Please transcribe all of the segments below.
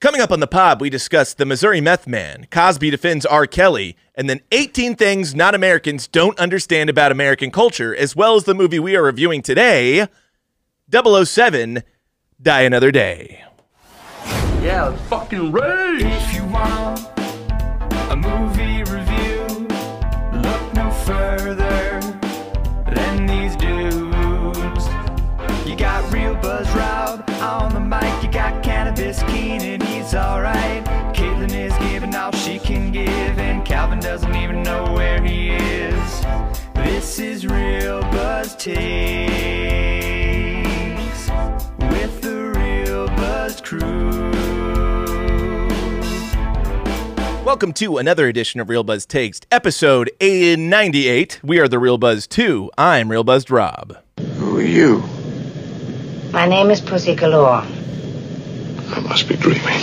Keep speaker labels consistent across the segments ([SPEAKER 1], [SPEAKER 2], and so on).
[SPEAKER 1] Coming up on the pod, we discuss the Missouri Meth Man, Cosby defends R. Kelly, and then 18 things not Americans don't understand about American culture, as well as the movie we are reviewing today, 007 Die Another Day.
[SPEAKER 2] Yeah, fucking rage!
[SPEAKER 3] If you want a movie review, look no further than these dudes. You got real Buzz Rob on the mic, you got Cannabis Keen, and he's alright. Caitlin is giving all she can give, and Calvin doesn't even know where he is. This is Real Buzz Takes with the Real Buzz Crew.
[SPEAKER 1] Welcome to another edition of Real Buzz Takes, episode 98. We are the Real Buzz 2. I'm Real Buzzed Rob.
[SPEAKER 4] Who are you?
[SPEAKER 5] My name is Pussy Galore.
[SPEAKER 4] I must be dreaming.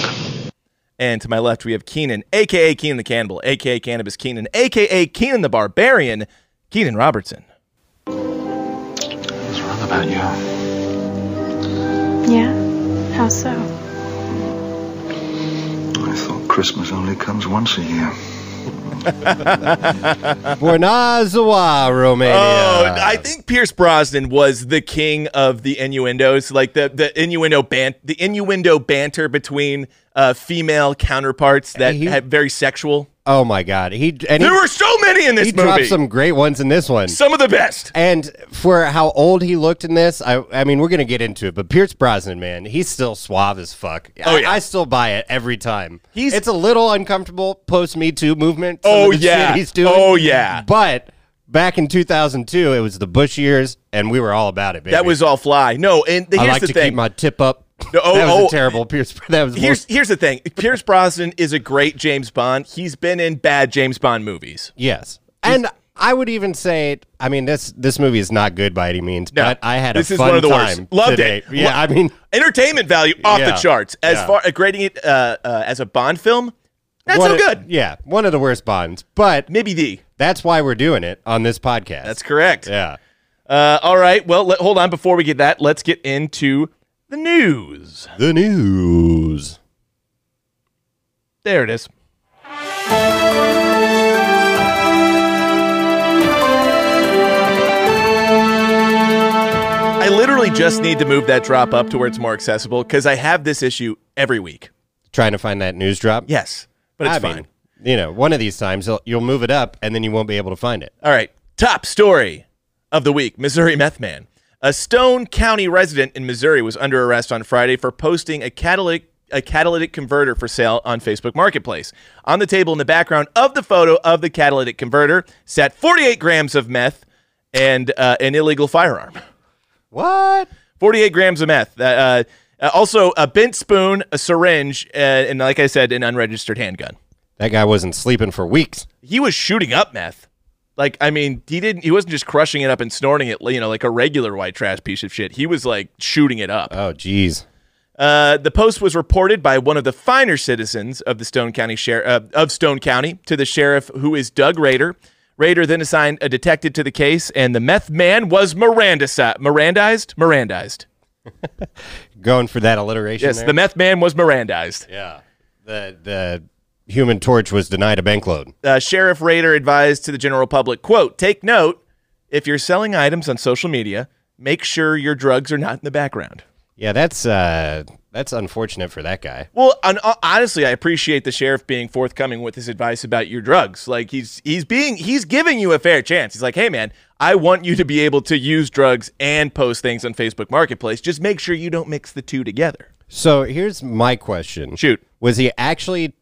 [SPEAKER 1] And to my left, we have Keenan, aka Keenan the Cannibal, aka Cannabis Keenan, aka Keenan the Barbarian, Keenan Robertson.
[SPEAKER 4] What's wrong about you?
[SPEAKER 6] Yeah? How so?
[SPEAKER 4] I thought Christmas only comes once a year.
[SPEAKER 7] Buona Zoa, Romania.
[SPEAKER 1] Oh, I think Pierce Brosnan was the king of the innuendos, like the the innuendo ban- the innuendo banter between uh, female counterparts that
[SPEAKER 7] He-
[SPEAKER 1] had very sexual.
[SPEAKER 7] Oh my God. He and
[SPEAKER 1] There
[SPEAKER 7] he,
[SPEAKER 1] were so many in this
[SPEAKER 7] he
[SPEAKER 1] movie.
[SPEAKER 7] dropped some great ones in this one.
[SPEAKER 1] some of the best.
[SPEAKER 7] and for how old he looked in this, I I mean we're gonna get into it, but Pierce Brosnan, man, he's still suave as fuck.
[SPEAKER 1] Oh,
[SPEAKER 7] I,
[SPEAKER 1] yeah.
[SPEAKER 7] I still buy it every time.
[SPEAKER 1] He's-
[SPEAKER 7] it's a little uncomfortable post Me Too movement. some
[SPEAKER 1] Oh,
[SPEAKER 7] of the shit
[SPEAKER 1] yeah.
[SPEAKER 7] he's doing.
[SPEAKER 1] Oh, yeah.
[SPEAKER 7] But back in 2002, it was the Bush years, and we were all about it. Baby.
[SPEAKER 1] That was all fly. No, and the,
[SPEAKER 7] I
[SPEAKER 1] here's
[SPEAKER 7] like
[SPEAKER 1] the
[SPEAKER 7] to
[SPEAKER 1] thing.
[SPEAKER 7] keep my tip up.
[SPEAKER 1] No, oh,
[SPEAKER 7] that was
[SPEAKER 1] oh.
[SPEAKER 7] a terrible Pierce. That was
[SPEAKER 1] here's here's the thing. Pierce Brosnan is a great James Bond. He's been in bad James Bond movies.
[SPEAKER 7] Yes. And I would even say, I mean, this this movie is not good by any means,
[SPEAKER 1] No.
[SPEAKER 7] but I had a
[SPEAKER 1] This is
[SPEAKER 7] fun
[SPEAKER 1] one of the worst.
[SPEAKER 7] time.
[SPEAKER 1] Loved
[SPEAKER 7] today.
[SPEAKER 1] it.
[SPEAKER 7] Yeah,
[SPEAKER 1] Lo-
[SPEAKER 7] I mean,
[SPEAKER 1] Entertainment value off the
[SPEAKER 7] Yeah.
[SPEAKER 1] charts. As
[SPEAKER 7] Yeah.
[SPEAKER 1] far uh, grading it uh, uh, as a Bond film, not
[SPEAKER 7] one
[SPEAKER 1] so
[SPEAKER 7] of-
[SPEAKER 1] good.
[SPEAKER 7] yeah, one of the worst Bonds, but
[SPEAKER 1] Maybe D.
[SPEAKER 7] that's why we're doing it on this podcast.
[SPEAKER 1] That's correct.
[SPEAKER 7] Yeah.
[SPEAKER 1] Uh, all right. Well, let, hold on. Before we get that, let's get into the news.
[SPEAKER 7] The news.
[SPEAKER 1] There it is. I literally just need to move that drop up to where it's more accessible because I have this issue every week.
[SPEAKER 7] Trying to find that news drop.
[SPEAKER 1] Yes, but it's
[SPEAKER 7] I
[SPEAKER 1] fine.
[SPEAKER 7] mean, you know, one of these times you'll, you'll move it up and then you won't be able to find it.
[SPEAKER 1] All right. Top story of the week Missouri meth man. A Stone County resident in Missouri was under arrest on Friday for posting a catalytic a catalytic converter for sale on Facebook Marketplace. On the table in the background of the photo of the catalytic converter sat 48 grams of meth and uh, an illegal firearm.
[SPEAKER 7] What?
[SPEAKER 1] 48 grams of meth. Uh, uh, also, a bent spoon, a syringe, uh, and like I said, an unregistered handgun
[SPEAKER 7] That guy wasn't sleeping for weeks.
[SPEAKER 1] he was shooting up meth. Like, I mean, he didn't. He wasn't just crushing it up and snorting it, you know, like a regular white trash piece of shit. He was like shooting it up.
[SPEAKER 7] Oh, geez.
[SPEAKER 1] Uh, the post was reported by one of the finer citizens of the Stone County sheriff uh, of Stone County to the sheriff, who is Doug Rader. Rader then assigned a detective to the case, and the meth man was Mirandisa- Mirandized. Mirandized.
[SPEAKER 7] Going for that alliteration.
[SPEAKER 1] Yes,
[SPEAKER 7] there.
[SPEAKER 1] the meth man was Mirandized.
[SPEAKER 7] yeah. The, the human torch was denied a bankload.
[SPEAKER 1] uh, Sheriff Rader advised to the general public, quote, take note, if you're selling items on social media, make sure your drugs are not in the background.
[SPEAKER 7] Yeah, that's uh that's unfortunate for that guy.
[SPEAKER 1] Well, on, uh, honestly, I appreciate the sheriff being forthcoming with his advice about your drugs. Like he's he's being he's giving you a fair chance. He's like, "Hey man, I want you to be able to use drugs and post things on Facebook Marketplace. Just make sure you don't mix the two together."
[SPEAKER 7] So here's my question.
[SPEAKER 1] Shoot.
[SPEAKER 7] Was he actually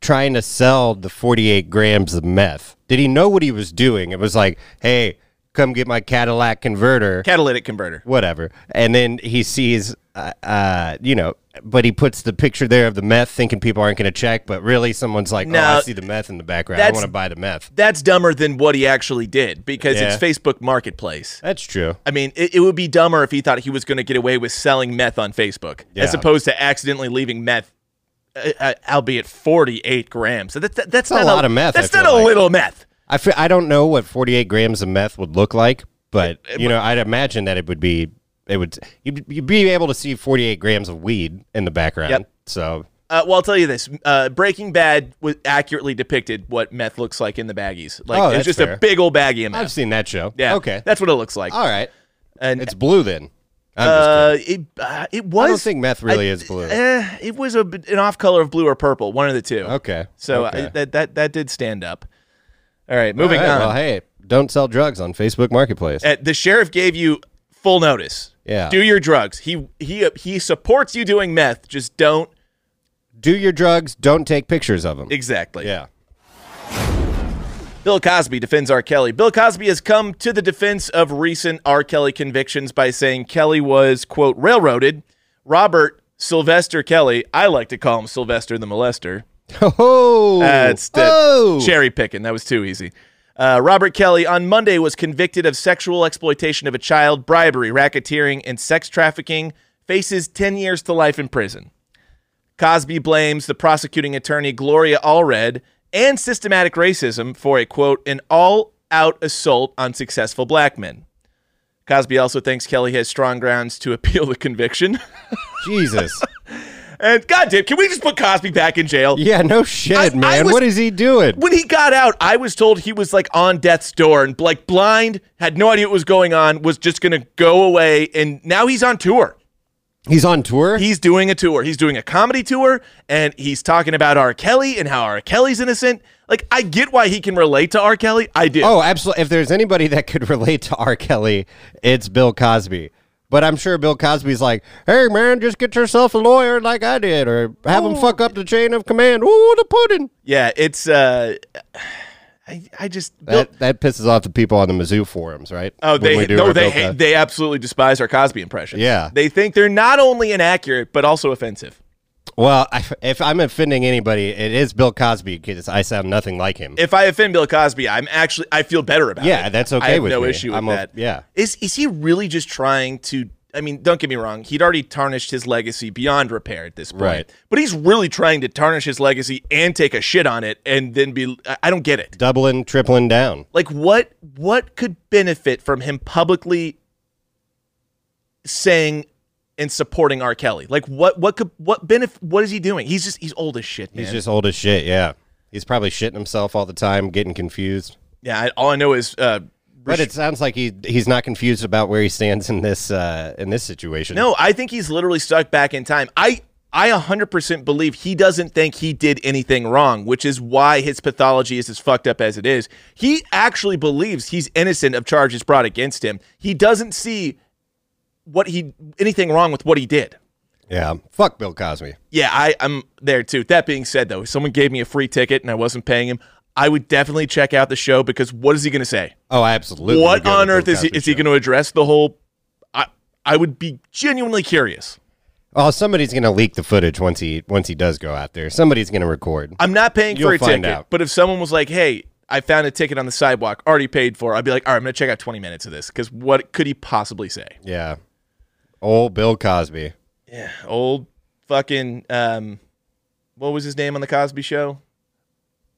[SPEAKER 7] trying to sell the 48 grams of meth? Did he know what he was doing? It was like, hey, come get my Cadillac converter,
[SPEAKER 1] Catalytic converter.
[SPEAKER 7] whatever. And then he sees, uh, uh, you know, but he puts the picture there of the meth, thinking people aren't going to check. But really, someone's like, "Oh, I
[SPEAKER 1] No,
[SPEAKER 7] see the meth in the background. I
[SPEAKER 1] that's-
[SPEAKER 7] want to buy the meth."
[SPEAKER 1] That's dumber than what he actually did because it's
[SPEAKER 7] Yeah.
[SPEAKER 1] Facebook Marketplace.
[SPEAKER 7] That's true.
[SPEAKER 1] I mean, it, it would be dumber if he thought he was going to get away with selling meth on Facebook as
[SPEAKER 7] Yeah.
[SPEAKER 1] opposed to accidentally leaving meth, uh, uh, albeit 48 grams. So that's, that, that's
[SPEAKER 7] That's
[SPEAKER 1] not
[SPEAKER 7] a lot of meth, I
[SPEAKER 1] That's
[SPEAKER 7] feel
[SPEAKER 1] not a
[SPEAKER 7] like.
[SPEAKER 1] little meth.
[SPEAKER 7] I feel, I don't know what 48 grams of meth would look like, but you know, I'd imagine that it would be it would you'd, you'd be able to see 48 grams of weed in the background.
[SPEAKER 1] Yep.
[SPEAKER 7] So
[SPEAKER 1] Uh, well, I'll tell you this: uh, Breaking Bad was accurately depicted what meth looks like in the baggies. Like
[SPEAKER 7] Oh,
[SPEAKER 1] it's
[SPEAKER 7] that's
[SPEAKER 1] just a
[SPEAKER 7] fair.
[SPEAKER 1] big old baggie of meth.
[SPEAKER 7] I've seen that show.
[SPEAKER 1] yeah,
[SPEAKER 7] Okay.
[SPEAKER 1] that's what it looks like.
[SPEAKER 7] All right.
[SPEAKER 1] and
[SPEAKER 7] It's blue then. I'm just kidding.
[SPEAKER 1] uh, it uh, it was.
[SPEAKER 7] I don't think meth really is blue.
[SPEAKER 1] Eh, it was a, bit- an off color of blue or purple, one of the two.
[SPEAKER 7] okay.
[SPEAKER 1] So
[SPEAKER 7] okay.
[SPEAKER 1] I, that that that did stand up. All right, moving
[SPEAKER 7] All right,
[SPEAKER 1] on.
[SPEAKER 7] Well, hey, don't sell drugs on Facebook Marketplace.
[SPEAKER 1] Uh, the sheriff gave you full notice.
[SPEAKER 7] Yeah.
[SPEAKER 1] do your drugs. He he he supports you doing meth. Just don't
[SPEAKER 7] Do your drugs, don't take pictures of them.
[SPEAKER 1] exactly.
[SPEAKER 7] yeah.
[SPEAKER 1] Bill Cosby defends R. Kelly. Bill Cosby has come to the defense of recent R. Kelly convictions by saying Kelly was, quote, railroaded. Robert Sylvester Kelly, I like to call him Sylvester the Molester.
[SPEAKER 7] Oh.
[SPEAKER 1] That's Uh, the
[SPEAKER 7] oh.
[SPEAKER 1] cherry picking. That was too easy. Uh, Robert Kelly on Monday was convicted of sexual exploitation of a child, bribery, racketeering, and sex trafficking. Faces 10 years to life in prison. Cosby blames the prosecuting attorney Gloria Allred and systematic racism for a quote, an all out assault on successful black men. Cosby also thinks Kelly has strong grounds to appeal the conviction.
[SPEAKER 7] Jesus.
[SPEAKER 1] and goddamn, can we just put Cosby back in jail?
[SPEAKER 7] Yeah, no shit,
[SPEAKER 1] I- I
[SPEAKER 7] man.
[SPEAKER 1] was-
[SPEAKER 7] what is he doing?
[SPEAKER 1] when he got out, I was told he was like on death's door and like blind, had no idea what was going on, was just gonna go away, and now he's on tour.
[SPEAKER 7] He's on tour?
[SPEAKER 1] He's doing a tour. He's doing a comedy tour, and he's talking about R. Kelly and how R. Kelly's innocent. Like, I get why he can relate to R. Kelly. I do.
[SPEAKER 7] Oh, absolutely. If there's anybody that could relate to R. Kelly, it's Bill Cosby. But I'm sure Bill Cosby's like, hey, man, just get yourself a lawyer like I did, or have him fuck up the chain of command. Ooh, the pudding.
[SPEAKER 1] Yeah, it's uh I, I just Bill-
[SPEAKER 7] That, that pisses off the people on the Mizzou forums, right?
[SPEAKER 1] Oh,
[SPEAKER 7] When
[SPEAKER 1] they
[SPEAKER 7] we do
[SPEAKER 1] no,
[SPEAKER 7] our
[SPEAKER 1] they
[SPEAKER 7] Bill
[SPEAKER 1] hate,
[SPEAKER 7] Cos-
[SPEAKER 1] they absolutely despise our Cosby impressions.
[SPEAKER 7] Yeah.
[SPEAKER 1] they think they're not only inaccurate but also offensive.
[SPEAKER 7] Well, I, if I'm offending anybody, it is Bill Cosby because I sound nothing like him.
[SPEAKER 1] if I offend Bill Cosby, I'm actually I feel better about it.
[SPEAKER 7] Yeah, that's okay
[SPEAKER 1] I have
[SPEAKER 7] with
[SPEAKER 1] no
[SPEAKER 7] me.
[SPEAKER 1] issue with
[SPEAKER 7] I'm a-
[SPEAKER 1] that.
[SPEAKER 7] yeah.
[SPEAKER 1] is is he really just trying to? I mean, don't get me wrong. He'd already tarnished his legacy beyond repair at this point.
[SPEAKER 7] Right.
[SPEAKER 1] But he's really trying to tarnish his legacy and take a shit on it, and then be. I- I don't get it.
[SPEAKER 7] Doubling, tripling down.
[SPEAKER 1] Like, what what could benefit from him publicly saying and supporting R. Kelly? Like, what what could what benefit? What is he doing? He's just he's old as shit. Man.
[SPEAKER 7] He's just old as shit, yeah. He's probably shitting himself all the time, getting confused.
[SPEAKER 1] yeah. I, all I know is. uh
[SPEAKER 7] But it sounds like he he's not confused about where he stands in this uh, in this situation.
[SPEAKER 1] No, I think he's literally stuck back in time. I I 100% believe he doesn't think he did anything wrong, which is why his pathology is as fucked up as it is. He actually believes he's innocent of charges brought against him. He doesn't see what he anything wrong with what he did.
[SPEAKER 7] Yeah. Fuck Bill Cosby.
[SPEAKER 1] Yeah, I, I'm there too. That being said, though, if someone gave me a free ticket and I wasn't paying him, I would definitely check out the show because what is he going to say?
[SPEAKER 7] Oh, absolutely.
[SPEAKER 1] what
[SPEAKER 7] Go to
[SPEAKER 1] on
[SPEAKER 7] Bill
[SPEAKER 1] earth is he
[SPEAKER 7] Cosby
[SPEAKER 1] is he
[SPEAKER 7] show.
[SPEAKER 1] going to address the whole? I I would be genuinely curious.
[SPEAKER 7] Oh, somebody's gonna leak the footage once he once he does go out there. Somebody's gonna record.
[SPEAKER 1] I'm not paying
[SPEAKER 7] You'll
[SPEAKER 1] for a
[SPEAKER 7] find
[SPEAKER 1] ticket,
[SPEAKER 7] out.
[SPEAKER 1] but if someone was like, "Hey, I found a ticket on the sidewalk, already paid for," I'd be like, "All right, I'm gonna check out 20 minutes of this because what could he possibly say?"
[SPEAKER 7] yeah. Old Bill Cosby.
[SPEAKER 1] Old fucking um, what was his name on the Cosby Show?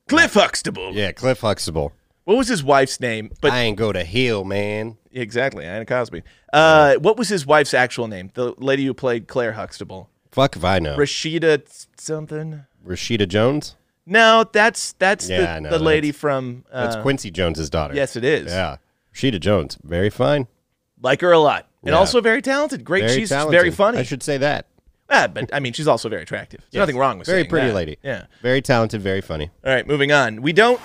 [SPEAKER 1] Cliff Huxtable.
[SPEAKER 7] Yeah, Cliff Huxtable.
[SPEAKER 1] What was his wife's name? But
[SPEAKER 7] I ain't go to heel, man.
[SPEAKER 1] exactly, Anna Cosby. Uh, what was his wife's actual name? The lady who played Claire Huxtable,
[SPEAKER 7] Fuck if I know.
[SPEAKER 1] Rashida s- something.
[SPEAKER 7] Rashida Jones?
[SPEAKER 1] No, that's that's
[SPEAKER 7] Yeah, I
[SPEAKER 1] the,
[SPEAKER 7] know,
[SPEAKER 1] the
[SPEAKER 7] that's-
[SPEAKER 1] lady from. Uh,
[SPEAKER 7] That's Quincy Jones's daughter.
[SPEAKER 1] yes, it is.
[SPEAKER 7] Yeah. Rashida Jones. Very fine.
[SPEAKER 1] Like her a lot, and
[SPEAKER 7] Yeah.
[SPEAKER 1] also very talented. Great,
[SPEAKER 7] Very
[SPEAKER 1] she's
[SPEAKER 7] talented.
[SPEAKER 1] very funny.
[SPEAKER 7] I should say that.
[SPEAKER 1] Ah, but I mean, she's also very attractive. There's nothing wrong with
[SPEAKER 7] Very
[SPEAKER 1] saying
[SPEAKER 7] pretty
[SPEAKER 1] that.
[SPEAKER 7] lady.
[SPEAKER 1] Yeah.
[SPEAKER 7] Very talented, very funny.
[SPEAKER 1] All right, moving on. We don't.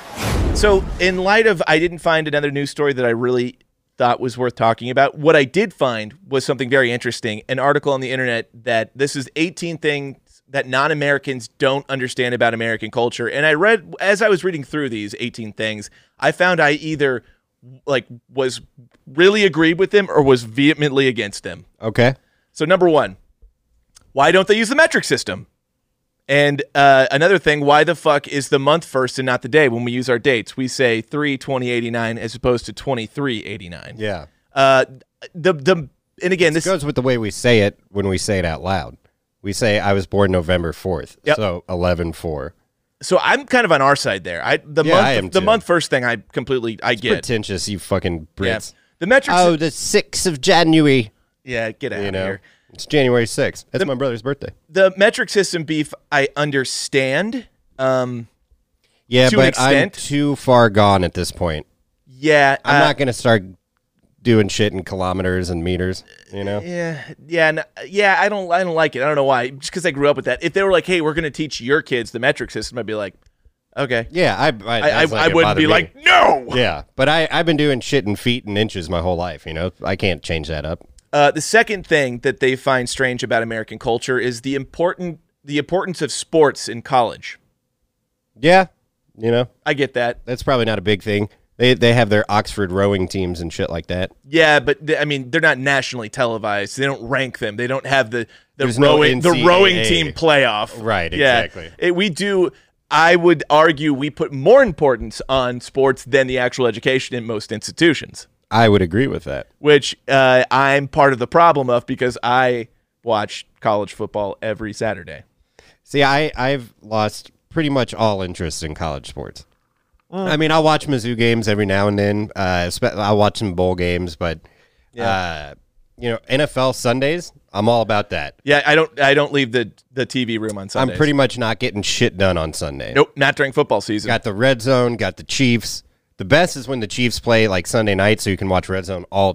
[SPEAKER 1] So, in light of, I didn't find another news story that I really thought was worth talking about. What I did find was something very interesting an article on the internet that this is 18 things that non Americans don't understand about American culture. And I read, as I was reading through these 18 things, I found I either like was really agreed with him or was vehemently against him.
[SPEAKER 7] Okay.
[SPEAKER 1] So number one, why don't they use the metric system? And uh, another thing, why the fuck is the month first and not the day when we use our dates? We say 3 2089 as opposed to 2389.
[SPEAKER 7] Yeah.
[SPEAKER 1] Uh, the the and again
[SPEAKER 7] This
[SPEAKER 1] this
[SPEAKER 7] goes with the way we say it when we say it out loud. We say I was born November 4th.
[SPEAKER 1] Yep.
[SPEAKER 7] So 11 4.
[SPEAKER 1] so I'm kind of on our side there. I the
[SPEAKER 7] Yeah,
[SPEAKER 1] month
[SPEAKER 7] I am
[SPEAKER 1] the
[SPEAKER 7] too.
[SPEAKER 1] month first thing I completely I get.
[SPEAKER 7] Pretentious, you fucking
[SPEAKER 1] Yeah.
[SPEAKER 7] Brits.
[SPEAKER 1] The metric
[SPEAKER 7] Oh, the 6th of January.
[SPEAKER 1] yeah, get out
[SPEAKER 7] You
[SPEAKER 1] of
[SPEAKER 7] know,
[SPEAKER 1] here.
[SPEAKER 7] it's January 6th. That's my brother's birthday.
[SPEAKER 1] The metric system beef I understand. Um
[SPEAKER 7] Yeah,
[SPEAKER 1] To an
[SPEAKER 7] but I'm
[SPEAKER 1] extent.
[SPEAKER 7] too far gone at this point.
[SPEAKER 1] yeah,
[SPEAKER 7] I'm
[SPEAKER 1] uh,
[SPEAKER 7] not going to start doing shit in kilometers and meters, you know?
[SPEAKER 1] Yeah, yeah, and, yeah. I don't, I don't like it. I don't know why. Just because I grew up with that. If they were like, "Hey, we're going to teach your kids the metric system," I'd be like, "Okay."
[SPEAKER 7] Yeah,
[SPEAKER 1] I,
[SPEAKER 7] I I,
[SPEAKER 1] I,
[SPEAKER 7] that's not
[SPEAKER 1] I
[SPEAKER 7] gonna
[SPEAKER 1] wouldn't
[SPEAKER 7] bother
[SPEAKER 1] be
[SPEAKER 7] me.
[SPEAKER 1] like, "No."
[SPEAKER 7] Yeah, but I I've been doing shit in feet and inches my whole life, you know. I can't change that up.
[SPEAKER 1] Uh, the second thing that they find strange about American culture is the important the importance of sports in college.
[SPEAKER 7] Yeah, you know,
[SPEAKER 1] I get that.
[SPEAKER 7] that's probably not a big thing. They they have their Oxford rowing teams and shit like that.
[SPEAKER 1] Yeah, but they, I mean, they're not nationally televised. They don't rank them. They don't have the the
[SPEAKER 7] There's no
[SPEAKER 1] rowing the rowing
[SPEAKER 7] NCAA.
[SPEAKER 1] team playoff.
[SPEAKER 7] Right,
[SPEAKER 1] Yeah.
[SPEAKER 7] exactly.
[SPEAKER 1] It- we do. I would argue we put more importance on sports than the actual education in most institutions,
[SPEAKER 7] I would agree with that.
[SPEAKER 1] which uh, I'm part of the problem of because I watch college football every Saturday.
[SPEAKER 7] See, I I've lost pretty much all interest in college sports.
[SPEAKER 1] Mm.
[SPEAKER 7] I mean, I'll watch Mizzou games every now and then. Uh, spe- I'll watch some bowl games, but uh, you know, NFL Sundays, I'm all about that.
[SPEAKER 1] Yeah, I don't. I don't leave the the TV room on Sundays.
[SPEAKER 7] I'm pretty much not getting shit done on Sunday.
[SPEAKER 1] Nope, not during football season.
[SPEAKER 7] Got the red zone, got the Chiefs. The best is when the Chiefs play like Sunday night, so you can watch red zone all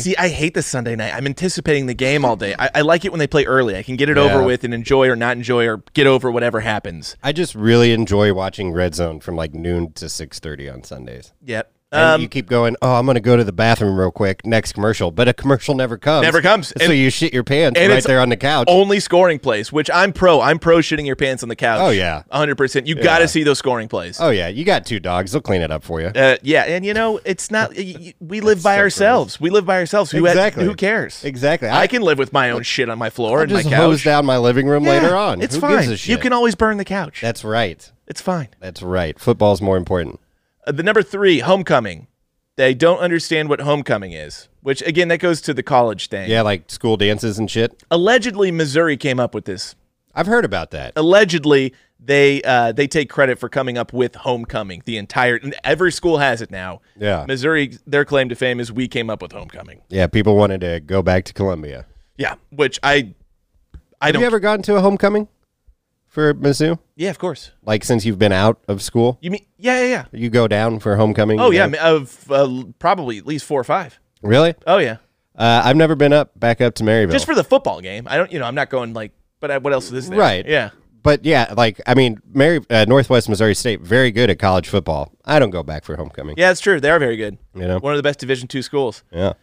[SPEAKER 1] See, I hate the Sunday night. I'm anticipating the game all day. I, I like it when they play early. I can get it over
[SPEAKER 7] Yeah.
[SPEAKER 1] with and enjoy or not enjoy or get over whatever happens.
[SPEAKER 7] I just really enjoy watching red zone from like noon to six thirty on Sundays.
[SPEAKER 1] Yep.
[SPEAKER 7] And you
[SPEAKER 1] Um,
[SPEAKER 7] keep going. Oh, I'm going to go to the bathroom real quick. Next commercial, but a commercial never comes.
[SPEAKER 1] Never comes.
[SPEAKER 7] So
[SPEAKER 1] And-
[SPEAKER 7] you shit your pants
[SPEAKER 1] and
[SPEAKER 7] right
[SPEAKER 1] it's
[SPEAKER 7] there on the couch.
[SPEAKER 1] only scoring plays, which I'm pro. I'm pro shitting your pants on the couch.
[SPEAKER 7] Oh, yeah.
[SPEAKER 1] 100%. You got to see those scoring plays.
[SPEAKER 7] oh yeah, you got two dogs. They'll clean it up for you.
[SPEAKER 1] Uh, yeah, and you know, it's not y- y- we live by
[SPEAKER 7] so
[SPEAKER 1] ourselves. We live by ourselves. Who ha-
[SPEAKER 7] Exactly.
[SPEAKER 1] who cares?
[SPEAKER 7] Exactly.
[SPEAKER 1] I,
[SPEAKER 7] I-
[SPEAKER 1] can live with my own shit on my floor
[SPEAKER 7] I'll
[SPEAKER 1] and my
[SPEAKER 7] just
[SPEAKER 1] couch.
[SPEAKER 7] hose down my living room
[SPEAKER 1] Yeah,
[SPEAKER 7] later on.
[SPEAKER 1] It's
[SPEAKER 7] Who
[SPEAKER 1] fine.
[SPEAKER 7] Gives a shit?
[SPEAKER 1] You can always burn the couch.
[SPEAKER 7] That's right.
[SPEAKER 1] it's fine.
[SPEAKER 7] That's right. Football's more important.
[SPEAKER 1] Uh, the number three, homecoming. They don't understand what homecoming is, which again that goes to the college thing.
[SPEAKER 7] Yeah, like school dances and shit.
[SPEAKER 1] Allegedly, Missouri came up with this.
[SPEAKER 7] I've heard about that.
[SPEAKER 1] Allegedly, they uh, they take credit for coming up with homecoming. The entire and every school has it now.
[SPEAKER 7] Yeah.
[SPEAKER 1] Missouri, their claim to fame is we came up with homecoming.
[SPEAKER 7] Yeah, people wanted to go back to Columbia.
[SPEAKER 1] Yeah, which I I
[SPEAKER 7] Have
[SPEAKER 1] don't.
[SPEAKER 7] you ever gotten to a homecoming for Mizzou?
[SPEAKER 1] yeah, of course.
[SPEAKER 7] Like since you've been out of school,
[SPEAKER 1] You mean yeah yeah yeah.
[SPEAKER 7] you go down for homecoming.
[SPEAKER 1] Oh
[SPEAKER 7] you
[SPEAKER 1] yeah, I
[SPEAKER 7] know?
[SPEAKER 1] mean, of uh, probably at least four or five.
[SPEAKER 7] really?
[SPEAKER 1] Oh yeah,
[SPEAKER 7] Uh, I've never been up back up to Maryville.
[SPEAKER 1] just for the football game. I don't you know I'm not going like. But I, what else is there?
[SPEAKER 7] Right.
[SPEAKER 1] Yeah.
[SPEAKER 7] but yeah, like I mean, Mary uh, Northwest Missouri State very good at college football. I don't go back for homecoming.
[SPEAKER 1] Yeah, it's true. They are very good.
[SPEAKER 7] You know?
[SPEAKER 1] one of the best Division two schools.
[SPEAKER 7] Yeah.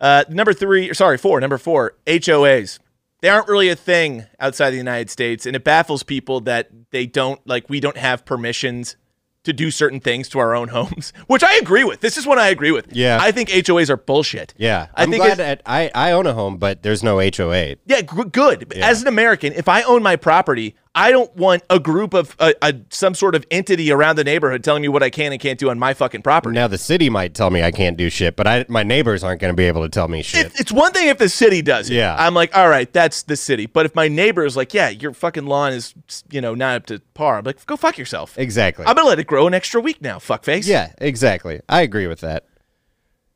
[SPEAKER 1] Uh, number three, or sorry, four. Number four, HOAs. They aren't really a thing outside the United States, and it baffles people that they don't like. We don't have permissions to do certain things to our own homes, which I agree with. This is what I agree with.
[SPEAKER 7] Yeah.
[SPEAKER 1] I think HOAs are bullshit.
[SPEAKER 7] Yeah.
[SPEAKER 1] I
[SPEAKER 7] I'm
[SPEAKER 1] think
[SPEAKER 7] glad
[SPEAKER 1] it's-
[SPEAKER 7] that I I own a home, but there's no HOA.
[SPEAKER 1] yeah, g- good. As an American, if I own my property, I don't want a group of uh, uh, some sort of entity around the neighborhood telling me what I can and can't do on my fucking property.
[SPEAKER 7] Now the city might tell me I can't do shit, but I my neighbors aren't going to be able to tell me shit.
[SPEAKER 1] It, it's one thing if the city does it.
[SPEAKER 7] Yeah.
[SPEAKER 1] I'm like, all right, that's the city. But if my neighbor is like, yeah, your fucking lawn is, you know, not up to par, I'm like, go fuck yourself.
[SPEAKER 7] exactly.
[SPEAKER 1] I'm gonna let it grow an extra week now, fuckface.
[SPEAKER 7] yeah, exactly. I agree with that.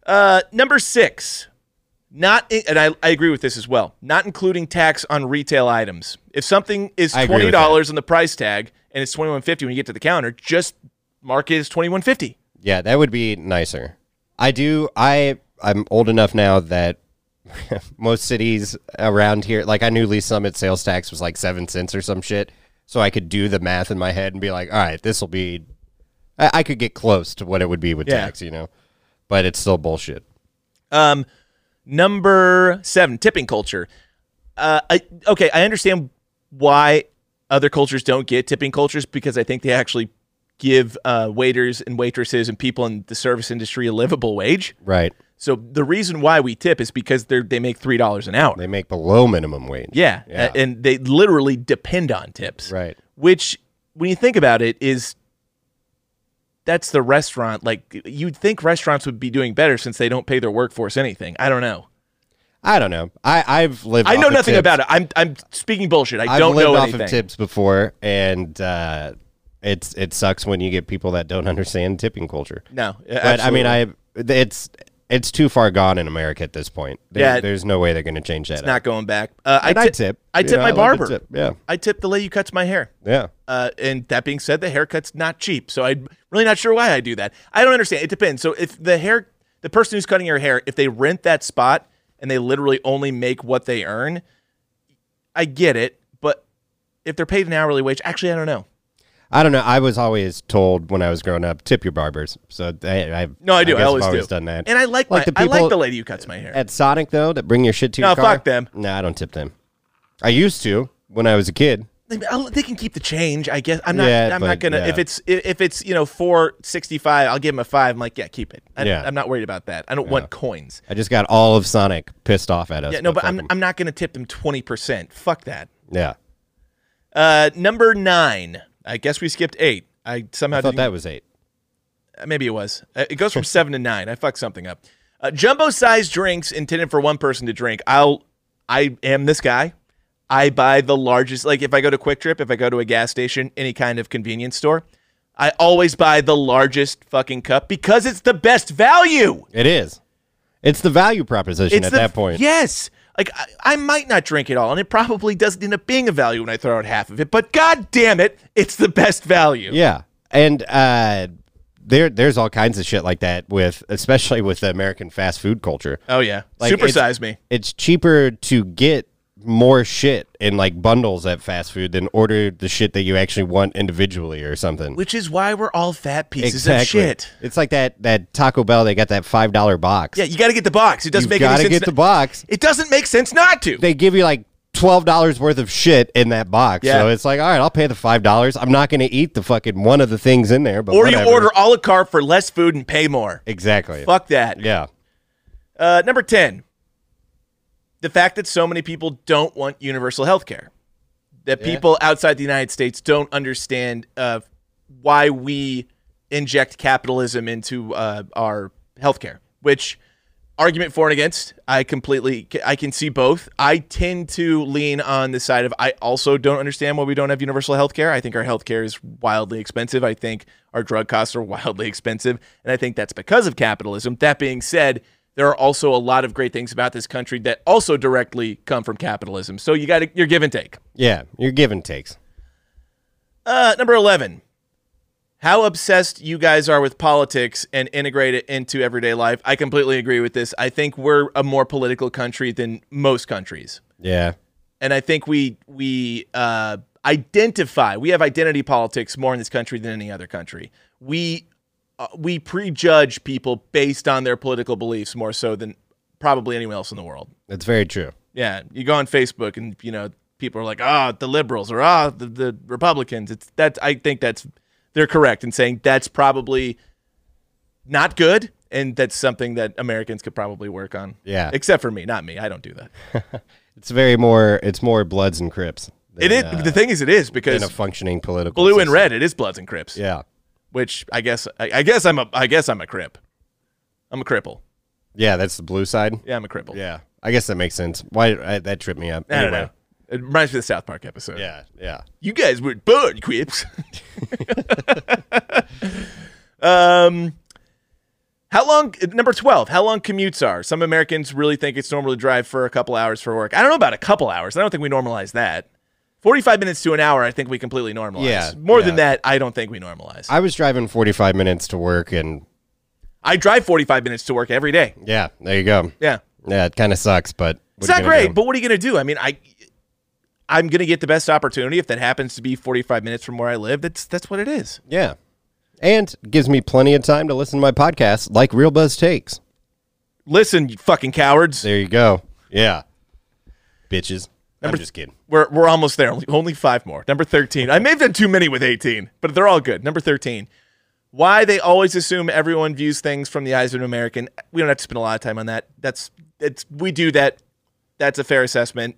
[SPEAKER 1] Uh, number six, not in- and I, I agree with this as well. Not including tax on retail items. If something is
[SPEAKER 7] I agree
[SPEAKER 1] twenty
[SPEAKER 7] with
[SPEAKER 1] dollars on the price tag and it's twenty one fifty when you get to the counter, just mark it as twenty one fifty.
[SPEAKER 7] Yeah, that would be nicer. I do. I I'm old enough now that most cities around here, like I knew Lee Summit sales tax was like seven cents or some shit, so I could do the math in my head and be like, all right, this will be. I, I could get close to what it would be with
[SPEAKER 1] Yeah.
[SPEAKER 7] tax, you know, but it's still bullshit.
[SPEAKER 1] Um, number seven, tipping culture. Uh, I, okay, I understand why other cultures don't get tipping cultures because I think they actually give uh, waiters and waitresses and people in the service industry a livable wage.
[SPEAKER 7] Right.
[SPEAKER 1] So the reason why we tip is because they they make three dollars an hour.
[SPEAKER 7] They make below minimum wage.
[SPEAKER 1] Yeah. a-
[SPEAKER 7] Yeah.
[SPEAKER 1] And they literally depend on tips.
[SPEAKER 7] Right.
[SPEAKER 1] Which, when you think about it, is that's the restaurant. Like, you'd think restaurants would be doing better since they don't pay their workforce anything. I don't know.
[SPEAKER 7] I don't know. I I've lived.
[SPEAKER 1] I know
[SPEAKER 7] off of
[SPEAKER 1] nothing
[SPEAKER 7] tips.
[SPEAKER 1] about it. I'm, I'm speaking bullshit. I
[SPEAKER 7] I've
[SPEAKER 1] don't
[SPEAKER 7] lived
[SPEAKER 1] know
[SPEAKER 7] off
[SPEAKER 1] anything.
[SPEAKER 7] of tips before, and uh, it's it sucks when you get people that don't understand tipping culture.
[SPEAKER 1] No. uh,
[SPEAKER 7] but I mean, I it's it's too far gone in America at this point. There-
[SPEAKER 1] Yeah.
[SPEAKER 7] there's no way they're going to change that.
[SPEAKER 1] It's not going back. Uh,
[SPEAKER 7] And
[SPEAKER 1] I,
[SPEAKER 7] I
[SPEAKER 1] ti-
[SPEAKER 7] tip.
[SPEAKER 1] I
[SPEAKER 7] You
[SPEAKER 1] tip my
[SPEAKER 7] know, I like to
[SPEAKER 1] barber.
[SPEAKER 7] tip, yeah.
[SPEAKER 1] I tip the lady who cuts my hair.
[SPEAKER 7] yeah,
[SPEAKER 1] Uh, and that being said, the haircut's not cheap, so I'm really not sure why I do that. I don't understand. It depends. So if the hair, the person who's cutting your hair, if they rent that spot and they literally only make what they earn, I get it. But if they're paid an hourly wage, actually, I don't know.
[SPEAKER 7] I don't know. I was always told when I was growing up, tip your barbers. So I, I
[SPEAKER 1] No, I do. I,
[SPEAKER 7] guess I've
[SPEAKER 1] always,
[SPEAKER 7] always
[SPEAKER 1] do.
[SPEAKER 7] done that.
[SPEAKER 1] and I like,
[SPEAKER 7] Like
[SPEAKER 1] my,
[SPEAKER 7] the
[SPEAKER 1] I like
[SPEAKER 7] people-
[SPEAKER 1] the lady who cuts my hair.
[SPEAKER 7] at Sonic though that bring your shit to
[SPEAKER 1] No,
[SPEAKER 7] your car.
[SPEAKER 1] fuck them.
[SPEAKER 7] No, I don't tip them. I used to when I was a kid.
[SPEAKER 1] They- I'll- they can keep the change, I guess. I'm not.
[SPEAKER 7] Yeah,
[SPEAKER 1] I'm not
[SPEAKER 7] but,
[SPEAKER 1] gonna.
[SPEAKER 7] yeah.
[SPEAKER 1] If it's if if it's you know four sixty five, I'll give them a five. I'm like, yeah, keep it. I,
[SPEAKER 7] Yeah.
[SPEAKER 1] I'm not worried about that. I don't want coins.
[SPEAKER 7] I just got all of Sonic pissed off at us.
[SPEAKER 1] Yeah, no,
[SPEAKER 7] but
[SPEAKER 1] but
[SPEAKER 7] fuck
[SPEAKER 1] I'm
[SPEAKER 7] 'em.
[SPEAKER 1] I'm not gonna tip them twenty percent. Fuck that.
[SPEAKER 7] yeah.
[SPEAKER 1] Uh, number nine. I guess we skipped eight. I somehow
[SPEAKER 7] I thought
[SPEAKER 1] didn't-
[SPEAKER 7] that was eight.
[SPEAKER 1] uh, maybe it was. Uh, It goes from seven to nine. I fucked something up. Uh, jumbo sized drinks intended for one person to drink. I'll. I am this guy. I buy the largest. Like if I go to Quick Trip, if I go to a gas station, any kind of convenience store, I always buy the largest fucking cup because it's the best value.
[SPEAKER 7] It is. It's the value proposition at
[SPEAKER 1] the-
[SPEAKER 7] that point.
[SPEAKER 1] Yes. Like I, I might not drink it all, and it probably doesn't end up being a value when I throw out half of it. But god damn it, it's the best value.
[SPEAKER 7] Yeah. And uh, there there's all kinds of shit like that with especially with the American fast food culture.
[SPEAKER 1] Oh yeah.
[SPEAKER 7] Like, it's-
[SPEAKER 1] Supersize me.
[SPEAKER 7] It's cheaper to get more shit in like bundles at fast food than order the shit that you actually want individually or something.
[SPEAKER 1] Which is why we're all fat pieces of shit.
[SPEAKER 7] It's like that that Taco Bell. They got that five dollar box.
[SPEAKER 1] Yeah, you got to get the box. It doesn't
[SPEAKER 7] You've
[SPEAKER 1] make any
[SPEAKER 7] gotta
[SPEAKER 1] sense.
[SPEAKER 7] get
[SPEAKER 1] not-
[SPEAKER 7] the box.
[SPEAKER 1] It doesn't make sense not to.
[SPEAKER 7] they give you like twelve dollars worth of shit in that box.
[SPEAKER 1] Yeah.
[SPEAKER 7] So it's like, all right, I'll pay the five dollars. I'm not going to eat the fucking one of the things in there. But
[SPEAKER 1] or
[SPEAKER 7] whatever.
[SPEAKER 1] you order a la carte for less food and pay more.
[SPEAKER 7] exactly.
[SPEAKER 1] Fuck that.
[SPEAKER 7] Yeah.
[SPEAKER 1] Uh, number 10, the fact that so many people don't want universal health care, that people outside the United States don't understand uh, why we inject capitalism into uh, our healthcare, which argument for and against, I completely, I can see both. I tend to lean on the side of, I also don't understand why we don't have universal health care. I think our health care is wildly expensive. I think our drug costs are wildly expensive. And I think that's because of capitalism. That being said, there are also a lot of great things about this country that also directly come from capitalism. So you got to, you're give and take.
[SPEAKER 7] Yeah. Your give and takes.
[SPEAKER 1] Uh, number 11. How obsessed you guys are with politics and integrate it into everyday life. I completely agree with this. I think we're a more political country than most countries.
[SPEAKER 7] Yeah.
[SPEAKER 1] And I think we we uh, identify, we have identity politics more in this country than any other country. We uh, we prejudge people based on their political beliefs more so than probably anyone else in the world.
[SPEAKER 7] That's very true.
[SPEAKER 1] Yeah, you go on Facebook and you know people are like, "Ah, the liberals," or "Ah, the, the Republicans." It's that I think that's they're correct in saying that's probably not good, and that's something that Americans could probably work on.
[SPEAKER 7] Yeah.
[SPEAKER 1] except for me, not me. I don't do that.
[SPEAKER 7] It's very more. It's more Bloods and Crips. Than,
[SPEAKER 1] It is
[SPEAKER 7] uh,
[SPEAKER 1] the thing is it is
[SPEAKER 7] than
[SPEAKER 1] because
[SPEAKER 7] a functioning political.
[SPEAKER 1] blue and
[SPEAKER 7] system.
[SPEAKER 1] red. It is Bloods and Crips.
[SPEAKER 7] Yeah.
[SPEAKER 1] which I guess I, I guess I'm a I guess I'm a Crip. I'm a cripple.
[SPEAKER 7] Yeah. That's the blue side.
[SPEAKER 1] Yeah, I'm a cripple.
[SPEAKER 7] Yeah. I guess that makes sense. Why I, that tripped me up?
[SPEAKER 1] I don't
[SPEAKER 7] Anyway.
[SPEAKER 1] know. It reminds me of the South Park episode.
[SPEAKER 7] Yeah. Yeah.
[SPEAKER 1] you guys were born quips. um, how long? Number twelve. How long commutes are? Some Americans really think it's normal to drive for a couple hours for work. I don't know about a couple hours. I don't think we normalize that. Forty-five minutes to an hour, I think we completely normalize.
[SPEAKER 7] Yeah,
[SPEAKER 1] More than
[SPEAKER 7] yeah.
[SPEAKER 1] that, I don't think we normalize. I,
[SPEAKER 7] I was driving 45 minutes to work, and
[SPEAKER 1] drive forty-five minutes to work every day.
[SPEAKER 7] yeah, there you go.
[SPEAKER 1] Yeah,
[SPEAKER 7] Yeah, it kind of sucks, but
[SPEAKER 1] it's not great, but what are you gonna do? I mean, I. I'm gonna get the best opportunity if that happens to be 45 minutes from where I live. That's that's what it is.
[SPEAKER 7] yeah, and gives me plenty of time to listen to my podcast, like Real Buzz Takes.
[SPEAKER 1] Listen, you fucking cowards.
[SPEAKER 7] There you go. Yeah, bitches. I'm
[SPEAKER 1] Number
[SPEAKER 7] just kidding.
[SPEAKER 1] We're, we're almost there. Only, only five more. Number 13. I may have done too many with 18, but they're all good. Number 13. Why they always assume everyone views things from the eyes of an American. We don't have to spend a lot of time on that. That's it's we do that. That's a fair assessment.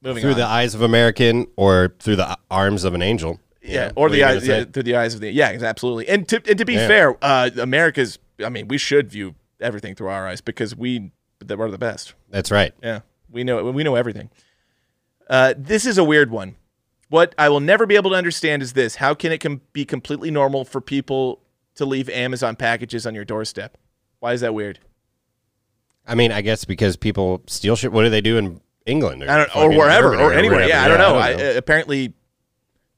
[SPEAKER 1] Moving
[SPEAKER 7] Through
[SPEAKER 1] on.
[SPEAKER 7] the eyes of American or through the arms of an angel.
[SPEAKER 1] yeah, or
[SPEAKER 7] What are
[SPEAKER 1] the
[SPEAKER 7] you gonna
[SPEAKER 1] eyes yeah,
[SPEAKER 7] say?
[SPEAKER 1] through the eyes of the yeah, absolutely. And to and to be
[SPEAKER 7] Yeah.
[SPEAKER 1] fair, uh, America's. I mean, we should view everything through our eyes because we that we're the best.
[SPEAKER 7] That's right.
[SPEAKER 1] Yeah, we know we know everything. Uh, this is a weird one. What I will never be able to understand is this: How can it com- be completely normal for people to leave Amazon packages on your doorstep? Why is that weird?
[SPEAKER 7] I mean, I guess because people steal shit. What do they do in England?
[SPEAKER 1] I don't, or
[SPEAKER 7] fucking
[SPEAKER 1] wherever,
[SPEAKER 7] Germany
[SPEAKER 1] or anywhere.
[SPEAKER 7] wherever?
[SPEAKER 1] Yeah, I don't know. I uh, apparently,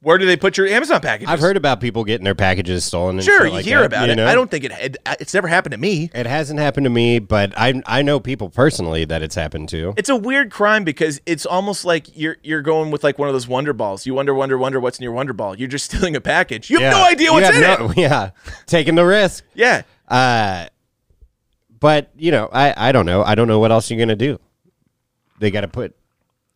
[SPEAKER 1] where do they put your Amazon packages?
[SPEAKER 7] I've heard about people getting their packages stolen. And
[SPEAKER 1] Sure,
[SPEAKER 7] shit
[SPEAKER 1] you
[SPEAKER 7] like
[SPEAKER 1] hear
[SPEAKER 7] that,
[SPEAKER 1] about
[SPEAKER 7] you
[SPEAKER 1] it.
[SPEAKER 7] know?
[SPEAKER 1] I don't think it, it. It's never happened to me.
[SPEAKER 7] It hasn't happened to me, but I I know people personally that it's happened to.
[SPEAKER 1] It's a weird crime because it's almost like you're you're going with like one of those Wonder Balls. You wonder, wonder, wonder what's in your Wonder Ball. You're just stealing a package. You have no idea what's in it.
[SPEAKER 7] Yeah, taking the risk.
[SPEAKER 1] Yeah,
[SPEAKER 7] Uh, but you know, I I don't know. I don't know what else you're gonna do. They got to put.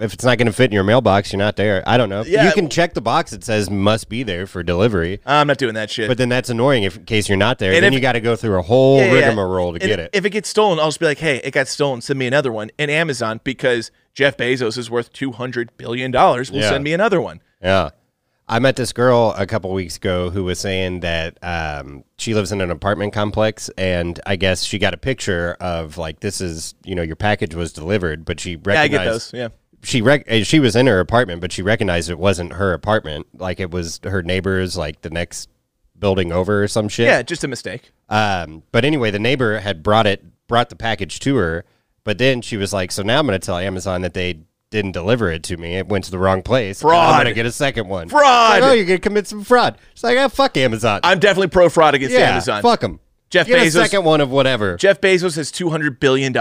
[SPEAKER 7] If it's not going to fit in your mailbox, you're not there. I don't know.
[SPEAKER 1] Yeah.
[SPEAKER 7] you can check the box that says must be there for delivery,
[SPEAKER 1] I'm not doing that shit.
[SPEAKER 7] but then that's annoying if, in case you're not there.
[SPEAKER 1] And
[SPEAKER 7] then
[SPEAKER 1] if-
[SPEAKER 7] you got to go through a whole
[SPEAKER 1] Yeah, yeah, yeah.
[SPEAKER 7] rigmarole to
[SPEAKER 1] And
[SPEAKER 7] get it.
[SPEAKER 1] If it gets stolen, I'll just be like, hey, it got stolen. Send me another one. And Amazon, because Jeff Bezos is worth $200 billion, will
[SPEAKER 7] Yeah.
[SPEAKER 1] send me another one.
[SPEAKER 7] Yeah. I met this girl a couple weeks ago who was saying that um, she lives in an apartment complex, and I guess she got a picture of like this is you know your package was delivered, but she
[SPEAKER 1] Yeah, I
[SPEAKER 7] recognized
[SPEAKER 1] get those. Yeah.
[SPEAKER 7] she rec- uh, she was in her apartment, but she recognized it wasn't her apartment, like it was her neighbor's, like the next building over or some shit.
[SPEAKER 1] Yeah, just a mistake.
[SPEAKER 7] Um, but anyway, the neighbor had brought it, brought the package to her, but then she was like, "So now I'm going to tell Amazon that they didn't deliver it to me. It went to the wrong place. Now I'm
[SPEAKER 1] Fraud.
[SPEAKER 7] going to get a second one.
[SPEAKER 1] Fraud.
[SPEAKER 7] Like, oh, you're going to commit some fraud. She's like, "Ah, fuck Amazon.
[SPEAKER 1] I'm definitely pro fraud against
[SPEAKER 7] yeah,
[SPEAKER 1] Amazon.
[SPEAKER 7] fuck them.
[SPEAKER 1] Jeff
[SPEAKER 7] get a
[SPEAKER 1] Bezos-
[SPEAKER 7] second one of whatever.
[SPEAKER 1] Jeff Bezos has $200 billion.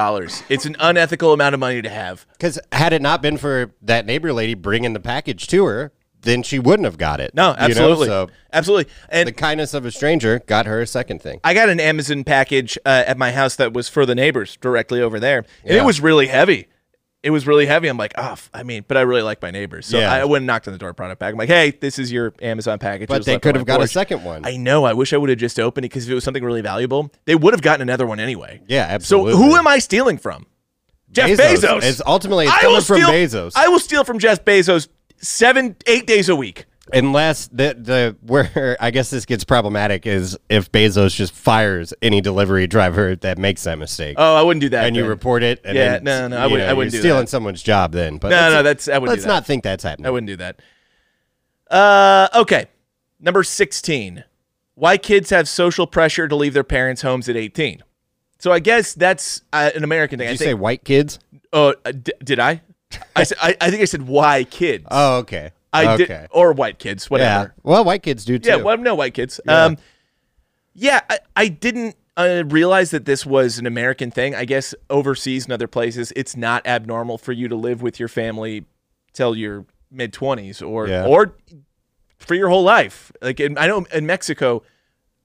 [SPEAKER 1] It's an unethical amount of money to have.
[SPEAKER 7] Because had it not been for that neighbor lady bringing the package to her, then she wouldn't have got it.
[SPEAKER 1] No,
[SPEAKER 7] You know?
[SPEAKER 1] absolutely.
[SPEAKER 7] So
[SPEAKER 1] Absolutely. And
[SPEAKER 7] the kindness of a stranger got her a second thing.
[SPEAKER 1] I got an Amazon package uh, at my house that was for the neighbors directly over there, and
[SPEAKER 7] Yeah.
[SPEAKER 1] it was really heavy. It was really heavy. I'm like, oh, f- I mean, but I really like my neighbors, so
[SPEAKER 7] Yeah.
[SPEAKER 1] I went and knocked on the door, brought it back. I'm like, hey, this is your Amazon package. It
[SPEAKER 7] But
[SPEAKER 1] was
[SPEAKER 7] they
[SPEAKER 1] left on
[SPEAKER 7] could
[SPEAKER 1] my
[SPEAKER 7] have got a
[SPEAKER 1] porch.
[SPEAKER 7] second one.
[SPEAKER 1] I know. I wish I would have just opened it because if it was something really valuable, they would have gotten another one anyway.
[SPEAKER 7] Yeah,
[SPEAKER 1] So
[SPEAKER 7] absolutely.
[SPEAKER 1] who am I stealing from? Jeff Bezos.
[SPEAKER 7] Bezos. It's- ultimately, it's coming from Bezos.
[SPEAKER 1] I will steal from Jeff Bezos seven, eight days a week.
[SPEAKER 7] Unless the the where I guess this gets problematic is if Bezos just fires any delivery driver that makes that mistake.
[SPEAKER 1] Oh, I wouldn't do that.
[SPEAKER 7] and you
[SPEAKER 1] then.
[SPEAKER 7] report it. And
[SPEAKER 1] Yeah,
[SPEAKER 7] then,
[SPEAKER 1] no, no, I
[SPEAKER 7] you
[SPEAKER 1] wouldn't- I
[SPEAKER 7] you're
[SPEAKER 1] wouldn't do
[SPEAKER 7] stealing
[SPEAKER 1] that.
[SPEAKER 7] someone's job then. But
[SPEAKER 1] No,
[SPEAKER 7] let's-
[SPEAKER 1] no, that's- I wouldn't do
[SPEAKER 7] Let's
[SPEAKER 1] that.
[SPEAKER 7] not think that's happening.
[SPEAKER 1] I wouldn't do that. Uh, okay. Number 16. Why kids have social pressure to leave their parents' homes at 18. So I guess that's uh, an American thing.
[SPEAKER 7] Did
[SPEAKER 1] I
[SPEAKER 7] you say
[SPEAKER 1] think,
[SPEAKER 7] white kids?
[SPEAKER 1] oh, uh, d- did I? I, said, I? I think I said why kids.
[SPEAKER 7] Oh, okay.
[SPEAKER 1] I
[SPEAKER 7] okay.
[SPEAKER 1] did, or white kids,
[SPEAKER 7] yeah.
[SPEAKER 1] whatever.
[SPEAKER 7] Well, white kids do too.
[SPEAKER 1] Yeah, well, no white kids. Um, yeah, I, I didn't uh, realize that this was an American thing. I guess overseas and other places, it's not abnormal for you to live with your family till your mid twenties or
[SPEAKER 7] Yeah.
[SPEAKER 1] or for your whole life. Like in, I know in Mexico,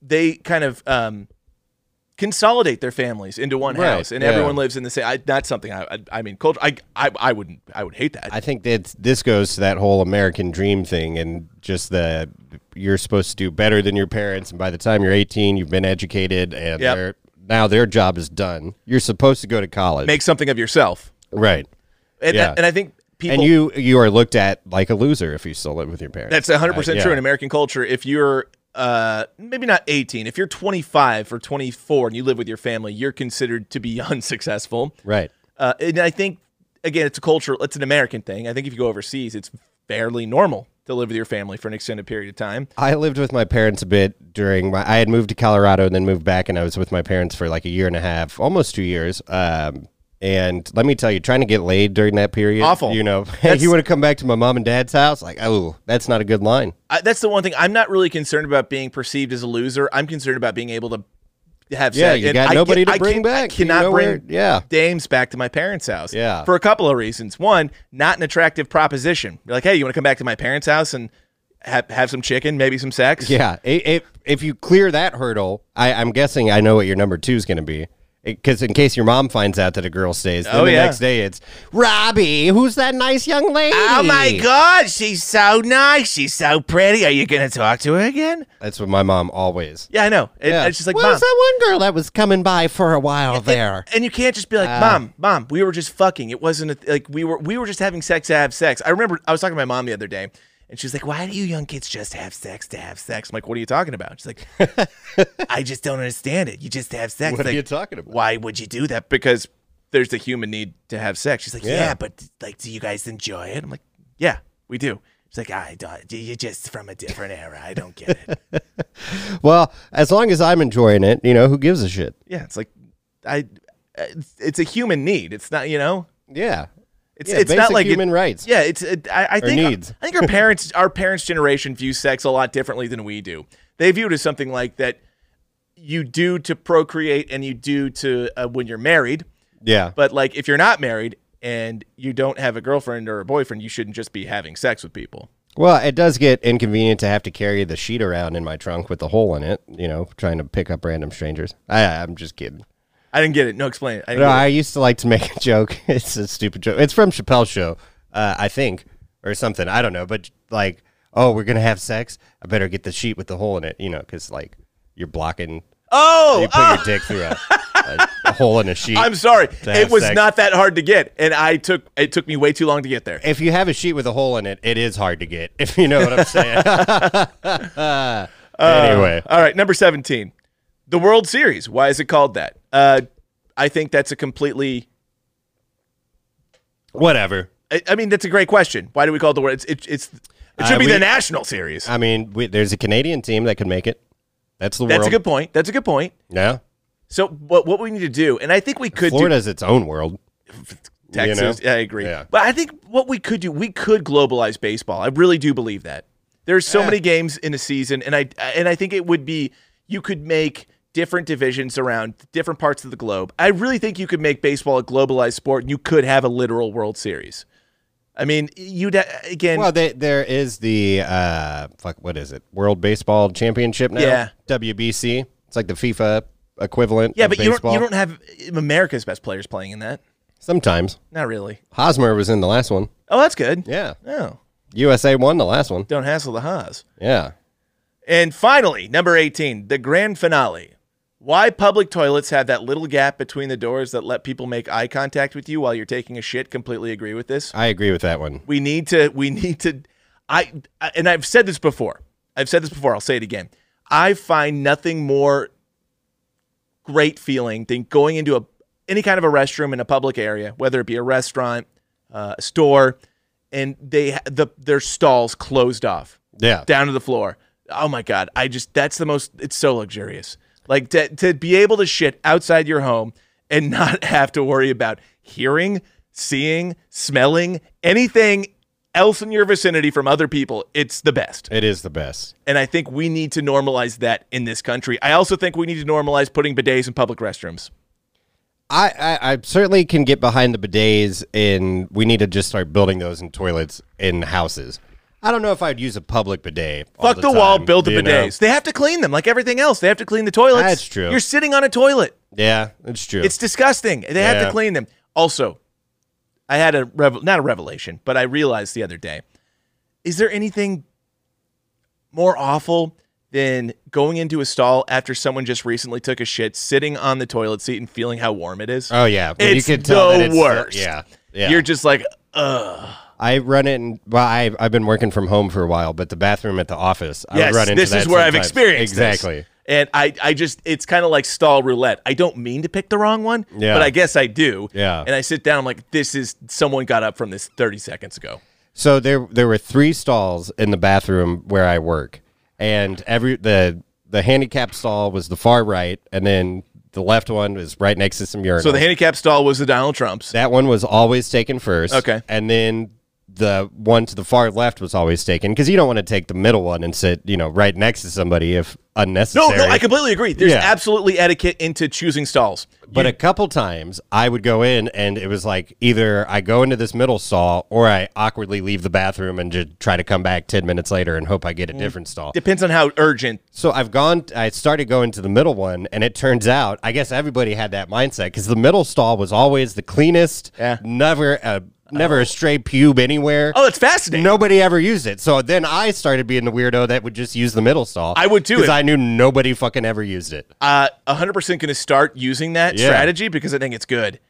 [SPEAKER 1] they kind of um, consolidate their families into one
[SPEAKER 7] Right,
[SPEAKER 1] house, and
[SPEAKER 7] yeah.
[SPEAKER 1] everyone lives in the same. I, that's something I, I, I mean, culture. I, I I wouldn't. I would hate that.
[SPEAKER 7] I think that this goes to that whole American dream thing and just the you're supposed to do better than your parents and by the time you're 18 you've been educated and
[SPEAKER 1] Yep.
[SPEAKER 7] they're, now their job is done. You're supposed to go to college.
[SPEAKER 1] Make something of yourself,
[SPEAKER 7] right.
[SPEAKER 1] and,
[SPEAKER 7] Yeah.
[SPEAKER 1] and I think people
[SPEAKER 7] and you you are looked at like a loser if you still live with your parents.
[SPEAKER 1] That's 100%
[SPEAKER 7] Uh, yeah.
[SPEAKER 1] true in American culture. If you're uh, maybe not 18, if you're 25 or 24 and you live with your family, you're considered to be unsuccessful.
[SPEAKER 7] Right.
[SPEAKER 1] Uh, and I think, again, it's a culture, it's an American thing. I think if you go overseas, it's fairly normal to live with your family for an extended period of time.
[SPEAKER 7] I lived with my parents a bit during my. I had moved to Colorado and then moved back, and I was with my parents for like a year and a half, almost two years. Um, and let me tell you, trying to get laid during that period,
[SPEAKER 1] Awful.
[SPEAKER 7] You know,
[SPEAKER 1] That's-
[SPEAKER 7] you want to come back to my mom and dad's house, like, oh, that's not a good line.
[SPEAKER 1] I, that's the one thing I'm not really concerned about being perceived as a loser. I'm concerned about being able to have
[SPEAKER 7] Yeah,
[SPEAKER 1] sex.
[SPEAKER 7] you
[SPEAKER 1] And
[SPEAKER 7] got
[SPEAKER 1] I
[SPEAKER 7] nobody to
[SPEAKER 1] I
[SPEAKER 7] bring
[SPEAKER 1] can- I
[SPEAKER 7] back. You
[SPEAKER 1] cannot
[SPEAKER 7] know
[SPEAKER 1] bring
[SPEAKER 7] where- yeah.
[SPEAKER 1] dames back to my parents' house.
[SPEAKER 7] Yeah.
[SPEAKER 1] for a couple of reasons. One, not an attractive proposition. You're like, hey, you want to come back to my parents' house and have have some chicken, maybe some sex?
[SPEAKER 7] Yeah, i- if if you clear that hurdle, I, I'm guessing I know what your number two is going to be. Because in case your mom finds out that a girl stays, then
[SPEAKER 1] Oh,
[SPEAKER 7] the
[SPEAKER 1] yeah.
[SPEAKER 7] next day it's Robbie. Who's that nice young lady?
[SPEAKER 1] Oh my God, she's so nice. She's so pretty. Are you going to talk to her again?
[SPEAKER 7] That's what my mom always.
[SPEAKER 1] Yeah, I know. It, It's just like,
[SPEAKER 7] what
[SPEAKER 1] mom.
[SPEAKER 7] was that one girl that was coming by for a while there?
[SPEAKER 1] And you can't just be like, "Mom, mom, we were just fucking. It wasn't a, like we were we were just having sex to have sex." I remember I was talking to my mom the other day, and she's like, "Why do you young kids just have sex to have sex?" I'm like, "What are you talking about?" She's like, "I just don't understand it. You just have sex.
[SPEAKER 7] What are
[SPEAKER 1] Like,
[SPEAKER 7] you talking about?
[SPEAKER 1] Why would you do that? Because there's the human need to have sex." She's like, "Yeah,
[SPEAKER 7] Yeah.
[SPEAKER 1] but like, do you guys enjoy it?" I'm like, "Yeah, we do." She's like, "I don't. You're just from a different era. I don't get it."
[SPEAKER 7] Well, as long as I'm enjoying it, you know, who gives a shit?
[SPEAKER 1] yeah, it's like, I. It's, it's a human need. It's not you know.
[SPEAKER 7] Yeah.
[SPEAKER 1] It's,
[SPEAKER 7] Yeah,
[SPEAKER 1] it's not
[SPEAKER 7] basic
[SPEAKER 1] like it-
[SPEAKER 7] human rights.
[SPEAKER 1] Yeah, it's it, I, I think
[SPEAKER 7] needs.
[SPEAKER 1] I think our parents our parents' generation views sex a lot differently than we do. They view it as something like that you do to procreate and you do to uh, when you're married.
[SPEAKER 7] Yeah.
[SPEAKER 1] But like if you're not married and you don't have a girlfriend or a boyfriend, you shouldn't just be having sex with people.
[SPEAKER 7] Well, it does get inconvenient to have to carry the sheet around in my trunk with the hole in it, you know, trying to pick up random strangers. I, I'm just kidding.
[SPEAKER 1] I didn't get it. No, explain it. I didn't
[SPEAKER 7] No,
[SPEAKER 1] get it.
[SPEAKER 7] I used to like to make a joke. It's a stupid joke. It's from Chappelle's show, uh, I think, or something. I don't know. But like, oh, we're gonna have sex. I better get the sheet with the hole in it, you know, because like you're blocking.
[SPEAKER 1] oh,
[SPEAKER 7] You put your dick through a, a, a hole in a sheet.
[SPEAKER 1] I'm sorry.
[SPEAKER 7] to have
[SPEAKER 1] It was
[SPEAKER 7] sex.
[SPEAKER 1] not that hard to get, and I took it took me way too long to get there.
[SPEAKER 7] If you have a sheet with a hole in it, it is hard to get. If you know what I'm saying.
[SPEAKER 1] Uh.
[SPEAKER 7] anyway,
[SPEAKER 1] All right, number 17. The World Series. Why is it called that? Uh, I think that's a completely
[SPEAKER 7] whatever.
[SPEAKER 1] I, I mean that's a great question. Why do we call it the World it's it, it's it should
[SPEAKER 7] Uh,
[SPEAKER 1] be
[SPEAKER 7] we- Uh,
[SPEAKER 1] the National Series.
[SPEAKER 7] I mean, we, there's a Canadian team that could make it. That's the
[SPEAKER 1] that's
[SPEAKER 7] world.
[SPEAKER 1] a good point. That's a good point.
[SPEAKER 7] Yeah,
[SPEAKER 1] So what what we need to do and I think we could
[SPEAKER 7] Florida's its own world.
[SPEAKER 1] do Texas.
[SPEAKER 7] you know?
[SPEAKER 1] Yeah, I agree.
[SPEAKER 7] Yeah.
[SPEAKER 1] But I think what we could do, we could globalize baseball. I really do believe that. There's so many games in a season and I and I think it would be you could make different divisions around different parts of the globe. I really think you could make baseball a globalized sport and you could have a literal World Series. I mean, you'd again
[SPEAKER 7] Well, they, there is the uh, fuck. What is it? World Baseball Championship now.
[SPEAKER 1] Yeah.
[SPEAKER 7] WBC. It's like the FIFA equivalent.
[SPEAKER 1] Yeah,
[SPEAKER 7] of
[SPEAKER 1] but you don't
[SPEAKER 7] baseball.
[SPEAKER 1] you don't have uh, America's best players playing in that.
[SPEAKER 7] Sometimes
[SPEAKER 1] Not really.
[SPEAKER 7] Hosmer was in the last one.
[SPEAKER 1] Oh, that's good.
[SPEAKER 7] Yeah,
[SPEAKER 1] Oh,
[SPEAKER 7] USA won the last one.
[SPEAKER 1] don't hassle the Haas.
[SPEAKER 7] Yeah,
[SPEAKER 1] And finally, number 18, the grand finale. Why public toilets have that little gap between the doors that let people make eye contact with you while you're taking a shit? Completely agree with this.
[SPEAKER 7] I agree with that one.
[SPEAKER 1] We need to we need to I, I and I've said this before. I've said this before. I'll say it again. I find nothing more great feeling than going into a any kind of a restroom in a public area, whether it be a restaurant, uh, a store, and they ha- the their stalls closed off
[SPEAKER 7] Yeah,
[SPEAKER 1] down to the floor. Oh my god, I just that's the most it's so luxurious. Like to to be able to shit outside your home and not have to worry about hearing, seeing, smelling anything else in your vicinity from other people. It's the best.
[SPEAKER 7] it is the best.
[SPEAKER 1] And I think we need to normalize that in this country. I also think we need to normalize putting bidets in public restrooms.
[SPEAKER 7] I, I, I certainly can get behind the bidets, and we need to just start building those in toilets in houses. I don't know if I'd use a public bidet. all
[SPEAKER 1] Fuck the, wall,
[SPEAKER 7] time,
[SPEAKER 1] build the
[SPEAKER 7] you know?
[SPEAKER 1] bidets. They have to clean them like everything else. They have to clean the toilets.
[SPEAKER 7] That's true.
[SPEAKER 1] You're sitting on a toilet.
[SPEAKER 7] Yeah, it's true.
[SPEAKER 1] It's disgusting. They have to
[SPEAKER 7] Yeah.
[SPEAKER 1] clean them. Also, I had a rev- not a revelation, but I realized the other day: is there anything more awful than going into a stall after someone just recently took a shit, sitting on the toilet seat, and feeling how warm it is?
[SPEAKER 7] oh yeah, Well,
[SPEAKER 1] It's
[SPEAKER 7] you could tell
[SPEAKER 1] the
[SPEAKER 7] that it's uh,
[SPEAKER 1] worst.
[SPEAKER 7] yeah, yeah.
[SPEAKER 1] You're just like, ugh.
[SPEAKER 7] I run it. In, well, I, I've been working from home for a while, but the bathroom at the office, I
[SPEAKER 1] Yes,
[SPEAKER 7] would run into
[SPEAKER 1] this
[SPEAKER 7] that
[SPEAKER 1] is where I've
[SPEAKER 7] sometimes.
[SPEAKER 1] experienced this.
[SPEAKER 7] exactly.
[SPEAKER 1] And I, I just, it's kind of like stall roulette. I don't mean to pick the wrong one,
[SPEAKER 7] Yeah.
[SPEAKER 1] but I guess I do.
[SPEAKER 7] Yeah.
[SPEAKER 1] And I sit down, I'm like, this is someone got up from this 30 seconds ago.
[SPEAKER 7] So there, there were three stalls in the bathroom where I work, and every the the handicap stall was the far right, and then the left one was right next to some urinals.
[SPEAKER 1] So the handicap stall was the Donald Trump's.
[SPEAKER 7] that one was always taken first.
[SPEAKER 1] Okay.
[SPEAKER 7] and then the one to the far left was always taken because you don't want to take the middle one and sit, you know, right next to somebody if unnecessary.
[SPEAKER 1] No, no, I completely agree. There's
[SPEAKER 7] Yeah.
[SPEAKER 1] absolutely etiquette into choosing stalls.
[SPEAKER 7] But a couple times I would go in and it was like either I go into this middle stall or I awkwardly leave the bathroom and just try to come back 10 minutes later and hope I get a
[SPEAKER 1] Mm-hmm.
[SPEAKER 7] different stall.
[SPEAKER 1] Depends on how urgent.
[SPEAKER 7] So I've gone, I started going to the middle one and it turns out, I guess everybody had that mindset because the middle stall was always the cleanest,
[SPEAKER 1] Yeah.
[SPEAKER 7] never a, never a stray pube anywhere.
[SPEAKER 1] Oh, it's fascinating.
[SPEAKER 7] Nobody ever used it. So then I started being the weirdo that would just use the middle stall.
[SPEAKER 1] I would too
[SPEAKER 7] Because
[SPEAKER 1] if-
[SPEAKER 7] I knew nobody fucking ever used it.
[SPEAKER 1] Uh, 100% going to start using that
[SPEAKER 7] Yeah.
[SPEAKER 1] strategy because I think it's good.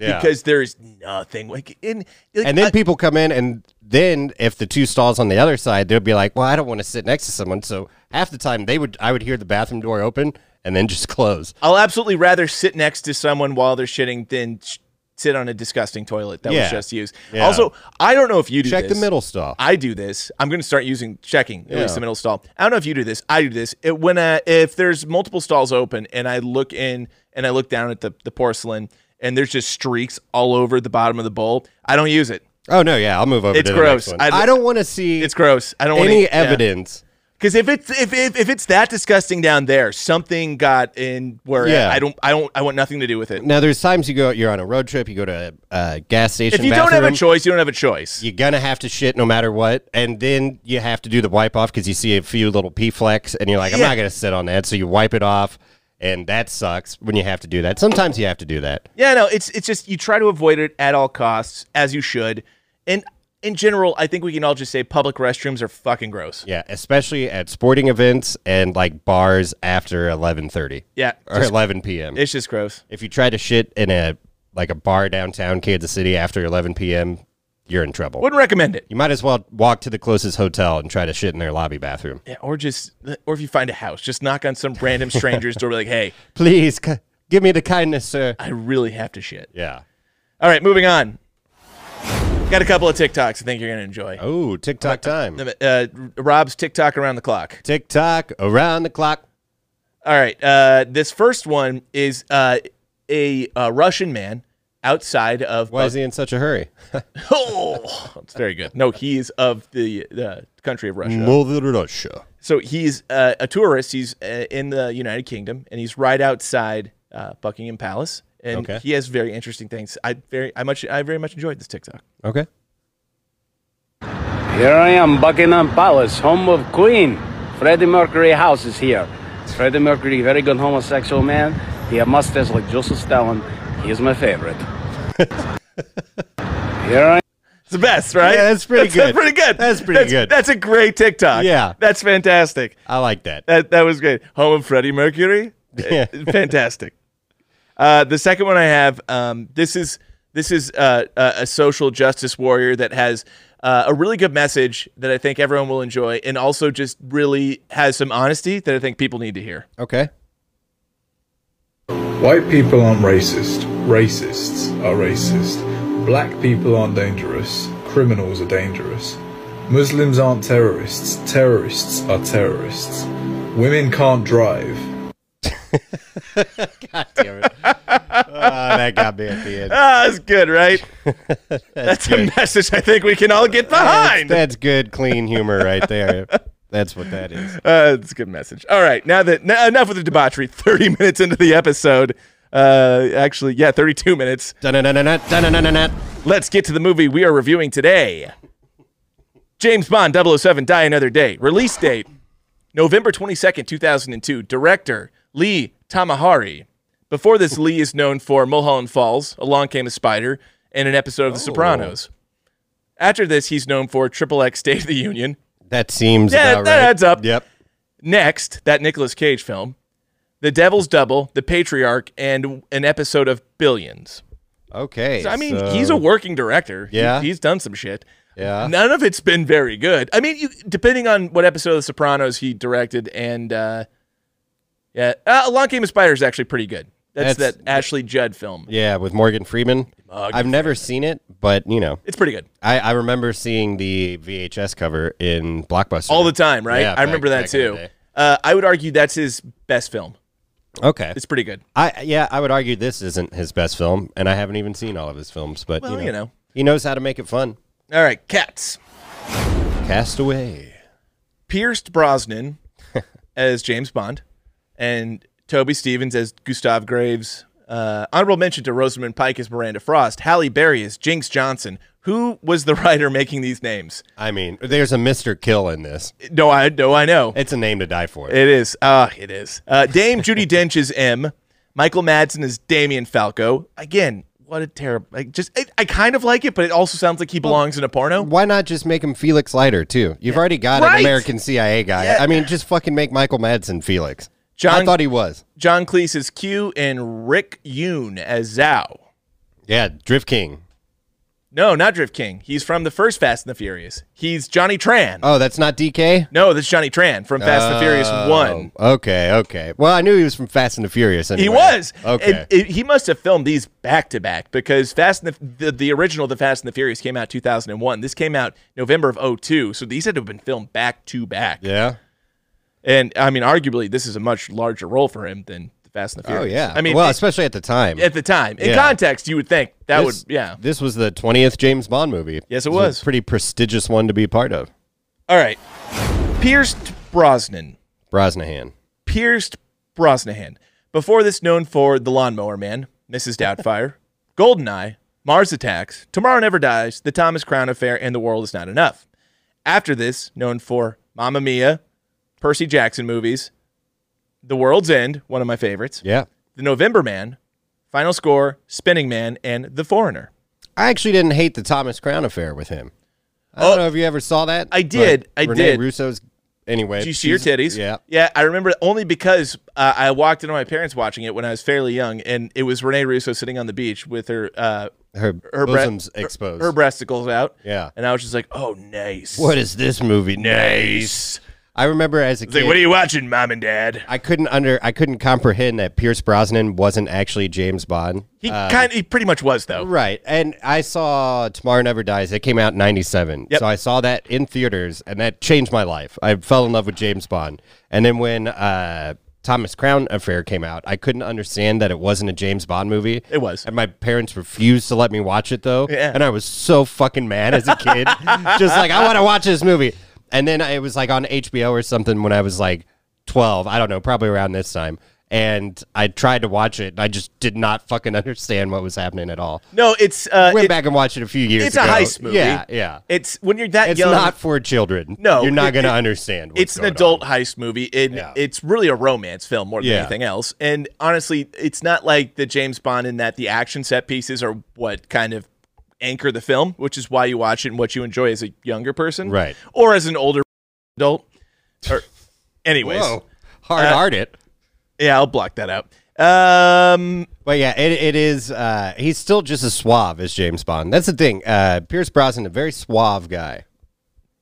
[SPEAKER 7] Yeah.
[SPEAKER 1] Because there's nothing like in. Like,
[SPEAKER 7] and then
[SPEAKER 1] I-
[SPEAKER 7] people come in and then if the two stalls on the other side they'll be like well i don't want to sit next to someone so half the time they would i would hear the bathroom door open and then just close
[SPEAKER 1] I'll absolutely rather sit next to someone while they're shitting than sh- sit on a disgusting toilet that
[SPEAKER 7] Yeah.
[SPEAKER 1] was just used.
[SPEAKER 7] Yeah.
[SPEAKER 1] Also, I don't know if you do
[SPEAKER 7] check the
[SPEAKER 1] this.
[SPEAKER 7] middle stall
[SPEAKER 1] I do this. I'm going to start using checking at
[SPEAKER 7] Yeah.
[SPEAKER 1] least the middle stall. I don't know if you do this. I do this it, when uh, if there's multiple stalls open and I look in and I look down at the, the porcelain and there's just streaks all over the bottom of the bowl. I don't use it.
[SPEAKER 7] oh no yeah i'll move over
[SPEAKER 1] It's
[SPEAKER 7] to
[SPEAKER 1] gross.
[SPEAKER 7] the next one.
[SPEAKER 1] I'd-
[SPEAKER 7] i don't want to see
[SPEAKER 1] It's gross. I don't want
[SPEAKER 7] any evidence
[SPEAKER 1] because if it's if, if if it's that disgusting down there, something got in where
[SPEAKER 7] Yeah.
[SPEAKER 1] I don't I don't I want nothing to do with it.
[SPEAKER 7] now there's times you go you're on a road trip you go to a, a gas station
[SPEAKER 1] If you don't
[SPEAKER 7] bathroom,
[SPEAKER 1] have a choice, you don't have a choice.
[SPEAKER 7] you're gonna have to shit no matter what, and then you have to do the wipe off because you see a few little pee flecks, and you're like, "I'm
[SPEAKER 1] Yeah.
[SPEAKER 7] not gonna sit on that," so you wipe it off, and that sucks when you have to do that. Sometimes you have to do that.
[SPEAKER 1] Yeah, no, it's it's just you try to avoid it at all costs, as you should. And in general, I think we can all just say public restrooms are fucking gross.
[SPEAKER 7] Yeah, especially at sporting events and like bars after eleven thirty.
[SPEAKER 1] Yeah,
[SPEAKER 7] or
[SPEAKER 1] just-
[SPEAKER 7] eleven p.m.
[SPEAKER 1] It's just gross.
[SPEAKER 7] if you try to shit in a like a bar downtown Kansas City after eleven p.m., you're in trouble.
[SPEAKER 1] Wouldn't recommend it.
[SPEAKER 7] You might as well walk to the closest hotel and try to shit in their lobby bathroom.
[SPEAKER 1] Yeah, or just or if you find a house, just knock on some random stranger's door, be like, "Hey,
[SPEAKER 7] Please c- give me the kindness, sir.
[SPEAKER 1] I really have to shit."
[SPEAKER 7] Yeah.
[SPEAKER 1] All right, moving on. Got a couple of TikToks I think you're gonna enjoy.
[SPEAKER 7] Oh, TikTok time.
[SPEAKER 1] Uh, Rob's TikTok around the clock.
[SPEAKER 7] TikTok around the clock.
[SPEAKER 1] All right. Uh, this first one is uh, a uh, Russian man outside of
[SPEAKER 7] Why is he in such a hurry?
[SPEAKER 1] Oh, that's very good. No, he is of the uh, country of Russia.
[SPEAKER 7] Mother Russia.
[SPEAKER 1] So he's uh, a tourist. He's uh, in the United Kingdom, and he's right outside uh, Buckingham Palace. And
[SPEAKER 7] Okay.
[SPEAKER 1] he has very interesting things. I very, I much, I very much enjoyed this TikTok.
[SPEAKER 7] Okay.
[SPEAKER 8] Here I am, Buckingham Palace, home of Queen. Freddie Mercury house is here. Freddie Mercury, very good homosexual man. He had mustache like Joseph Stalin. He is my favorite. here I
[SPEAKER 1] It's the best, right?
[SPEAKER 7] Yeah, that's pretty good.
[SPEAKER 1] pretty good.
[SPEAKER 7] That's pretty good.
[SPEAKER 1] That's a great TikTok.
[SPEAKER 7] Yeah.
[SPEAKER 1] that's fantastic.
[SPEAKER 7] I like that.
[SPEAKER 1] That that was good. Home of Freddie Mercury.
[SPEAKER 7] Yeah.
[SPEAKER 1] Fantastic. Uh, the second one I have. Um, this is this is uh, a a social justice warrior that has uh, a really good message that I think everyone will enjoy, and also just really has some honesty that I think people need to hear.
[SPEAKER 7] Okay.
[SPEAKER 9] White people aren't racist. Racists are racist. Black people aren't dangerous. Criminals are dangerous. Muslims aren't terrorists. Terrorists are terrorists. Women can't drive.
[SPEAKER 7] God damn it. oh, that got me at the end.
[SPEAKER 1] Ah, that's good, right? that's
[SPEAKER 7] good.
[SPEAKER 1] a message I think we can all get behind.
[SPEAKER 7] That's good, clean humor right there. That's what that is.
[SPEAKER 1] Uh, it's a good message. All right, now that now, enough with the debauchery. Thirty minutes into the episode, uh, actually, yeah, thirty-two minutes.
[SPEAKER 7] Dun-dun-dun-dun-dun, dun-dun-dun-dun-dun.
[SPEAKER 1] Let's get to the movie we are reviewing today. James Bond 007 Die Another Day. Release date November 22nd, 2002. Director Lee Tamahari. Before this, Lee is known for Mulholland Falls, Along Came a Spider, and an episode
[SPEAKER 7] Oh.
[SPEAKER 1] of The Sopranos. After this, he's known for Triple X State of the Union.
[SPEAKER 7] That seems
[SPEAKER 1] Yeah,
[SPEAKER 7] about
[SPEAKER 1] that
[SPEAKER 7] right.
[SPEAKER 1] adds up.
[SPEAKER 7] Yep.
[SPEAKER 1] Next, that Nicolas Cage film, The Devil's Double, The Patriarch, and an episode of Billions.
[SPEAKER 7] Okay.
[SPEAKER 1] I mean,
[SPEAKER 7] so-
[SPEAKER 1] he's a working director. He-
[SPEAKER 7] Yeah.
[SPEAKER 1] he's done some shit.
[SPEAKER 7] Yeah.
[SPEAKER 1] None of it's been very good. I mean, you, depending on what episode of The Sopranos he directed, and uh, yeah, uh, Along Came a Spider is actually pretty good. That's,
[SPEAKER 7] That's-
[SPEAKER 1] that Ashley Judd film.
[SPEAKER 7] Yeah, with Morgan Freeman.
[SPEAKER 1] Morgan
[SPEAKER 7] I've never seen it, but you know,
[SPEAKER 1] It's pretty good
[SPEAKER 7] I, I remember seeing the VHS cover in Blockbuster
[SPEAKER 1] all the time, right?
[SPEAKER 7] Yeah,
[SPEAKER 1] I remember
[SPEAKER 7] back-
[SPEAKER 1] that
[SPEAKER 7] back in the
[SPEAKER 1] too.
[SPEAKER 7] day.
[SPEAKER 1] Uh, I would argue that's his best film.
[SPEAKER 7] Okay,
[SPEAKER 1] It's pretty good.
[SPEAKER 7] I yeah, I would argue this isn't his best film, and I haven't even seen all of his films, but
[SPEAKER 1] Well,
[SPEAKER 7] you, know,
[SPEAKER 1] you know.
[SPEAKER 7] he knows how to make it fun.
[SPEAKER 1] All right, cats.
[SPEAKER 7] Castaway.
[SPEAKER 1] Pierce Brosnan as James Bond, and Toby Stevens as Gustav Graves. Uh, honorable mention to Rosamund Pike as Miranda Frost. Halle Berry as Jinx Johnson. Who was the writer making these names?
[SPEAKER 7] I mean, there's a Mr. Kill in this.
[SPEAKER 1] No, I no, I know.
[SPEAKER 7] It's a name to die for.
[SPEAKER 1] It is. Ah, it is. Uh, Dame Judy Dench is M. Michael Madsen is Damien Falco. Again, what a terrible. Like, just I, I kind of like it, but it also sounds like he belongs in a porno.
[SPEAKER 7] Why not just make him Felix Leiter too? You've already got
[SPEAKER 1] Right.
[SPEAKER 7] an American CIA guy.
[SPEAKER 1] Yeah.
[SPEAKER 7] I mean, just fucking make Michael Madsen Felix.
[SPEAKER 1] John-
[SPEAKER 7] I thought he was.
[SPEAKER 1] John Cleese is Q, and Rick Yoon as Zhao.
[SPEAKER 7] Yeah, Drift King.
[SPEAKER 1] No, not Drift King. He's from the first Fast and the Furious. He's Johnny Tran.
[SPEAKER 7] Oh, that's not DK.
[SPEAKER 1] no, that's Johnny Tran from Fast and the Furious
[SPEAKER 7] Oh,
[SPEAKER 1] One.
[SPEAKER 7] Okay, okay. Well, I knew he was from Fast and the Furious. Anyway.
[SPEAKER 1] He was.
[SPEAKER 7] Okay.
[SPEAKER 1] And it- he must have filmed these back to back because Fast and the, the the original The Fast and the Furious came out 2001. This came out November of 02, so these had to have been filmed back to back.
[SPEAKER 7] yeah.
[SPEAKER 1] And I mean arguably this is a much larger role for him than The Fast and the
[SPEAKER 7] Oh
[SPEAKER 1] Furious.
[SPEAKER 7] yeah.
[SPEAKER 1] I mean
[SPEAKER 7] well,
[SPEAKER 1] it-
[SPEAKER 7] especially at the time.
[SPEAKER 1] at the time. In
[SPEAKER 7] Yeah.
[SPEAKER 1] context, you would think that
[SPEAKER 7] This-
[SPEAKER 1] would yeah.
[SPEAKER 7] This was the twentieth James Bond movie.
[SPEAKER 1] Yes, it
[SPEAKER 7] This
[SPEAKER 1] was.
[SPEAKER 7] a pretty prestigious one to be part of.
[SPEAKER 1] All right. Pierce Brosnan.
[SPEAKER 7] Brosnahan.
[SPEAKER 1] Pierced Brosnahan. Before this, known for The Lawnmower Man, Mrs. Doubtfire, Goldeneye, Mars Attacks, Tomorrow Never Dies, The Thomas Crown Affair, and The World Is Not Enough. After this, known for Mamma Mia, Percy Jackson movies, The World's End, one of my favorites,
[SPEAKER 7] Yeah.
[SPEAKER 1] The November Man, Final Score, Spinning Man, and The Foreigner.
[SPEAKER 7] I actually didn't hate the Thomas Crown affair with him. I don't
[SPEAKER 1] Oh.
[SPEAKER 7] know if you ever saw that.
[SPEAKER 1] I
[SPEAKER 7] but
[SPEAKER 1] did, I
[SPEAKER 7] Renee
[SPEAKER 1] did.
[SPEAKER 7] Russo's anyway.
[SPEAKER 1] Did you see your
[SPEAKER 7] she's-
[SPEAKER 1] titties?
[SPEAKER 7] Yeah.
[SPEAKER 1] Yeah, I remember only because uh, I walked into my parents watching it when I was fairly young, and it was Renee Russo sitting on the beach with her uh,
[SPEAKER 7] Her,
[SPEAKER 1] her bre-
[SPEAKER 7] bosoms
[SPEAKER 1] her-
[SPEAKER 7] exposed.
[SPEAKER 1] Her, breasticles out.
[SPEAKER 7] Yeah.
[SPEAKER 1] And I was just like, oh, nice.
[SPEAKER 7] what is this movie?
[SPEAKER 1] Nice.
[SPEAKER 7] I remember as a
[SPEAKER 1] It's like,
[SPEAKER 7] kid.
[SPEAKER 1] what are you watching, mom and dad?
[SPEAKER 7] I couldn't under I couldn't comprehend that Pierce Brosnan wasn't actually James Bond.
[SPEAKER 1] He kind he pretty much was though.
[SPEAKER 7] uh, Right. And I saw Tomorrow Never Dies. It came out in 97.
[SPEAKER 1] Yep.
[SPEAKER 7] So I saw that in theaters and that changed my life. I fell in love with James Bond. And then when uh, Thomas Crown Affair came out, I couldn't understand that it wasn't a James Bond movie.
[SPEAKER 1] It was.
[SPEAKER 7] And my parents refused to let me watch it though.
[SPEAKER 1] Yeah.
[SPEAKER 7] And I was so fucking mad as a kid. Just like, I want to watch this movie. And then it was like on HBO or something when I was like 12. I don't know, probably around this time. And I tried to watch it and I just did not fucking understand what was happening at all
[SPEAKER 1] No, it's uh,
[SPEAKER 7] went
[SPEAKER 1] it-
[SPEAKER 7] back and watched it a few years
[SPEAKER 1] it's a
[SPEAKER 7] ago.
[SPEAKER 1] heist movie.
[SPEAKER 7] Yeah, yeah.
[SPEAKER 1] It's when you're that
[SPEAKER 7] It's
[SPEAKER 1] young.
[SPEAKER 7] not for children.
[SPEAKER 1] No,
[SPEAKER 7] You're not
[SPEAKER 1] it-
[SPEAKER 7] going to
[SPEAKER 1] it-
[SPEAKER 7] understand. What's
[SPEAKER 1] it's an
[SPEAKER 7] going
[SPEAKER 1] adult
[SPEAKER 7] on.
[SPEAKER 1] heist movie. and
[SPEAKER 7] Yeah.
[SPEAKER 1] It's really a romance film more than
[SPEAKER 7] Yeah.
[SPEAKER 1] anything else. And honestly, it's not like the James Bond in that the action set pieces are what kind of anchor the film, which is why you watch it and what you enjoy as a younger person,
[SPEAKER 7] Right.
[SPEAKER 1] Or as an older adult. Or, anyways,
[SPEAKER 7] Whoa, hard
[SPEAKER 1] Uh,
[SPEAKER 7] art it.
[SPEAKER 1] yeah, I'll block that out. Um,
[SPEAKER 7] But yeah, it, it is. Uh, he's still just as suave as James Bond. That's the thing. Uh, Pierce Brosnan, a very suave guy,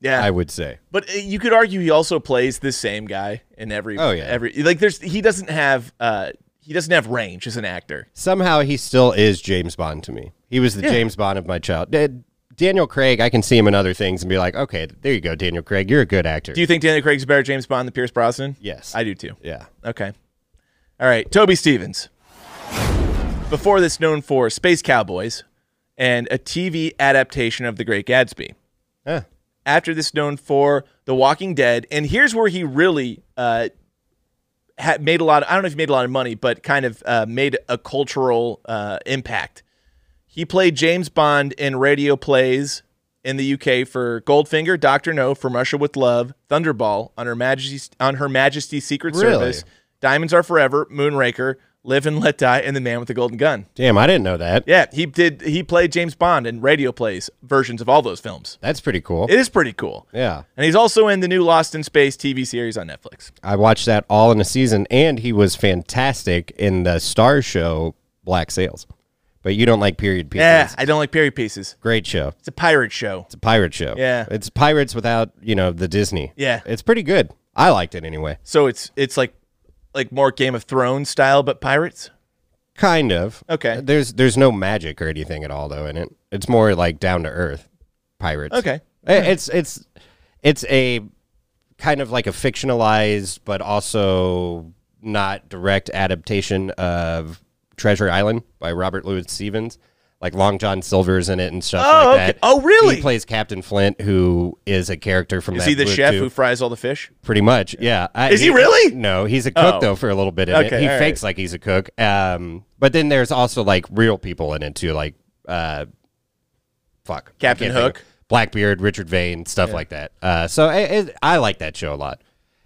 [SPEAKER 1] yeah,
[SPEAKER 7] I would say.
[SPEAKER 1] But uh, you could argue he also plays the same guy in every.
[SPEAKER 7] Oh, yeah.
[SPEAKER 1] Every like there's he doesn't have uh he doesn't have range as an actor.
[SPEAKER 7] Somehow he still is James Bond to me. He was the James Bond of my child. Da- Daniel Craig, I can see him in other things and be like, okay, there you go, Daniel Craig. You're a good actor.
[SPEAKER 1] Do you think Daniel Craig's a better James Bond than Pierce Brosnan?
[SPEAKER 7] Yes.
[SPEAKER 1] I do too.
[SPEAKER 7] yeah.
[SPEAKER 1] Okay. All right, Toby Stevens. Before this, known for Space Cowboys and a TV adaptation of The Great Gatsby.
[SPEAKER 7] Huh.
[SPEAKER 1] After this, known for The Walking Dead, and here's where he really uh, had made a lot. Of, I don't know if he made a lot of money, but kind of uh, made a cultural uh, impact. He played James Bond in radio plays in the UK for Goldfinger, Doctor No, From Russia with Love, Thunderball, on Her Majesty's on Her Majesty's Secret
[SPEAKER 7] Really?
[SPEAKER 1] Service, Diamonds Are Forever, Moonraker, Live and Let Die, and The Man with the Golden Gun.
[SPEAKER 7] Damn, I didn't know that.
[SPEAKER 1] Yeah, he did. He played James Bond in radio plays versions of all those films.
[SPEAKER 7] That's pretty cool.
[SPEAKER 1] It is pretty cool.
[SPEAKER 7] yeah.
[SPEAKER 1] And he's also in the new Lost in Space TV series on Netflix.
[SPEAKER 7] I watched that all in a season, and he was fantastic in the star show Black Sails. But you don't like period pieces.
[SPEAKER 1] Yeah, I don't like period pieces.
[SPEAKER 7] Great show.
[SPEAKER 1] It's a pirate show.
[SPEAKER 7] It's a pirate show.
[SPEAKER 1] Yeah.
[SPEAKER 7] It's pirates without, you know, the Disney.
[SPEAKER 1] Yeah.
[SPEAKER 7] It's pretty good. I liked it anyway.
[SPEAKER 1] So it's it's like like more Game of Thrones style, but pirates.
[SPEAKER 7] Kind of.
[SPEAKER 1] Okay.
[SPEAKER 7] There's there's no magic or anything at all though in it. It's more like down to earth pirates.
[SPEAKER 1] Okay.
[SPEAKER 7] I- Eh, It's it's it's a kind of like a fictionalized but also not direct adaptation of Treasure Island by Robert Louis Stevens. Like Long John Silver's in it and stuff
[SPEAKER 1] Oh,
[SPEAKER 7] like
[SPEAKER 1] okay.
[SPEAKER 7] that.
[SPEAKER 1] Oh, really?
[SPEAKER 7] He plays Captain Flint, who is a character from
[SPEAKER 1] Is
[SPEAKER 7] that
[SPEAKER 1] he the
[SPEAKER 7] book,
[SPEAKER 1] chef
[SPEAKER 7] too.
[SPEAKER 1] who fries all the fish?
[SPEAKER 7] Pretty much, yeah. I-
[SPEAKER 1] Is he really?
[SPEAKER 7] No, he's a cook
[SPEAKER 1] Oh.
[SPEAKER 7] though for a little bit. In
[SPEAKER 1] Okay,
[SPEAKER 7] it. he
[SPEAKER 1] all right.
[SPEAKER 7] fakes like he's a cook. Um, but then there's also like real people in it too, like uh, fuck, I
[SPEAKER 1] Captain
[SPEAKER 7] can't think
[SPEAKER 1] Hook.
[SPEAKER 7] of- Blackbeard, Richard Vane, stuff like that. Uh, so I, it, I like that show a lot.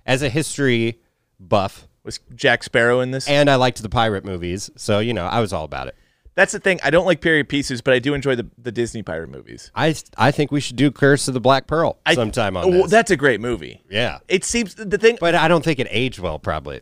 [SPEAKER 7] As a history buff,
[SPEAKER 1] Was Jack Sparrow in this?
[SPEAKER 7] and I liked the pirate movies, so you know I was all about it.
[SPEAKER 1] That's the thing. I don't like period pieces, but I do enjoy the, the Disney pirate movies.
[SPEAKER 7] I I think we should do Curse of the Black Pearl
[SPEAKER 1] I,
[SPEAKER 7] sometime on
[SPEAKER 1] Well,
[SPEAKER 7] this.
[SPEAKER 1] That's a great movie.
[SPEAKER 7] yeah,
[SPEAKER 1] It seems the thing.
[SPEAKER 7] but I don't think it aged well. Probably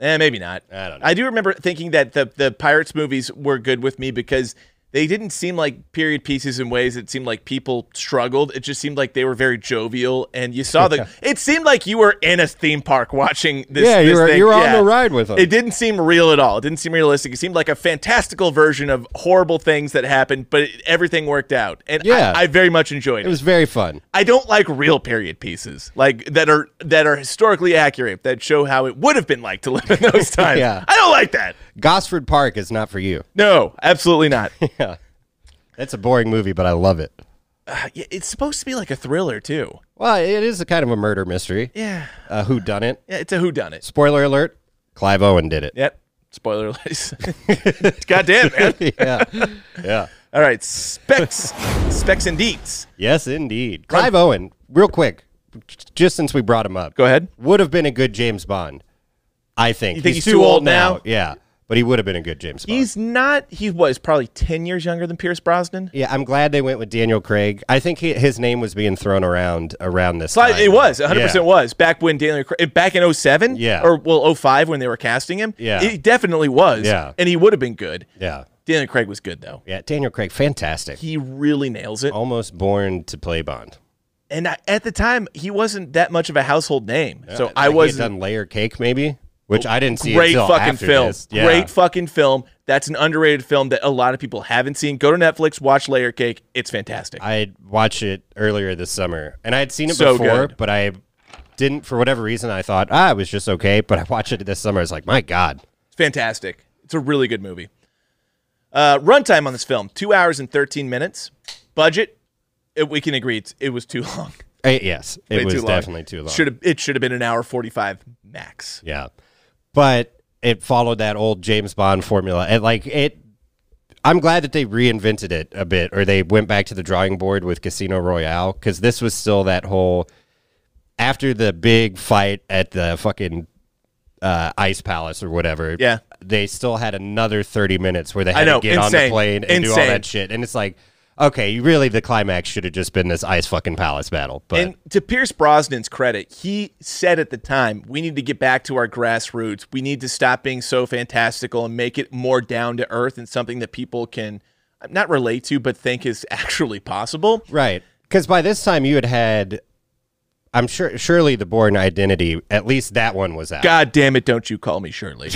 [SPEAKER 1] Eh, maybe not.
[SPEAKER 7] I don't know.
[SPEAKER 1] I do remember thinking that the the pirates movies were good with me because they didn't seem like period pieces in ways that seemed like people struggled. It just seemed like they were very jovial, and you saw the. It seemed like you were in a theme park watching this.
[SPEAKER 7] Yeah, you
[SPEAKER 1] this
[SPEAKER 7] were-
[SPEAKER 1] thing.
[SPEAKER 7] you were on the ride with 'em.
[SPEAKER 1] It didn't seem real at all. It didn't seem realistic. It seemed like a fantastical version of horrible things that happened, but it, everything worked out, and I-
[SPEAKER 7] Yeah.
[SPEAKER 1] I, very much enjoyed
[SPEAKER 7] it
[SPEAKER 1] it.
[SPEAKER 7] was very fun.
[SPEAKER 1] I don't like real period pieces like that are that are historically accurate that show how it would have been like to live in those times.
[SPEAKER 7] Yeah.
[SPEAKER 1] I don't like that.
[SPEAKER 7] Gosford Park is not for you.
[SPEAKER 1] No, absolutely not.
[SPEAKER 7] That's a boring movie, but I love it.
[SPEAKER 1] Yeah, it's supposed to be like a thriller too.
[SPEAKER 7] Well, it is a kind of a murder mystery.
[SPEAKER 1] Yeah.
[SPEAKER 7] Uh, who done it?
[SPEAKER 1] Yeah, it's a whodunit.
[SPEAKER 7] Spoiler alert: Clive Owen did it.
[SPEAKER 1] Yep. Spoiler alert. God damn, man.
[SPEAKER 7] yeah, yeah,
[SPEAKER 1] All right, specs, specs and deets.
[SPEAKER 7] yes, indeed. Clive Owen, real quick, j- just since we brought him up,
[SPEAKER 1] Go ahead.
[SPEAKER 7] Would have been a good James Bond, I think.
[SPEAKER 1] You think he's too old now?
[SPEAKER 7] Yeah, but he would have been a good James Bond.
[SPEAKER 1] He's not. He was probably ten years younger than Pierce Brosnan.
[SPEAKER 7] yeah, I'm glad they went with Daniel Craig. I think he, his name was being thrown around around this.
[SPEAKER 1] Sli-
[SPEAKER 7] time.
[SPEAKER 1] it was 100 percent
[SPEAKER 7] Yeah.
[SPEAKER 1] was back when Daniel Craig, back in 07
[SPEAKER 7] Yeah.
[SPEAKER 1] or well 05 when they were casting him
[SPEAKER 7] Yeah.
[SPEAKER 1] it definitely was
[SPEAKER 7] Yeah.
[SPEAKER 1] and he would have been good
[SPEAKER 7] Yeah,
[SPEAKER 1] Daniel Craig was good though
[SPEAKER 7] yeah. Daniel Craig, fantastic.
[SPEAKER 1] he really nails it
[SPEAKER 7] Almost born to play Bond.
[SPEAKER 1] and I, at the time he wasn't that much of a household name so I
[SPEAKER 7] Like he had
[SPEAKER 1] was
[SPEAKER 7] done layer cake maybe, which I didn't see.
[SPEAKER 1] great
[SPEAKER 7] until
[SPEAKER 1] fucking
[SPEAKER 7] after
[SPEAKER 1] film
[SPEAKER 7] this. Yeah.
[SPEAKER 1] great fucking film that's an underrated film that a lot of people haven't seen go to Netflix watch Layer Cake it's fantastic
[SPEAKER 7] I had watched it earlier this summer, and I had seen it
[SPEAKER 1] So
[SPEAKER 7] before,
[SPEAKER 1] good.
[SPEAKER 7] but I didn't for whatever reason. I thought ah, it was just okay, but I watched it this summer. I was like, my god,
[SPEAKER 1] It's fantastic. It's a really good movie. Uh, runtime on this film: two hours and thirteen minutes. Budget: it, we can agree it's, it was too long.
[SPEAKER 7] Eh, yes, it
[SPEAKER 1] Way
[SPEAKER 7] was
[SPEAKER 1] too long.
[SPEAKER 7] definitely too long.
[SPEAKER 1] Should have it should have been an hour forty five max.
[SPEAKER 7] Yeah, but it followed that old James Bond formula, and like it. I'm glad that they reinvented it a bit, or they went back to the drawing board with Casino Royale, because this was still that whole after the big fight at the fucking uh, Ice Palace or whatever.
[SPEAKER 1] Yeah.
[SPEAKER 7] they still had another 30 minutes where they had
[SPEAKER 1] know,
[SPEAKER 7] to get on the
[SPEAKER 1] insane,
[SPEAKER 7] plane and do all
[SPEAKER 1] insane.
[SPEAKER 7] that shit, and it's like, okay, really, the climax should have just been this ice fucking palace battle, but
[SPEAKER 1] And to Pierce Brosnan's credit, he said at the time, "We need to get back to our grassroots. We need to stop being so fantastical and make it more down to earth and something that people can not relate to, but think is actually possible."
[SPEAKER 7] Right. Because by this time you had had, I'm sure, surely the Born Identity, at least that one was out.
[SPEAKER 1] God damn it! Don't you call me Shirley?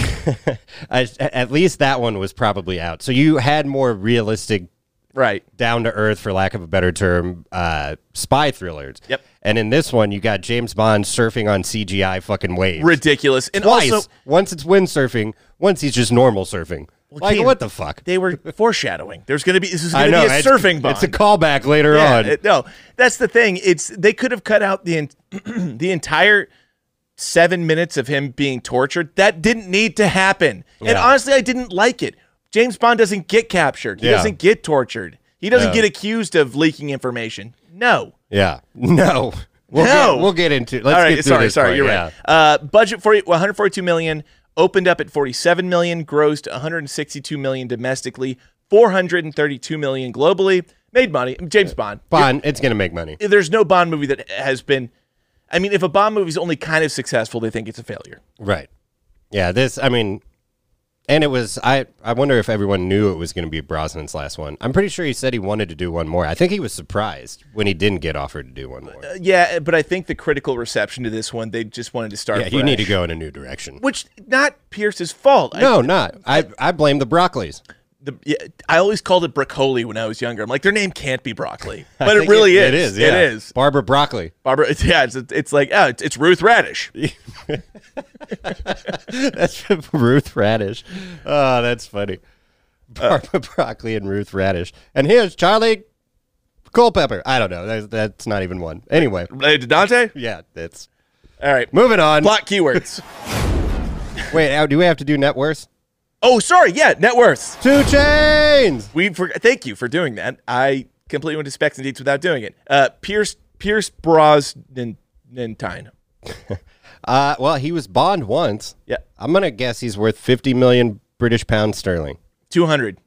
[SPEAKER 7] I- at least that one was probably out. So you had more realistic,
[SPEAKER 1] right.
[SPEAKER 7] down to earth, for lack of a better term, uh, spy thrillers.
[SPEAKER 1] Yep.
[SPEAKER 7] And in this one, you got James Bond surfing on CGI fucking waves.
[SPEAKER 1] Ridiculous. And
[SPEAKER 7] Twice.
[SPEAKER 1] also,
[SPEAKER 7] once it's windsurfing, once he's just normal surfing. like,
[SPEAKER 1] Keanu,
[SPEAKER 7] what the fuck?
[SPEAKER 1] they were foreshadowing. There's gonna be this is
[SPEAKER 7] I
[SPEAKER 1] gonna
[SPEAKER 7] know.
[SPEAKER 1] be a
[SPEAKER 7] it's-
[SPEAKER 1] surfing bond.
[SPEAKER 7] It's a callback later
[SPEAKER 1] Yeah,
[SPEAKER 7] on.
[SPEAKER 1] it- no, that's the thing. It's they could have cut out the en- the entire seven minutes of him being tortured. That didn't need to happen. And
[SPEAKER 7] Yeah.
[SPEAKER 1] honestly, I didn't like it. James Bond doesn't get captured. He
[SPEAKER 7] Yeah.
[SPEAKER 1] doesn't get tortured. He doesn't
[SPEAKER 7] Yeah.
[SPEAKER 1] get accused of leaking information. No.
[SPEAKER 7] yeah. No. We'll
[SPEAKER 1] No.
[SPEAKER 7] Get, we'll get into. Let's
[SPEAKER 1] All right,
[SPEAKER 7] get through
[SPEAKER 1] sorry,
[SPEAKER 7] this
[SPEAKER 1] sorry,
[SPEAKER 7] part,
[SPEAKER 1] you're
[SPEAKER 7] yeah.
[SPEAKER 1] right. Uh, budget for 142 million, opened up at 47 million, grossed 162 million domestically, 432 million globally, made money. James Bond.
[SPEAKER 7] Bond, it's gonna make money.
[SPEAKER 1] There's no Bond movie that has been. I mean, if a Bond movie's only kind of successful, they think it's a failure.
[SPEAKER 7] Right. Yeah, this I mean and it was I I wonder if everyone knew it was gonna be Brosnan's last one. I'm pretty sure he said he wanted to do one more. I think he was surprised when he didn't get offered to do one more.
[SPEAKER 1] Uh, yeah, but I think the critical reception to this one, they just wanted to start.
[SPEAKER 7] yeah, you need to
[SPEAKER 1] fresh.
[SPEAKER 7] go in a new direction.
[SPEAKER 1] Which not Pierce's fault. I-
[SPEAKER 7] No, not. I I blame the Broccoli's.
[SPEAKER 1] the, yeah, I always called it broccoli when I was younger. I'm like, their name can't be broccoli,
[SPEAKER 7] I
[SPEAKER 1] but it
[SPEAKER 7] think
[SPEAKER 1] really is.
[SPEAKER 7] It is, yeah.
[SPEAKER 1] It is.
[SPEAKER 7] Barbara Broccoli.
[SPEAKER 1] Barbara, it's, yeah, it's, it's like, oh, it's, it's Ruth Radish.
[SPEAKER 7] That's from Ruth Radish. Oh, that's Ah, funny. Barbara Broccoli and Ruth Radish. And here's Charlie Culpepper. I don't know. That's, that's not even one. Anyway,
[SPEAKER 1] Related to Dante?
[SPEAKER 7] yeah, that's
[SPEAKER 1] All right.
[SPEAKER 7] moving on.
[SPEAKER 1] Plot keywords.
[SPEAKER 7] Wait, now, do we have to do net worth?
[SPEAKER 1] oh, sorry. Yeah, net worths.
[SPEAKER 7] Two chains.
[SPEAKER 1] We for- thank you for doing that. I completely went to specs and deets without doing it. Uh, Pierce Pierce Brosnan Nantine.
[SPEAKER 7] Uh, well, he was Bond once.
[SPEAKER 1] Yeah,
[SPEAKER 7] I'm gonna guess he's worth 50 million British pounds sterling.
[SPEAKER 1] two hundred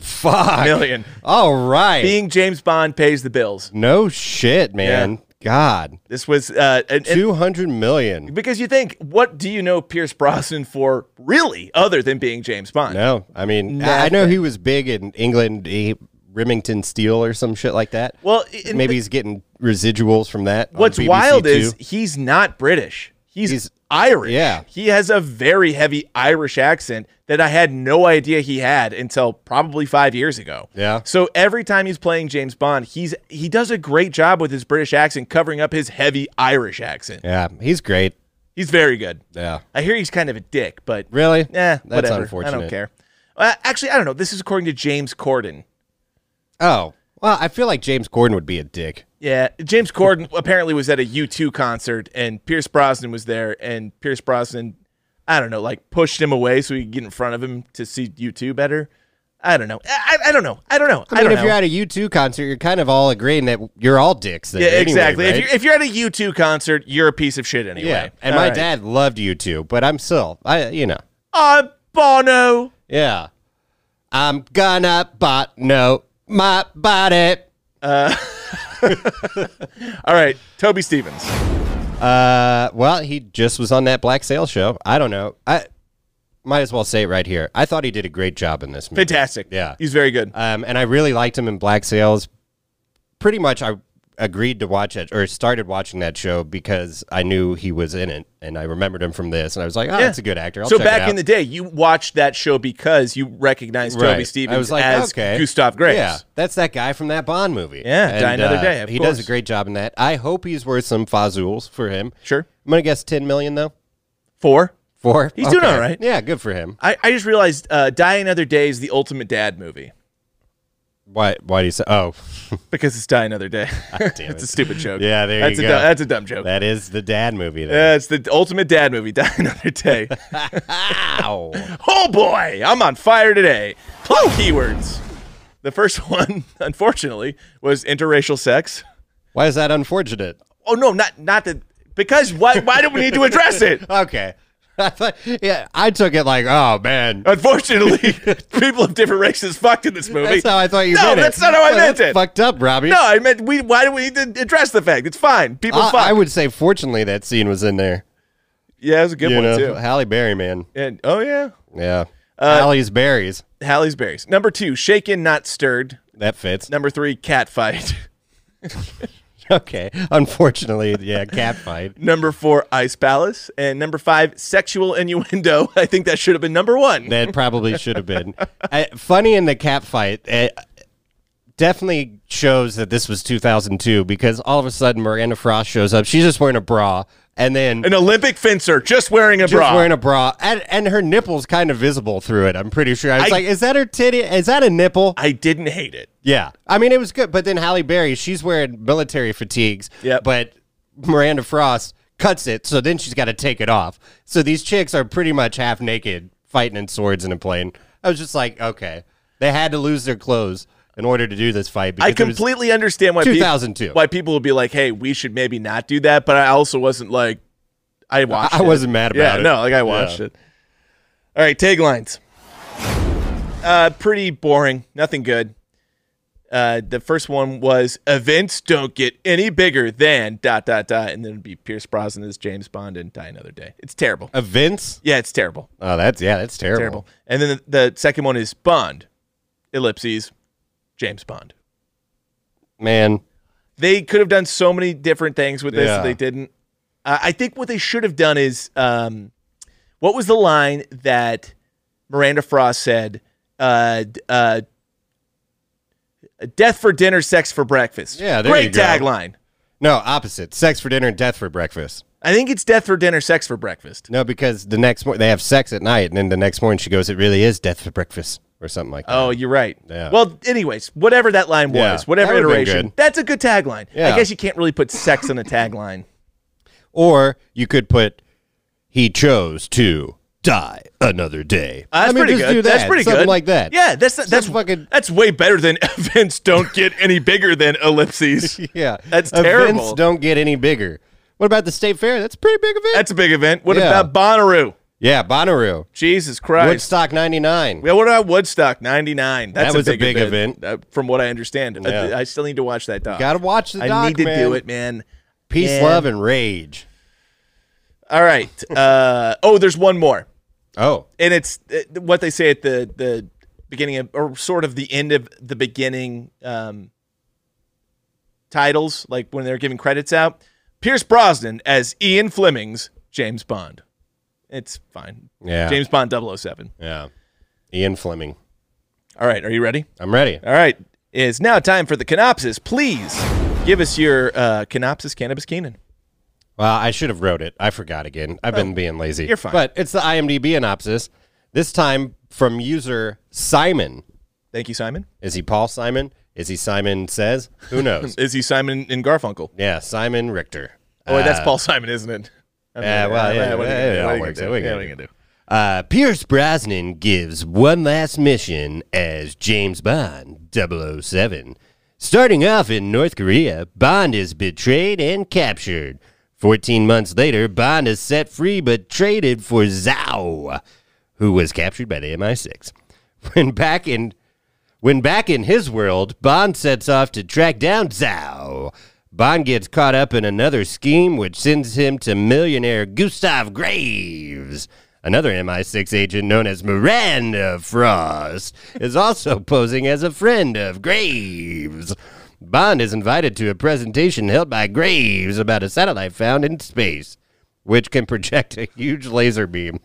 [SPEAKER 7] Fuck.
[SPEAKER 1] million.
[SPEAKER 7] All right.
[SPEAKER 1] Being James Bond pays the bills.
[SPEAKER 7] no shit, man. God,
[SPEAKER 1] This was uh, and- and-
[SPEAKER 7] 200 million.
[SPEAKER 1] because you think what do you know Pierce Brosnan for really other than being James Bond?
[SPEAKER 7] No, I mean, I I know he was big in England, he, Remington Steel or some shit like that.
[SPEAKER 1] Well, i-
[SPEAKER 7] maybe he's getting residuals from that. on
[SPEAKER 1] What's
[SPEAKER 7] BBC
[SPEAKER 1] wild
[SPEAKER 7] too.
[SPEAKER 1] is he's not British. He's,
[SPEAKER 7] He's-
[SPEAKER 1] Irish.
[SPEAKER 7] yeah.
[SPEAKER 1] He has a very heavy Irish accent that I had no idea he had until probably five years ago.
[SPEAKER 7] Yeah.
[SPEAKER 1] So every time he's playing James Bond, he's he does a great job with his British accent covering up his heavy Irish accent.
[SPEAKER 7] yeah, he's great.
[SPEAKER 1] He's very good.
[SPEAKER 7] Yeah,
[SPEAKER 1] I hear he's kind of a dick, but
[SPEAKER 7] really?
[SPEAKER 1] eh,
[SPEAKER 7] that's
[SPEAKER 1] whatever.
[SPEAKER 7] unfortunate.
[SPEAKER 1] I don't care. Uh, actually, I don't know. This is according to James Corden.
[SPEAKER 7] Oh, well, I feel like James Corden would be a dick.
[SPEAKER 1] Yeah, James Corden apparently was at a U2 concert and Pierce Brosnan was there and Pierce Brosnan I don't know, like pushed him away so he could get in front of him to see U2 better. I don't know. I, I- I don't know. I don't know. I,
[SPEAKER 7] I mean,
[SPEAKER 1] don't
[SPEAKER 7] if
[SPEAKER 1] know.
[SPEAKER 7] you're at a U2 concert, you're kind of all agreeing that you're all dicks. There
[SPEAKER 1] yeah,
[SPEAKER 7] anyway,
[SPEAKER 1] exactly.
[SPEAKER 7] right?
[SPEAKER 1] If you're if you're at a U2 concert, you're a piece of shit anyway.
[SPEAKER 7] yeah, and
[SPEAKER 1] All
[SPEAKER 7] my
[SPEAKER 1] right.
[SPEAKER 7] dad loved U2, but I'm still, I you know,
[SPEAKER 1] I'm Bono.
[SPEAKER 7] yeah. I'm gonna bot no my body.
[SPEAKER 1] All right, Toby Stevens.
[SPEAKER 7] Uh, well, he just was on that Black Sail show. I don't know. I might as well say it right here. I thought he did a great job in this movie.
[SPEAKER 1] Fantastic.
[SPEAKER 7] Yeah.
[SPEAKER 1] He's very good.
[SPEAKER 7] Um, and I really liked him in Black Sails. Pretty much, I agreed to watch it or started watching that show because I knew he was in it, and I remembered him from this, and I was like, "Oh, that's a good actor." I'll
[SPEAKER 1] so
[SPEAKER 7] check it
[SPEAKER 1] back
[SPEAKER 7] out.
[SPEAKER 1] in the day, you watched that show because you recognized Toby Stevens
[SPEAKER 7] I was like,
[SPEAKER 1] as
[SPEAKER 7] okay.
[SPEAKER 1] Gustav Graves.
[SPEAKER 7] Yeah, that's that guy from that Bond movie. uh,
[SPEAKER 1] Yeah, Die Another Day, of
[SPEAKER 7] he
[SPEAKER 1] course.
[SPEAKER 7] does a great job in that. I hope he's worth some fazools for him.
[SPEAKER 1] Sure.
[SPEAKER 7] I'm gonna guess ten million though.
[SPEAKER 1] Four.
[SPEAKER 7] Four.
[SPEAKER 1] He's doing all right.
[SPEAKER 7] Yeah, good for him.
[SPEAKER 1] I, I just realized uh, Die Another Day is the ultimate dad movie
[SPEAKER 7] Why? Why do you say? Oh,
[SPEAKER 1] because it's Die Another Day.
[SPEAKER 7] Ah, damn
[SPEAKER 1] it's
[SPEAKER 7] it.
[SPEAKER 1] a stupid joke.
[SPEAKER 7] Yeah, there you
[SPEAKER 1] that's a
[SPEAKER 7] go.
[SPEAKER 1] Dumb, that's a dumb joke.
[SPEAKER 7] that is the dad movie. There.
[SPEAKER 1] That's the ultimate dad movie, Die Another Day.
[SPEAKER 7] Ow.
[SPEAKER 1] oh boy, I'm on fire today. Plot keywords. The first one, unfortunately, was interracial sex.
[SPEAKER 7] Why is that unfortunate?
[SPEAKER 1] Oh no, not not that. Because why why do we need to address it?
[SPEAKER 7] Okay. I thought, yeah, I took it like, oh man,
[SPEAKER 1] Uh, Unfortunately, people of different races fucked in this movie.
[SPEAKER 7] that's how I thought you
[SPEAKER 1] No,
[SPEAKER 7] meant it.
[SPEAKER 1] that's not how I
[SPEAKER 7] Well,
[SPEAKER 1] meant
[SPEAKER 7] that's
[SPEAKER 1] it.
[SPEAKER 7] Fucked up, Robbie.
[SPEAKER 1] no, I meant we. Why do we need to address the fact? It's fine. People
[SPEAKER 7] I,
[SPEAKER 1] fuck.
[SPEAKER 7] I would say, fortunately, that scene was in there.
[SPEAKER 1] yeah, it was a good
[SPEAKER 7] you
[SPEAKER 1] one
[SPEAKER 7] know,
[SPEAKER 1] too. Uh,
[SPEAKER 7] Halle Berry, man.
[SPEAKER 1] And oh yeah,
[SPEAKER 7] Yeah, Halle's berries.
[SPEAKER 1] Hallie's berries. Number two, shaken not stirred.
[SPEAKER 7] That fits.
[SPEAKER 1] Number three, cat fight.
[SPEAKER 7] Okay. Unfortunately, yeah, cat fight.
[SPEAKER 1] number four, ice palace, and number five, sexual innuendo. I think that should have been number one.
[SPEAKER 7] That probably should have been uh, funny in the cat fight. Uh, definitely shows that this was 2002 because all of a sudden Miranda Frost shows up. She's just wearing a bra, and then
[SPEAKER 1] An Olympic fencer just wearing a
[SPEAKER 7] just
[SPEAKER 1] bra.
[SPEAKER 7] wearing a bra, and, and her nipples kind of visible through it. I'm pretty sure. I was
[SPEAKER 1] I-
[SPEAKER 7] like, is that her titty? Is that a nipple?
[SPEAKER 1] I didn't hate it.
[SPEAKER 7] Yeah. I mean, it was good. But then Halle Berry, she's wearing military fatigues.
[SPEAKER 1] Yep.
[SPEAKER 7] But Miranda Frost cuts it. So then she's got to take it off. So these chicks are pretty much half naked fighting in swords in a plane. I was just like, okay. They had to lose their clothes in order to do this fight.
[SPEAKER 1] I
[SPEAKER 7] because it was-
[SPEAKER 1] completely understand why peop-
[SPEAKER 7] 2002.
[SPEAKER 1] why people would be like, "Hey, we should maybe not do that," but I also wasn't like, I watched.
[SPEAKER 7] I
[SPEAKER 1] it.
[SPEAKER 7] wasn't mad
[SPEAKER 1] yeah,
[SPEAKER 7] about it.
[SPEAKER 1] no, like I watched
[SPEAKER 7] Yeah.
[SPEAKER 1] it. All right, taglines. Uh, pretty boring. Nothing good. Uh, the first one was events don't get any bigger than dot dot dot, and then it'd be Pierce Brosnan as James Bond and Die Another Day. It's terrible.
[SPEAKER 7] Events?
[SPEAKER 1] Yeah, it's terrible.
[SPEAKER 7] Oh, that's, yeah, that's terrible.
[SPEAKER 1] Terrible. And then the, the second one is Bond, ellipses, James Bond.
[SPEAKER 7] Man.
[SPEAKER 1] They could have done so many different things with this.
[SPEAKER 7] Yeah.
[SPEAKER 1] They didn't. Uh, I think what they should have done is um, what was the line that Miranda Frost said? Uh, d- uh, Death for dinner, sex for breakfast.
[SPEAKER 7] Yeah, there
[SPEAKER 1] great
[SPEAKER 7] you go.
[SPEAKER 1] tagline.
[SPEAKER 7] No, opposite. Sex for dinner and death for breakfast.
[SPEAKER 1] I think it's death for dinner, sex for breakfast.
[SPEAKER 7] No, because the next morning they have sex at night, and then the next morning she goes, "It really is death for breakfast." or something like that.
[SPEAKER 1] Oh, you're right.
[SPEAKER 7] Yeah.
[SPEAKER 1] Well, anyways, whatever that line was,
[SPEAKER 7] Yeah.
[SPEAKER 1] whatever
[SPEAKER 7] That would've been
[SPEAKER 1] iteration,
[SPEAKER 7] good.
[SPEAKER 1] that's a good tagline. I
[SPEAKER 7] Yeah.
[SPEAKER 1] guess you can't really put sex on a tagline. Oh.
[SPEAKER 7] Or you could put, he chose to die another day.
[SPEAKER 1] Uh, that's
[SPEAKER 7] I mean,
[SPEAKER 1] pretty
[SPEAKER 7] just
[SPEAKER 1] good.
[SPEAKER 7] do that.
[SPEAKER 1] That's pretty
[SPEAKER 7] something
[SPEAKER 1] good.
[SPEAKER 7] like that.
[SPEAKER 1] Yeah, that's that's
[SPEAKER 7] Some fucking-
[SPEAKER 1] That's way better than events don't get any bigger than ellipses.
[SPEAKER 7] Yeah.
[SPEAKER 1] That's
[SPEAKER 7] Events
[SPEAKER 1] terrible.
[SPEAKER 7] don't get any bigger. What about the state fair? That's a pretty big event.
[SPEAKER 1] That's a big event. What
[SPEAKER 7] Yeah.
[SPEAKER 1] about Bonnaroo?
[SPEAKER 7] yeah, Bonnaroo.
[SPEAKER 1] Jesus Christ.
[SPEAKER 7] Woodstock 99.
[SPEAKER 1] Yeah, what about Woodstock '99? That's
[SPEAKER 7] That was a big
[SPEAKER 1] uh, from what I understand. I-
[SPEAKER 7] Yeah.
[SPEAKER 1] I, still need to watch that doc.
[SPEAKER 7] Gotta watch the
[SPEAKER 1] I
[SPEAKER 7] doc,
[SPEAKER 1] need to
[SPEAKER 7] man.
[SPEAKER 1] do it, man.
[SPEAKER 7] Peace,
[SPEAKER 1] Yeah.
[SPEAKER 7] love, and rage.
[SPEAKER 1] All right. Uh, oh, there's one more,
[SPEAKER 7] Oh,
[SPEAKER 1] and it's uh, what they say at the the beginning of, or sort of the end of the beginning um, titles, like when they're giving credits out. Pierce Brosnan as Ian Fleming's James Bond. It's fine.
[SPEAKER 7] yeah.
[SPEAKER 1] James Bond 007.
[SPEAKER 7] Yeah. Ian Fleming.
[SPEAKER 1] All right, are you ready?
[SPEAKER 7] I'm ready.
[SPEAKER 1] All right. It's now time for the canopsis. Please give us your uh, canopsis cannabis Keenan.
[SPEAKER 7] Well, I should have wrote it. I forgot again. I've been being lazy.
[SPEAKER 1] Oh, you're fine.
[SPEAKER 7] But it's the IMDb synopsis. This time from user Simon.
[SPEAKER 1] Thank you, Simon.
[SPEAKER 7] Is he Paul Simon? Is he Simon Says? Who knows?
[SPEAKER 1] Is he Simon and Garfunkel?
[SPEAKER 7] yeah, Simon Richter.
[SPEAKER 1] Oh, wait, that's
[SPEAKER 7] Uh,
[SPEAKER 1] Paul Simon, isn't it? I mean,
[SPEAKER 7] yeah, Uh, well, yeah,
[SPEAKER 1] what are you
[SPEAKER 7] yeah,
[SPEAKER 1] gonna do?
[SPEAKER 7] it
[SPEAKER 1] What are
[SPEAKER 7] all
[SPEAKER 1] you
[SPEAKER 7] works
[SPEAKER 1] gonna
[SPEAKER 7] out.
[SPEAKER 1] do?
[SPEAKER 7] What are you
[SPEAKER 1] Yeah,
[SPEAKER 7] gonna
[SPEAKER 1] what are you gonna do?
[SPEAKER 7] Uh, Pierce Brosnan gives one last mission as James Bond 007. Starting off in North Korea, Bond is betrayed and captured. 14 months later, Bond is set free but traded for Zhao, who was captured by the MI6. When back in when back in his world, Bond sets off to track down Zhao. Bond gets caught up in another scheme which sends him to millionaire Gustav Graves. Another MI6 agent known as Miranda Frost is also posing as a friend of Graves. Bond is invited to a presentation held by Graves about a satellite found in space, which can project a huge laser beam.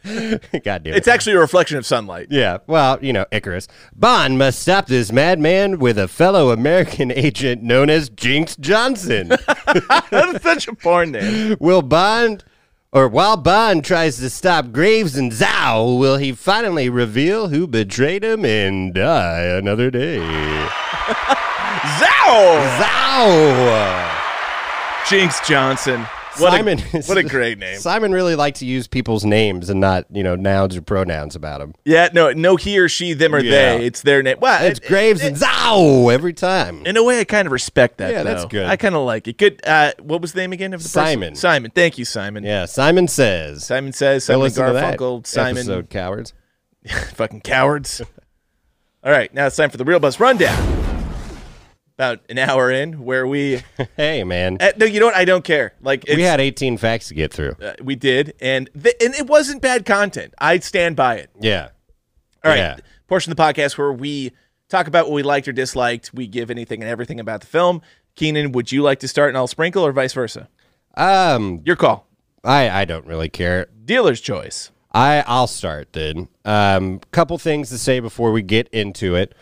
[SPEAKER 7] God damn it.
[SPEAKER 1] It's actually a reflection of sunlight.
[SPEAKER 7] Yeah, well, you know, Icarus. Bond must stop this madman with a fellow American agent known as Jinx Johnson.
[SPEAKER 1] That's such a porn name.
[SPEAKER 7] will Bond, or while Bond tries to stop Graves and Zhao, will he finally reveal who betrayed him and die another day?
[SPEAKER 1] Zow!
[SPEAKER 7] Zhao!
[SPEAKER 1] Jinx Johnson. What
[SPEAKER 7] Simon,
[SPEAKER 1] a, what a great name.
[SPEAKER 7] Simon really liked to use people's names and not, you know, nouns or pronouns about them.
[SPEAKER 1] Yeah, no, no he or she, them or
[SPEAKER 7] Yeah.
[SPEAKER 1] they. It's their name. Well,
[SPEAKER 7] It's
[SPEAKER 1] it-
[SPEAKER 7] Graves and Zhao every time.
[SPEAKER 1] In a way, I kind of respect that.
[SPEAKER 7] Yeah, that's
[SPEAKER 1] though.
[SPEAKER 7] good.
[SPEAKER 1] I kind of like it. Good. Uh, what was the name again of the person?
[SPEAKER 7] Simon.
[SPEAKER 1] Simon. Thank you, Simon.
[SPEAKER 7] Yeah, Simon says.
[SPEAKER 1] Simon says
[SPEAKER 7] Go
[SPEAKER 1] Simon
[SPEAKER 7] listen to that
[SPEAKER 1] Garfunkel. Simon.
[SPEAKER 7] episode, cowards.
[SPEAKER 1] Fucking cowards. All right, now it's time for the real bus rundown. About an hour in, where we
[SPEAKER 7] Hey, man.
[SPEAKER 1] uh, no, you know what? I don't care. Like it's,
[SPEAKER 7] we had 18 facts to get through.
[SPEAKER 1] uh, we did, and th- and it wasn't bad content. I stand by it.
[SPEAKER 7] Yeah.
[SPEAKER 1] All right.
[SPEAKER 7] Yeah.
[SPEAKER 1] Portion of the podcast where we talk about what we liked or disliked. We give anything and everything about the film. Keenan, would you like to start and I'll sprinkle or vice versa?
[SPEAKER 7] Um,
[SPEAKER 1] Your call.
[SPEAKER 7] I, I don't really care.
[SPEAKER 1] Dealer's choice.
[SPEAKER 7] I, I'll start then. Um, couple things to say before we get into it.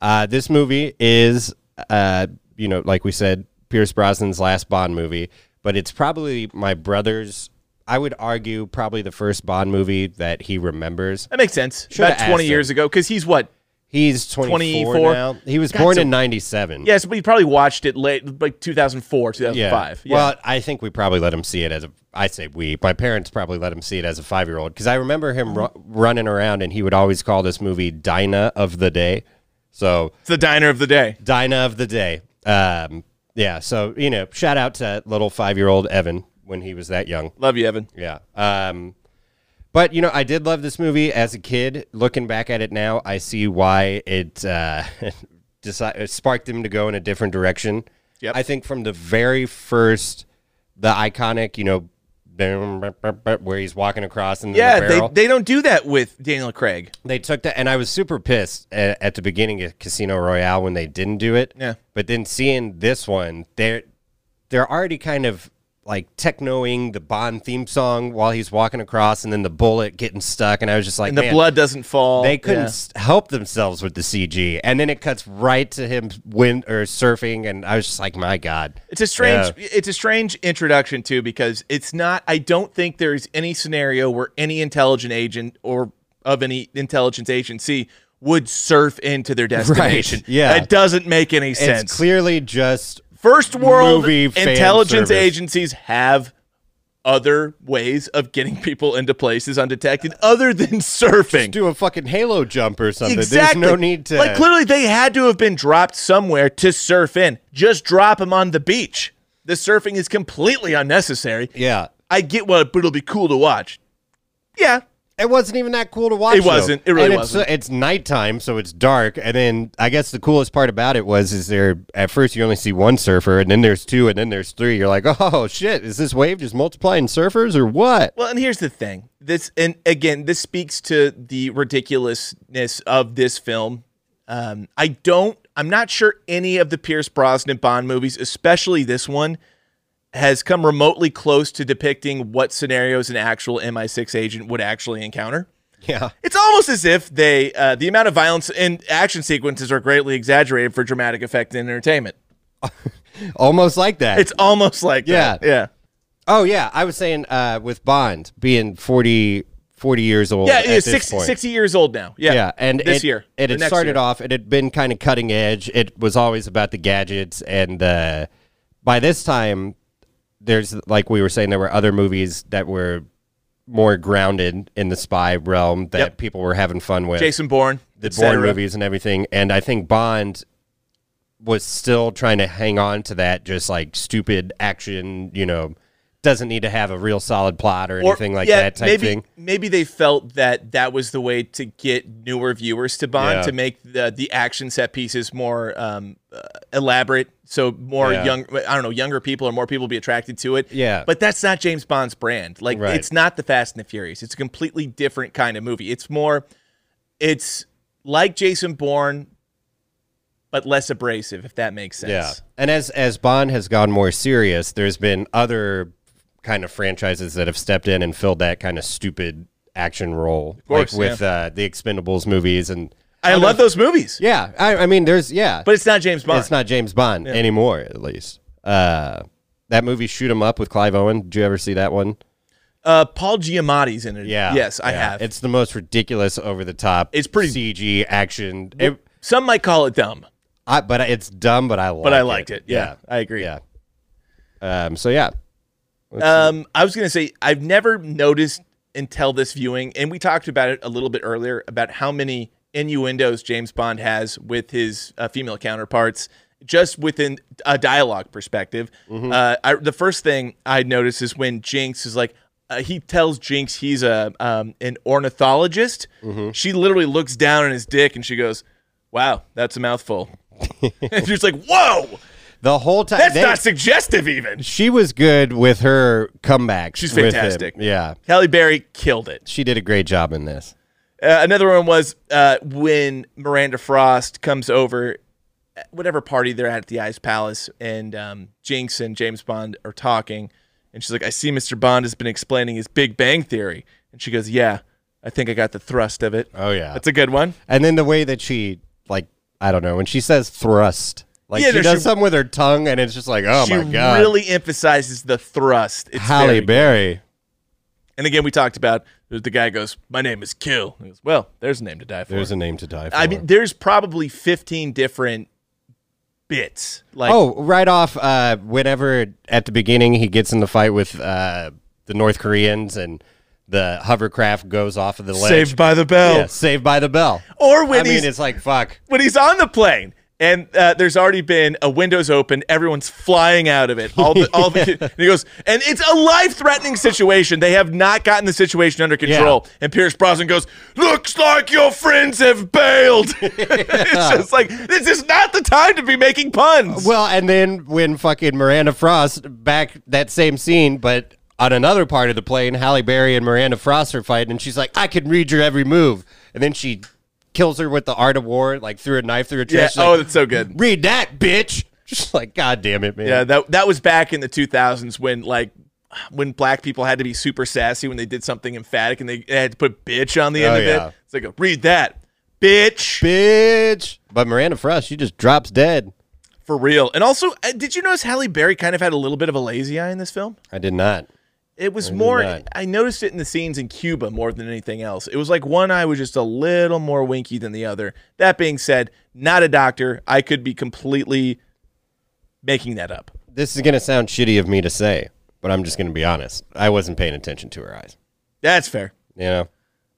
[SPEAKER 7] Uh, this movie is, uh, you know, like we said, Pierce Brosnan's last Bond movie, but it's probably my brother's, I would argue, probably the first Bond movie that he remembers.
[SPEAKER 1] That makes sense.
[SPEAKER 7] Should've
[SPEAKER 1] About 20
[SPEAKER 7] asked
[SPEAKER 1] years ago, because he's what?
[SPEAKER 7] He's 24,
[SPEAKER 1] 24?
[SPEAKER 7] now. He was
[SPEAKER 1] God,
[SPEAKER 7] born
[SPEAKER 1] so-
[SPEAKER 7] in 97.
[SPEAKER 1] Yes, but he probably watched it late, like 2004, 2005. Yeah.
[SPEAKER 7] Well, I think we probably let him see it as a. I say we. My parents probably let him see it as a five year old because I remember him ru- running around and he would always call this movie Dinah of the Day. So
[SPEAKER 1] it's the diner of the day.
[SPEAKER 7] Dinah of the Day. Um, yeah. So you know, shout out to little five year old Evan when he was that young.
[SPEAKER 1] Love you, Evan.
[SPEAKER 7] Yeah. Um, but you know, I did love this movie as a kid. Looking back at it now, I see why it uh, decided, sparked him to go in a different direction.
[SPEAKER 1] Yep.
[SPEAKER 7] I think from the very first, the iconic, you know, boom, bup, bup, bup, where he's walking across and
[SPEAKER 1] Yeah,
[SPEAKER 7] the
[SPEAKER 1] they,
[SPEAKER 7] barrel.
[SPEAKER 1] they don't do that with Daniel Craig.
[SPEAKER 7] They took that, and I was super pissed at, at the beginning of Casino Royale when they didn't do it.
[SPEAKER 1] Yeah.
[SPEAKER 7] But then seeing this one, they're they're already kind of like technoing the Bond theme song while he's walking across, and then the bullet getting stuck, and I was just like,
[SPEAKER 1] And the
[SPEAKER 7] man,
[SPEAKER 1] blood doesn't fall.
[SPEAKER 7] They couldn't
[SPEAKER 1] Yeah.
[SPEAKER 7] s- help themselves with the CG, and then it cuts right to him wind or surfing, and I was just like, my god,
[SPEAKER 1] It's a strange
[SPEAKER 7] Yeah.
[SPEAKER 1] it's a strange introduction too because it's not I don't think there's any scenario where any intelligent agent or of any intelligence agency would surf into their destination.
[SPEAKER 7] yeah.
[SPEAKER 1] That doesn't make any sense.
[SPEAKER 7] It's clearly just
[SPEAKER 1] First world
[SPEAKER 7] movie fan
[SPEAKER 1] intelligence
[SPEAKER 7] service.
[SPEAKER 1] agencies have other ways of getting people into places undetected other than surfing.
[SPEAKER 7] do a fucking halo jump or something.
[SPEAKER 1] Exactly.
[SPEAKER 7] There's no need to.
[SPEAKER 1] Like clearly, they had to have been dropped somewhere to surf in. Just drop them on the beach. The surfing is completely unnecessary.
[SPEAKER 7] yeah.
[SPEAKER 1] I get what, but it'll be cool to watch. Yeah,
[SPEAKER 7] It wasn't even that cool to watch.
[SPEAKER 1] It wasn't.
[SPEAKER 7] though.
[SPEAKER 1] It really
[SPEAKER 7] And it's,
[SPEAKER 1] wasn't.
[SPEAKER 7] It's nighttime, so it's dark. And then I guess the coolest part about it was is there at first you only see one surfer, and then there's two, and then there's three. You're like, oh shit, is this wave just multiplying surfers or what?
[SPEAKER 1] Well, and here's the thing. This and again, this speaks to the ridiculousness of this film. Um, I don't I'm not sure any of the Pierce Brosnan Bond movies, especially this one, has come remotely close to depicting what scenarios an actual MI6 agent would actually encounter.
[SPEAKER 7] Yeah.
[SPEAKER 1] It's almost as if they uh, the amount of violence and action sequences are greatly exaggerated for dramatic effect and entertainment.
[SPEAKER 7] Almost like that.
[SPEAKER 1] It's almost like
[SPEAKER 7] Yeah.
[SPEAKER 1] that. Yeah.
[SPEAKER 7] oh yeah. I was saying uh, with Bond being 40, 40 years old.
[SPEAKER 1] Yeah,
[SPEAKER 7] at
[SPEAKER 1] it's
[SPEAKER 7] this
[SPEAKER 1] 60,
[SPEAKER 7] point.
[SPEAKER 1] 60 years old now. Yeah.
[SPEAKER 7] Yeah. and
[SPEAKER 1] this
[SPEAKER 7] it,
[SPEAKER 1] year.
[SPEAKER 7] it
[SPEAKER 1] the
[SPEAKER 7] had
[SPEAKER 1] next
[SPEAKER 7] started
[SPEAKER 1] year.
[SPEAKER 7] off. It had been kind of cutting edge. It was always about the gadgets, and uh, by this time, there's like we were saying, there were other movies that were more grounded in the spy realm that
[SPEAKER 1] Yep.
[SPEAKER 7] people were having fun with,
[SPEAKER 1] Jason Bourne,
[SPEAKER 7] the
[SPEAKER 1] et cetera.
[SPEAKER 7] Bourne movies and everything. And I think Bond was still trying to hang on to that, just like stupid action, you know. Doesn't need to have a real solid plot or,
[SPEAKER 1] Or-
[SPEAKER 7] anything like
[SPEAKER 1] yeah,
[SPEAKER 7] that type
[SPEAKER 1] maybe,
[SPEAKER 7] thing.
[SPEAKER 1] Maybe they felt that that was the way to get newer viewers to Bond
[SPEAKER 7] Yeah.
[SPEAKER 1] to make the the action set pieces more um, uh, elaborate, so more
[SPEAKER 7] Yeah.
[SPEAKER 1] young I don't know younger people or more people be attracted to it.
[SPEAKER 7] Yeah.
[SPEAKER 1] but that's not James Bond's brand. Like
[SPEAKER 7] Right.
[SPEAKER 1] it's not the Fast and the Furious. It's a completely different kind of movie. It's more, it's like Jason Bourne, but less abrasive. If that makes sense.
[SPEAKER 7] Yeah, and as as Bond has gone more serious, there's been other kind of franchises that have stepped in and filled that kind of stupid action role,
[SPEAKER 1] course,
[SPEAKER 7] like with uh, the Expendables movies and.
[SPEAKER 1] I love those movies,
[SPEAKER 7] Yeah, I, I mean, there's yeah,
[SPEAKER 1] but it's not James Bond.
[SPEAKER 7] it's not James Bond anymore, at least. Uh, that movie Shoot 'Em Up with Clive Owen. Did you ever see that one?
[SPEAKER 1] Uh, Paul Giamatti's in it.
[SPEAKER 7] Yeah,
[SPEAKER 1] Yes, I
[SPEAKER 7] yeah.
[SPEAKER 1] have.
[SPEAKER 7] It's the most ridiculous, over the top.
[SPEAKER 1] It's pretty-
[SPEAKER 7] CG action. It,
[SPEAKER 1] Some might call it dumb,
[SPEAKER 7] I, but it's dumb, but I like
[SPEAKER 1] but I liked it. Yeah, I agree.
[SPEAKER 7] yeah. Um. So yeah,
[SPEAKER 1] Um, I was gonna say I've never noticed until this viewing, and we talked about it a little bit earlier about how many innuendos James Bond has with his uh, female counterparts, just within a dialogue perspective. Uh, I, the first thing I noticed is when Jinx is like. Uh, he tells Jinx he's a um, an ornithologist. She literally looks down at his dick and she goes, "Wow, that's a mouthful." and she's like, "Whoa,
[SPEAKER 7] The whole time.
[SPEAKER 1] that's
[SPEAKER 7] they-
[SPEAKER 1] not suggestive even."
[SPEAKER 7] she was good with her comeback.
[SPEAKER 1] She's
[SPEAKER 7] with him.
[SPEAKER 1] fantastic.
[SPEAKER 7] Yeah.
[SPEAKER 1] Halle Berry killed it.
[SPEAKER 7] She did a great job in this.
[SPEAKER 1] Uh, another one was uh, when Miranda Frost comes over, at whatever party they're at at the Ice Palace, and um, Jinx and James Bond are talking, and she's like, "I see Mr. Bond has been explaining his Big Bang Theory," and she goes, "Yeah, I think I got the thrust of it."
[SPEAKER 7] Oh, yeah.
[SPEAKER 1] that's a good one.
[SPEAKER 7] And then the way that she, like, I don't know, when she says thrust, like
[SPEAKER 1] Yeah,
[SPEAKER 7] she
[SPEAKER 1] no,
[SPEAKER 7] does
[SPEAKER 1] she-
[SPEAKER 7] something with her tongue and it's just like, oh
[SPEAKER 1] she
[SPEAKER 7] my God.
[SPEAKER 1] really emphasizes the thrust. It's
[SPEAKER 7] Halle
[SPEAKER 1] very-
[SPEAKER 7] Berry.
[SPEAKER 1] And again, we talked about the guy goes, "My name is Kill." And he goes, well, there's a name to die for.
[SPEAKER 7] There's a name to die for.
[SPEAKER 1] I mean, there's probably 15 different bits. Like,
[SPEAKER 7] oh, right off, uh, whenever at the beginning he gets in the fight with uh, the North Koreans and the hovercraft goes off of the ledge.
[SPEAKER 1] saved by the bell.
[SPEAKER 7] Yeah, saved by the bell.
[SPEAKER 1] Or when
[SPEAKER 7] I mean,
[SPEAKER 1] he's-
[SPEAKER 7] it's like, fuck.
[SPEAKER 1] when he's on the plane and uh, there's already been a windows open everyone's flying out of it all the, all the and he goes and it's a life-threatening situation they have not gotten the situation under control and pierce brosnan goes looks like your friends have bailed it's just like this is not the time to be making puns
[SPEAKER 7] Well, and then when fucking Miranda Frost back that same scene, but on another part of the plane, Halle Berry and Miranda Frost are fighting, and she's like, "I can read your every move," and then she kills her with the art of war, like through a knife through a
[SPEAKER 1] yeah.
[SPEAKER 7] trash. She's
[SPEAKER 1] oh
[SPEAKER 7] like,
[SPEAKER 1] that's so good
[SPEAKER 7] read that, bitch! Just like, god damn it, man.
[SPEAKER 1] Yeah, that that was back in the 2000s when like when black people had to be super sassy when they did something emphatic and they, they had to put bitch on the end
[SPEAKER 7] Oh,
[SPEAKER 1] of
[SPEAKER 7] yeah.
[SPEAKER 1] it. It's like, read that, bitch,
[SPEAKER 7] bitch. But Miranda Frost, she just drops dead.
[SPEAKER 1] for real. And also, uh, did you notice Halle Berry kind of had a little bit of a lazy eye in this film?
[SPEAKER 7] I did not.
[SPEAKER 1] It was
[SPEAKER 7] I did
[SPEAKER 1] more.
[SPEAKER 7] not.
[SPEAKER 1] I noticed it in the scenes in Cuba more than anything else. It was like one eye was just a little more winky than the other. That being said, not a doctor. I could be completely making that up.
[SPEAKER 7] This is going to sound shitty of me to say, but I'm just going to be honest. I wasn't paying attention to her eyes.
[SPEAKER 1] That's fair.
[SPEAKER 7] You know?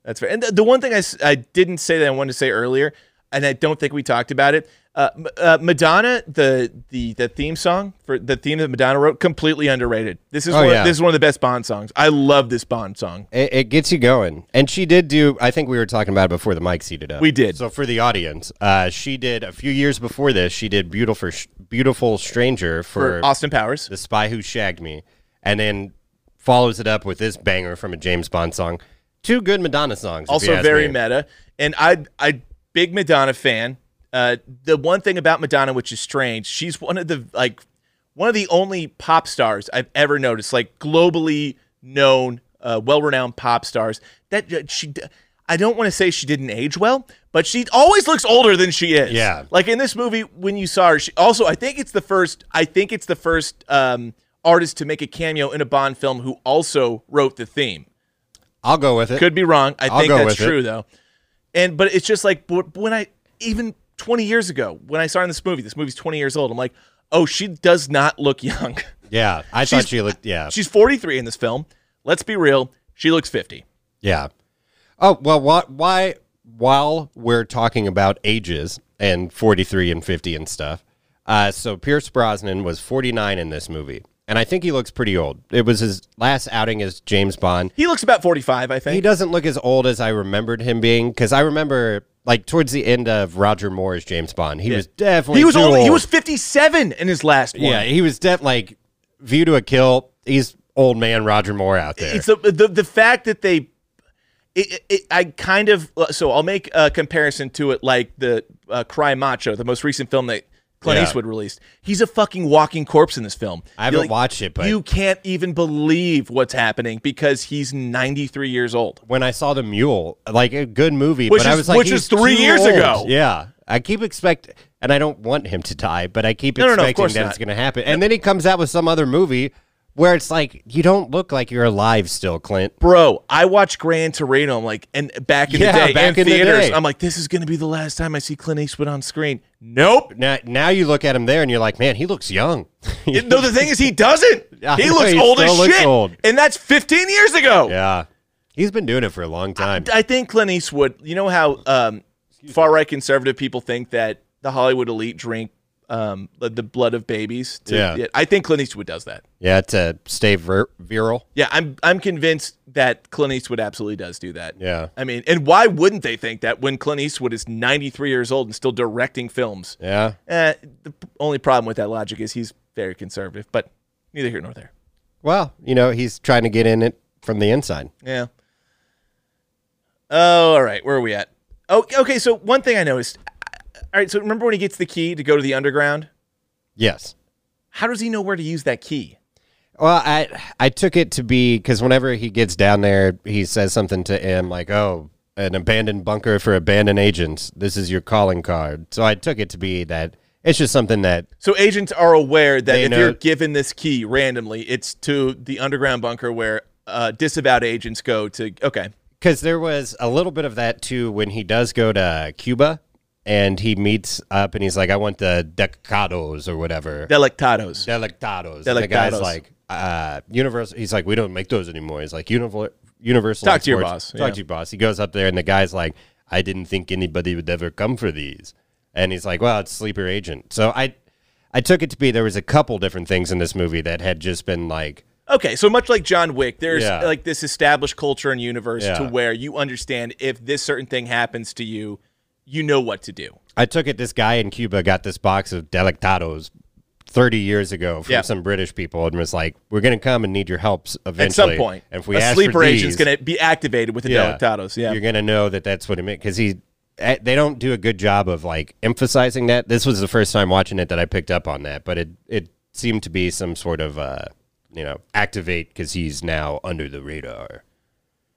[SPEAKER 1] That's fair. And th- the one thing I, s- I didn't say that I wanted to say earlier, and I don't think we talked about it. Uh, M- uh, Madonna, the the the theme song for the theme that Madonna wrote, completely underrated. This is
[SPEAKER 7] Oh,
[SPEAKER 1] one
[SPEAKER 7] yeah.
[SPEAKER 1] this is one of the best Bond songs. I love this Bond song.
[SPEAKER 7] It, it gets you going. And she did do, I think we were talking about it before the mics heated up.
[SPEAKER 1] We did.
[SPEAKER 7] So for the audience, uh, she did a few years before this, she did Beautiful, Beautiful Stranger for,
[SPEAKER 1] For Austin Powers,
[SPEAKER 7] The Spy Who Shagged Me, and then follows it up with this banger from a James Bond song. Two good Madonna songs. if you
[SPEAKER 1] also
[SPEAKER 7] ask
[SPEAKER 1] very
[SPEAKER 7] me.
[SPEAKER 1] meta. And I I big Madonna fan. Uh, the one thing about Madonna, which is strange, she's one of the like one of the only pop stars I've ever noticed, like globally known, uh, well-renowned pop stars. That that she, d- I don't want to say she didn't age well, but she always looks older than she is.
[SPEAKER 7] Yeah.
[SPEAKER 1] like in this movie when you saw her. She, also, I think it's the first. I think it's the first um, artist to make a cameo in a Bond film who also wrote the theme.
[SPEAKER 7] I'll go with it.
[SPEAKER 1] Could be wrong. I
[SPEAKER 7] I'll
[SPEAKER 1] think
[SPEAKER 7] go
[SPEAKER 1] that's
[SPEAKER 7] with it.
[SPEAKER 1] true though. And but it's just like but when I even 20 years ago when I saw her in this movie, this movie's 20 years old. I'm like, oh, she does not look young.
[SPEAKER 7] yeah, I
[SPEAKER 1] She's-
[SPEAKER 7] thought she looked. Yeah,
[SPEAKER 1] She's 43 in this film. Let's be real. She looks 50.
[SPEAKER 7] yeah. Oh well, what? Why? While we're talking about ages and forty-three and fifty and stuff, uh, so Pierce Brosnan was forty-nine in this movie, and I think he looks pretty old. It was his last outing as James Bond.
[SPEAKER 1] He looks about 45, I
[SPEAKER 7] He
[SPEAKER 1] think.
[SPEAKER 7] doesn't look as old as I remembered him being because I remember like towards the end of Roger Moore's James Bond, he was definitely
[SPEAKER 1] He was
[SPEAKER 7] too
[SPEAKER 1] only he
[SPEAKER 7] old.
[SPEAKER 1] was 57 in his last one.
[SPEAKER 7] yeah, he was def like View to a Kill. He's old man Roger Moore out there.
[SPEAKER 1] It's the the, the fact that they. It, it, I kind of uh, so I'll make a comparison to it like the uh, Cry Macho, the most recent film that Clint
[SPEAKER 7] Yeah.
[SPEAKER 1] Eastwood released. He's a fucking walking corpse in this film.
[SPEAKER 7] I haven't
[SPEAKER 1] Like,
[SPEAKER 7] watched it, but
[SPEAKER 1] you can't even believe what's happening because he's 93 years old.
[SPEAKER 7] when I saw the Mule, like a good movie,
[SPEAKER 1] Which
[SPEAKER 7] but I
[SPEAKER 1] is-
[SPEAKER 7] was like,
[SPEAKER 1] which
[SPEAKER 7] he's
[SPEAKER 1] is three
[SPEAKER 7] too
[SPEAKER 1] years
[SPEAKER 7] old.
[SPEAKER 1] ago.
[SPEAKER 7] Yeah, I keep expect, and I don't want him to die, but I keep
[SPEAKER 1] No, no, no, of
[SPEAKER 7] expecting
[SPEAKER 1] course
[SPEAKER 7] that
[SPEAKER 1] not.
[SPEAKER 7] it's going to happen. And then he comes out with some other movie where it's like, you don't look like you're alive still, Clint.
[SPEAKER 1] Bro, I watched Gran Torino. I'm like, and back in
[SPEAKER 7] Yeah,
[SPEAKER 1] the day,
[SPEAKER 7] back
[SPEAKER 1] in
[SPEAKER 7] in the
[SPEAKER 1] theaters,
[SPEAKER 7] day.
[SPEAKER 1] I'm like, this is going to be the last time I see Clint Eastwood on screen. Nope.
[SPEAKER 7] Now, now you look at him there, and you're like, man, he looks young.
[SPEAKER 1] no, the thing is, he doesn't.
[SPEAKER 7] I
[SPEAKER 1] He
[SPEAKER 7] know,
[SPEAKER 1] looks
[SPEAKER 7] he
[SPEAKER 1] old as
[SPEAKER 7] still looks
[SPEAKER 1] shit,
[SPEAKER 7] old.
[SPEAKER 1] and that's 15 years ago.
[SPEAKER 7] yeah, he's been doing it for a long time.
[SPEAKER 1] I think Clint Eastwood. You know how um, far right conservative people think that the Hollywood elite drink um, the- the blood of babies. To,
[SPEAKER 7] Yeah.
[SPEAKER 1] I think Clint Eastwood does that.
[SPEAKER 7] yeah, to stay vir- virile.
[SPEAKER 1] Yeah, I'm I'm convinced that Clint Eastwood absolutely does do that.
[SPEAKER 7] Yeah.
[SPEAKER 1] I mean, and why wouldn't they think that when Clint Eastwood is 93 years old and still directing films?
[SPEAKER 7] Yeah.
[SPEAKER 1] Eh, the p- only problem with that logic is he's very conservative, but neither here nor there.
[SPEAKER 7] Well, you know, he's trying to get in it from the inside.
[SPEAKER 1] Yeah. Oh, all right. Where are we at? Oh, okay. So one thing I noticed. All right. So remember when he gets the key to go to the underground?
[SPEAKER 7] Yes.
[SPEAKER 1] How does he know where to use that key?
[SPEAKER 7] Well, I I took it to be because whenever he gets down there, he says something to him like, "Oh, an abandoned bunker for abandoned agents. This is your calling card." So I took it to be that it's just something that
[SPEAKER 1] So agents are aware that
[SPEAKER 7] They
[SPEAKER 1] if
[SPEAKER 7] know-
[SPEAKER 1] you're given this key randomly, it's to the underground bunker where uh, disavowed agents go to. Okay.
[SPEAKER 7] because there was a little bit of that too when he does go to Cuba and he meets up and he's like, "I want the decados or whatever."
[SPEAKER 1] Delectados.
[SPEAKER 7] Delectados. And The guy's
[SPEAKER 1] Delectados.
[SPEAKER 7] like, uh, Universal. He's like, we don't make those anymore. He's like, Univer- Universal.
[SPEAKER 1] Talk to your
[SPEAKER 7] Exports-
[SPEAKER 1] boss,
[SPEAKER 7] Talk
[SPEAKER 1] yeah.
[SPEAKER 7] to your boss. He goes up there, and the guy's like, I didn't think anybody would ever come for these. And he's like, well, it's sleeper agent. So I, I took it to be there was a couple different things in this movie that had just been like,
[SPEAKER 1] Okay, so much like John Wick, there's
[SPEAKER 7] Yeah.
[SPEAKER 1] like this established culture and universe to
[SPEAKER 7] Yeah.
[SPEAKER 1] where you understand if this certain thing happens to you, you know what to do.
[SPEAKER 7] I took it this guy in Cuba got this box of delectados. 30 years ago from
[SPEAKER 1] Yeah.
[SPEAKER 7] some British people and was like, we're going to come and need your helps
[SPEAKER 1] At
[SPEAKER 7] eventually.
[SPEAKER 1] some point,
[SPEAKER 7] And if we
[SPEAKER 1] a
[SPEAKER 7] ask
[SPEAKER 1] sleeper
[SPEAKER 7] for these,
[SPEAKER 1] agent's going to be activated with the Delectados. Yeah,
[SPEAKER 7] you're gonna know that that's what it meant because he, eh, they don't do a good job of like emphasizing that. This was the first time watching it that I picked up on that, but it it seemed to be some sort of uh, you know activate because he's now under the radar.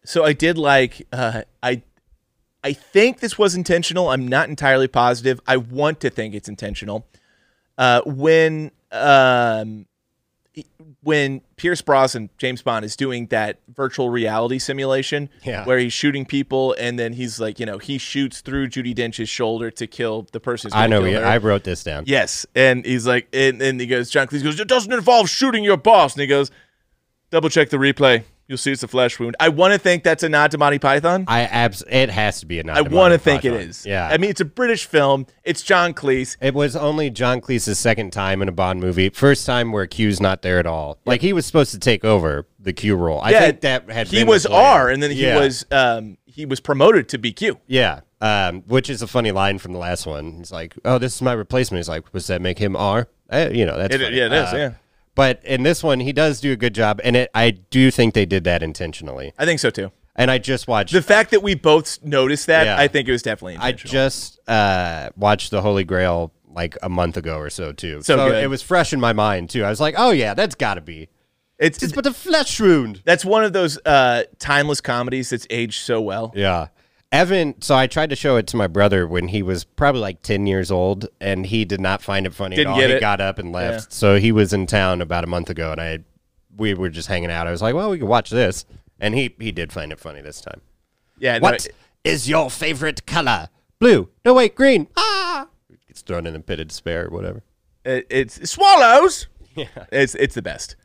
[SPEAKER 1] so I did like uh, I I think this was intentional. I'm not entirely positive. I want to think it's intentional. Uh, when um, when Pierce Brosnan, James Bond, is doing that virtual reality simulation
[SPEAKER 7] Yeah.
[SPEAKER 1] where he's shooting people and then he's like, you know, he shoots through Judy Dench's shoulder to kill the person. Who's
[SPEAKER 7] I
[SPEAKER 1] gonna
[SPEAKER 7] know.
[SPEAKER 1] kill
[SPEAKER 7] we-
[SPEAKER 1] her.
[SPEAKER 7] I wrote this down.
[SPEAKER 1] Yes. And he's like, and, and he goes, John Cleese goes, it doesn't involve shooting your boss. And he goes, double check the replay. You'll see it's a flesh wound. I want to think that's a nod to Monty Python.
[SPEAKER 7] I abs. It has to be a.
[SPEAKER 1] I want to think it is.
[SPEAKER 7] Yeah.
[SPEAKER 1] I mean, it's a British film. It's John Cleese.
[SPEAKER 7] It was only John Cleese's second time in a Bond movie. First time where Q's not there at all. Like he was supposed to take over the Q role. I think that had
[SPEAKER 1] he
[SPEAKER 7] been
[SPEAKER 1] was
[SPEAKER 7] the plan.
[SPEAKER 1] R, and then he
[SPEAKER 7] Yeah.
[SPEAKER 1] was um he was promoted to BQ.
[SPEAKER 7] Yeah. Um, which is a funny line from the last one. He's like, "Oh, this is my replacement." He's like, "Was that make him R?" Eh, you know, that's
[SPEAKER 1] It-
[SPEAKER 7] funny.
[SPEAKER 1] yeah, it is,
[SPEAKER 7] Uh,
[SPEAKER 1] yeah.
[SPEAKER 7] But in this one, he does do a good job, and it, I do think they did that intentionally.
[SPEAKER 1] I think so too.
[SPEAKER 7] And I just watched.
[SPEAKER 1] The fact that we both noticed that,
[SPEAKER 7] Yeah.
[SPEAKER 1] I think it was definitely.
[SPEAKER 7] I
[SPEAKER 1] Intentional.
[SPEAKER 7] just uh, watched the Holy Grail like a month ago or so too.
[SPEAKER 1] So good.
[SPEAKER 7] it was fresh in my mind too. I was like, "Oh yeah, that's got to be."
[SPEAKER 1] it's
[SPEAKER 7] It's but a flesh wound.
[SPEAKER 1] that's one of those uh timeless comedies that's aged so well.
[SPEAKER 7] Yeah. Evan, so I tried to show it to my brother when he was probably like 10 years old, and he did not find it funny
[SPEAKER 1] Didn't
[SPEAKER 7] at all.
[SPEAKER 1] get
[SPEAKER 7] he
[SPEAKER 1] it.
[SPEAKER 7] got up and left. So he was in town about a month ago, and I we were just hanging out. I was like, well, we could watch this. And he, he did find it funny this time.
[SPEAKER 1] Yeah, no,
[SPEAKER 7] What is your favorite color? Blue. No, wait, green. Ah! Gets thrown in a pit of despair or whatever.
[SPEAKER 1] it- it's swallows. Yeah, it's it's the best.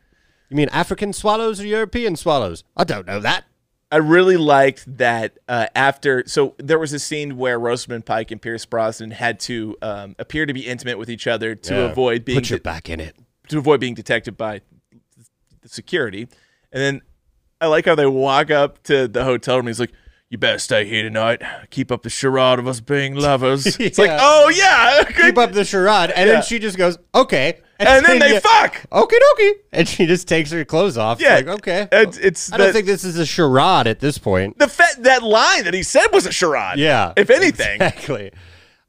[SPEAKER 7] You mean African swallows or European swallows? I don't know that.
[SPEAKER 1] I really liked that uh, after. So there was a scene where Rosamund Pike and Pierce Brosnan had to um, appear to be intimate with each other to
[SPEAKER 7] Yeah.
[SPEAKER 1] avoid being
[SPEAKER 7] Put your
[SPEAKER 1] de-
[SPEAKER 7] back in it.
[SPEAKER 1] to avoid being detected by the security. And then I like how they walk up to the hotel room. He's like, "You better stay here tonight. Keep up the charade of us being lovers." It's like,
[SPEAKER 7] Yeah.
[SPEAKER 1] "Oh yeah, okay."
[SPEAKER 7] Keep up the charade. And
[SPEAKER 1] Yeah.
[SPEAKER 7] then she just goes, okay.
[SPEAKER 1] and then they
[SPEAKER 7] you-
[SPEAKER 1] fuck.
[SPEAKER 7] Okie dokie. And she just takes her clothes off.
[SPEAKER 1] Yeah,
[SPEAKER 7] Like, okay.
[SPEAKER 1] It's, it's
[SPEAKER 7] I don't
[SPEAKER 1] the-
[SPEAKER 7] think this is a charade at this point.
[SPEAKER 1] the fa- that line that he said was a charade.
[SPEAKER 7] Yeah.
[SPEAKER 1] if anything,
[SPEAKER 7] Exactly.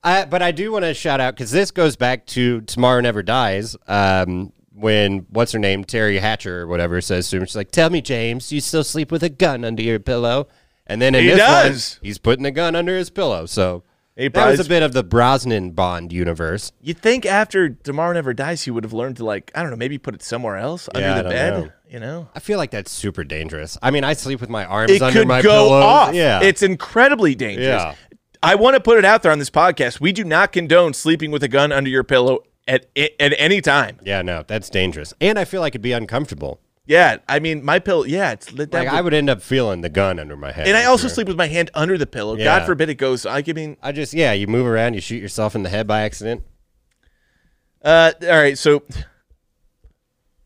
[SPEAKER 7] I, but I do want to shout out because this goes back to Tomorrow Never Dies um, when, what's her name, Terry Hatcher or whatever says to him, she's like, Tell me, James, do you still sleep with a gun under your pillow? And then in
[SPEAKER 1] He
[SPEAKER 7] this one,
[SPEAKER 1] does.
[SPEAKER 7] he's putting a gun under his pillow. So
[SPEAKER 1] He
[SPEAKER 7] that was
[SPEAKER 1] buys-
[SPEAKER 7] a bit of the Brosnan Bond universe.
[SPEAKER 1] You'd think after Tomorrow Never Dies, he would have learned to like I don't know, maybe put it somewhere else
[SPEAKER 7] Yeah, I
[SPEAKER 1] under the
[SPEAKER 7] don't
[SPEAKER 1] bed.
[SPEAKER 7] know.
[SPEAKER 1] You know,
[SPEAKER 7] I feel like that's super dangerous. I mean, I sleep with my arms
[SPEAKER 1] it
[SPEAKER 7] under
[SPEAKER 1] could
[SPEAKER 7] my
[SPEAKER 1] go
[SPEAKER 7] pillow.
[SPEAKER 1] off.
[SPEAKER 7] Yeah.
[SPEAKER 1] it's incredibly dangerous.
[SPEAKER 7] Yeah.
[SPEAKER 1] I want to put it out there on this podcast: we do not condone sleeping with a gun under your pillow at at any time.
[SPEAKER 7] Yeah, no, that's dangerous. And I feel like it'd be uncomfortable.
[SPEAKER 1] Yeah, I mean, my pillow. Yeah, it's that
[SPEAKER 7] Like
[SPEAKER 1] would-
[SPEAKER 7] I would end up feeling the gun under my head.
[SPEAKER 1] and I
[SPEAKER 7] I'm
[SPEAKER 1] also
[SPEAKER 7] sure.
[SPEAKER 1] sleep with my hand under the pillow.
[SPEAKER 7] Yeah.
[SPEAKER 1] God forbid it goes. I mean,
[SPEAKER 7] I just yeah, you move around, you shoot yourself in the head by accident.
[SPEAKER 1] Uh, all right, so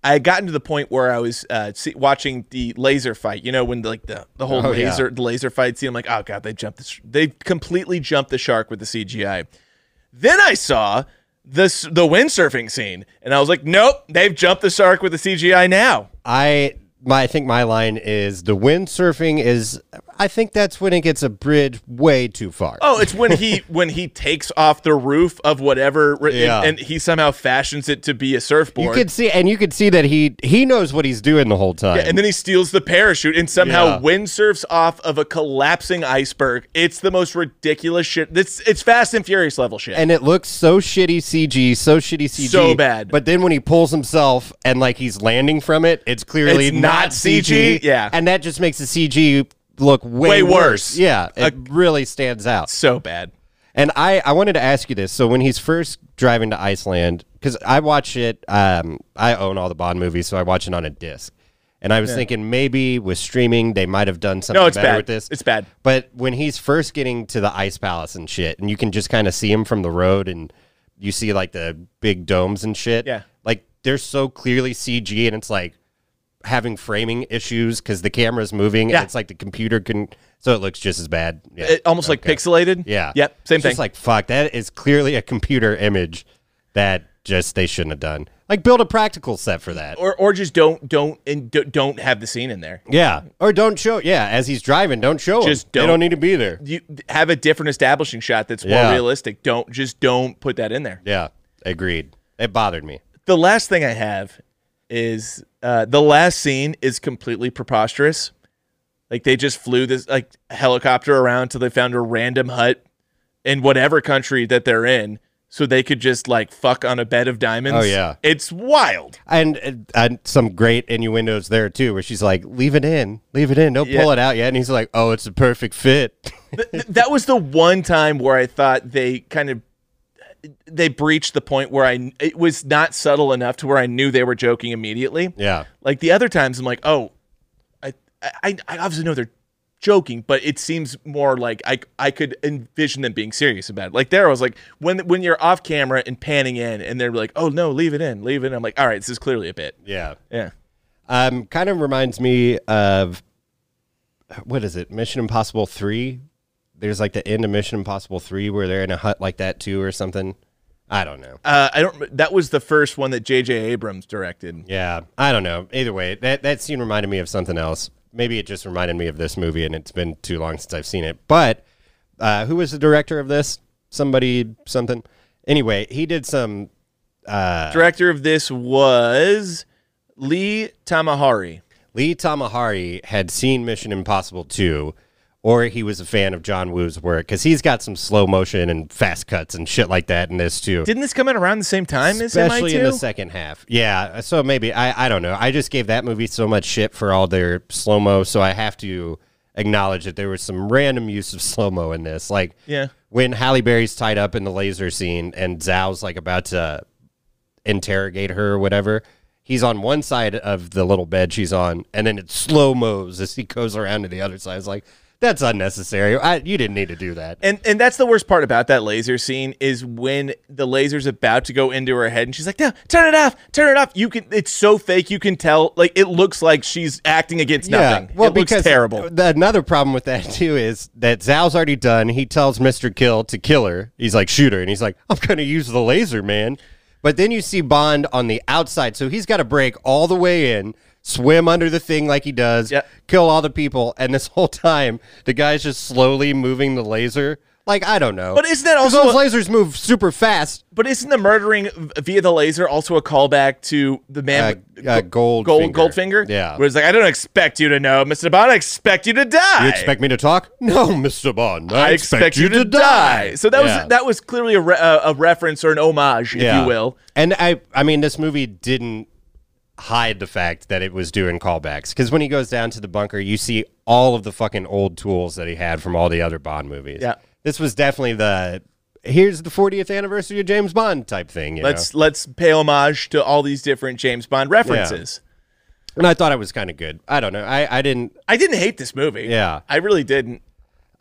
[SPEAKER 1] I had gotten to the point where I was uh, see, watching the laser fight. You know, when like the the whole
[SPEAKER 7] Oh, yeah.
[SPEAKER 1] laser the laser fight scene. I'm like, oh god, they jumped. The sh- they completely jumped the shark with the CGI. Then I saw this the windsurfing scene, and I was like, nope, they've jumped the shark with the CGI now.
[SPEAKER 7] I my I think my line is the windsurfing is I think that's when it gets a bridge way too far.
[SPEAKER 1] Oh, it's when he when he takes off the roof of whatever, and,
[SPEAKER 7] Yeah.
[SPEAKER 1] and he somehow fashions it to be a surfboard.
[SPEAKER 7] you could see and you could see that he he knows what he's doing the whole time.
[SPEAKER 1] Yeah, and then he steals the parachute and somehow
[SPEAKER 7] Yeah.
[SPEAKER 1] windsurfs off of a collapsing iceberg. It's the most ridiculous shit. It's it's Fast and Furious level shit.
[SPEAKER 7] and it looks so shitty CG, so shitty CG,
[SPEAKER 1] So bad.
[SPEAKER 7] But then when he pulls himself and like he's landing from it, it's clearly
[SPEAKER 1] It's
[SPEAKER 7] not,
[SPEAKER 1] not CG, yeah.
[SPEAKER 7] and that just makes the CG look
[SPEAKER 1] Way
[SPEAKER 7] way,
[SPEAKER 1] worse.
[SPEAKER 7] Yeah, it
[SPEAKER 1] Like-
[SPEAKER 7] really stands out.
[SPEAKER 1] so bad.
[SPEAKER 7] And I, I wanted to ask you this. So when he's first driving to Iceland, because I watch it, um, I own all the Bond movies, so I watch it on a disc. And I was thinking maybe with streaming they might have done something
[SPEAKER 1] No, it's
[SPEAKER 7] better
[SPEAKER 1] bad.
[SPEAKER 7] with this.
[SPEAKER 1] It's bad.
[SPEAKER 7] But when he's first getting to the ice palace and shit, and you can just kind of see him from the road, and you see like the big domes and shit.
[SPEAKER 1] Yeah.
[SPEAKER 7] like they're so clearly CG, and it's like having framing issues because the camera's moving,
[SPEAKER 1] Yeah.
[SPEAKER 7] and it's like the computer can, so it looks just as bad. Yeah.
[SPEAKER 1] It, almost
[SPEAKER 7] Okay.
[SPEAKER 1] like pixelated.
[SPEAKER 7] Yeah.
[SPEAKER 1] Yep. Same
[SPEAKER 7] it's
[SPEAKER 1] thing.
[SPEAKER 7] Just like fuck, that is clearly a computer image that just they shouldn't have done. Like build a practical set for that.
[SPEAKER 1] or or just don't don't and do- don't have the scene in there.
[SPEAKER 7] yeah. Or don't show. Yeah, as he's driving, don't show
[SPEAKER 1] Just
[SPEAKER 7] him. They
[SPEAKER 1] don't.
[SPEAKER 7] don't need to be there.
[SPEAKER 1] You have a different establishing shot that's more
[SPEAKER 7] Yeah.
[SPEAKER 1] realistic. Don't just don't put that in there.
[SPEAKER 7] Yeah, agreed. It bothered me.
[SPEAKER 1] The last thing I have is uh, the last scene is completely preposterous. Like they just flew this like helicopter around till they found a random hut in whatever country that they're in. so they could just like fuck on a bed of diamonds.
[SPEAKER 7] Oh, yeah.
[SPEAKER 1] It's wild.
[SPEAKER 7] And uh, and some great innuendos there too, where she's like, "Leave it in, leave it in, don't
[SPEAKER 1] Yeah.
[SPEAKER 7] pull it out yet." And he's like, "Oh, it's the perfect fit."
[SPEAKER 1] Th- that was the one time where I thought they kind of they breached the point where I it was not subtle enough to where I knew they were joking immediately.
[SPEAKER 7] yeah,
[SPEAKER 1] Like the other times, I'm like, oh, I I, I obviously know they're joking, but it seems more like I I could envision them being serious about it. Like there, I was like, when when you're off camera and panning in, and they're like, oh no, leave it in, leave it in. I'm like, all right, this is clearly a bit.
[SPEAKER 7] yeah.
[SPEAKER 1] Yeah.
[SPEAKER 7] Um, kind of reminds me of what is it? Mission Impossible Three. There's like the end of Mission Impossible Three where they're in a hut like that too, or something. I don't know.
[SPEAKER 1] Uh, I don't. That was the first one that J.J. Abrams directed.
[SPEAKER 7] Yeah, I don't know. Either way, that that scene reminded me of something else. Maybe it just reminded me of this movie, and it's been too long since I've seen it. But uh, who was the director of this? Somebody, something. Anyway, he did some.
[SPEAKER 1] Director of this was Lee Tamahari.
[SPEAKER 7] Lee Tamahari had seen Mission Impossible two, or he was a fan of John Woo's work because he's got some slow motion and fast cuts and shit like that in this too.
[SPEAKER 1] Didn't this come out around the same time
[SPEAKER 7] especially
[SPEAKER 1] as MI2?
[SPEAKER 7] in the second half. Yeah, so maybe I I don't know. I just gave that movie so much shit for all their slow mo, so I have to acknowledge that there was some random use of slow mo in this. Like
[SPEAKER 1] Yeah.
[SPEAKER 7] when Halle Berry's tied up in the laser scene and Zhao's like about to interrogate her or whatever. He's on one side of the little bed she's on, and then it slow mo's as he goes around to the other side. It's like that's unnecessary. I, you didn't need to do that.
[SPEAKER 1] and and that's the worst part about that laser scene is when the laser's about to go into her head and she's like, "No, turn it off, turn it off." You can. It's so fake. You can tell. Like it looks like she's acting against nothing. it looks terrible.
[SPEAKER 7] The, another problem with that too is that Zal's already done. He tells Mister Kill to kill her. He's like shoot her, and he's like, I'm gonna use the laser, man. But then you see Bond on the outside, so he's got to break all the way in, swim under the thing like he does,
[SPEAKER 1] Yep.
[SPEAKER 7] kill all the people, and this whole time the guy's just slowly moving the laser. Like I don't know,
[SPEAKER 1] But isn't that
[SPEAKER 7] 'Cause
[SPEAKER 1] also
[SPEAKER 7] those lasers move super fast?
[SPEAKER 1] But isn't the murdering v- via the laser also a callback to the man
[SPEAKER 7] Uh, uh,
[SPEAKER 1] Gold
[SPEAKER 7] Goldfinger.
[SPEAKER 1] Goldfinger?
[SPEAKER 7] Yeah.
[SPEAKER 1] Where it's like, I don't expect you to know, Mr. Bond. I expect you to die.
[SPEAKER 7] You expect me to talk? No, Mister Bond. I,
[SPEAKER 1] I expect, you to die. So that
[SPEAKER 7] Yeah.
[SPEAKER 1] was that was clearly a, re- uh, a reference or an homage, if you will.
[SPEAKER 7] And I, I mean, this movie didn't hide the fact that it was doing callbacks because when he goes down to the bunker, you see all of the fucking old tools that he had from all the other Bond movies.
[SPEAKER 1] Yeah.
[SPEAKER 7] this was definitely the here's the 40th anniversary of James Bond type thing. You know?
[SPEAKER 1] Let's let's pay homage to all these different James Bond references.
[SPEAKER 7] And I thought it was kind of good. I don't know. I, I didn't.
[SPEAKER 1] I didn't hate this movie.
[SPEAKER 7] Yeah.
[SPEAKER 1] I really didn't.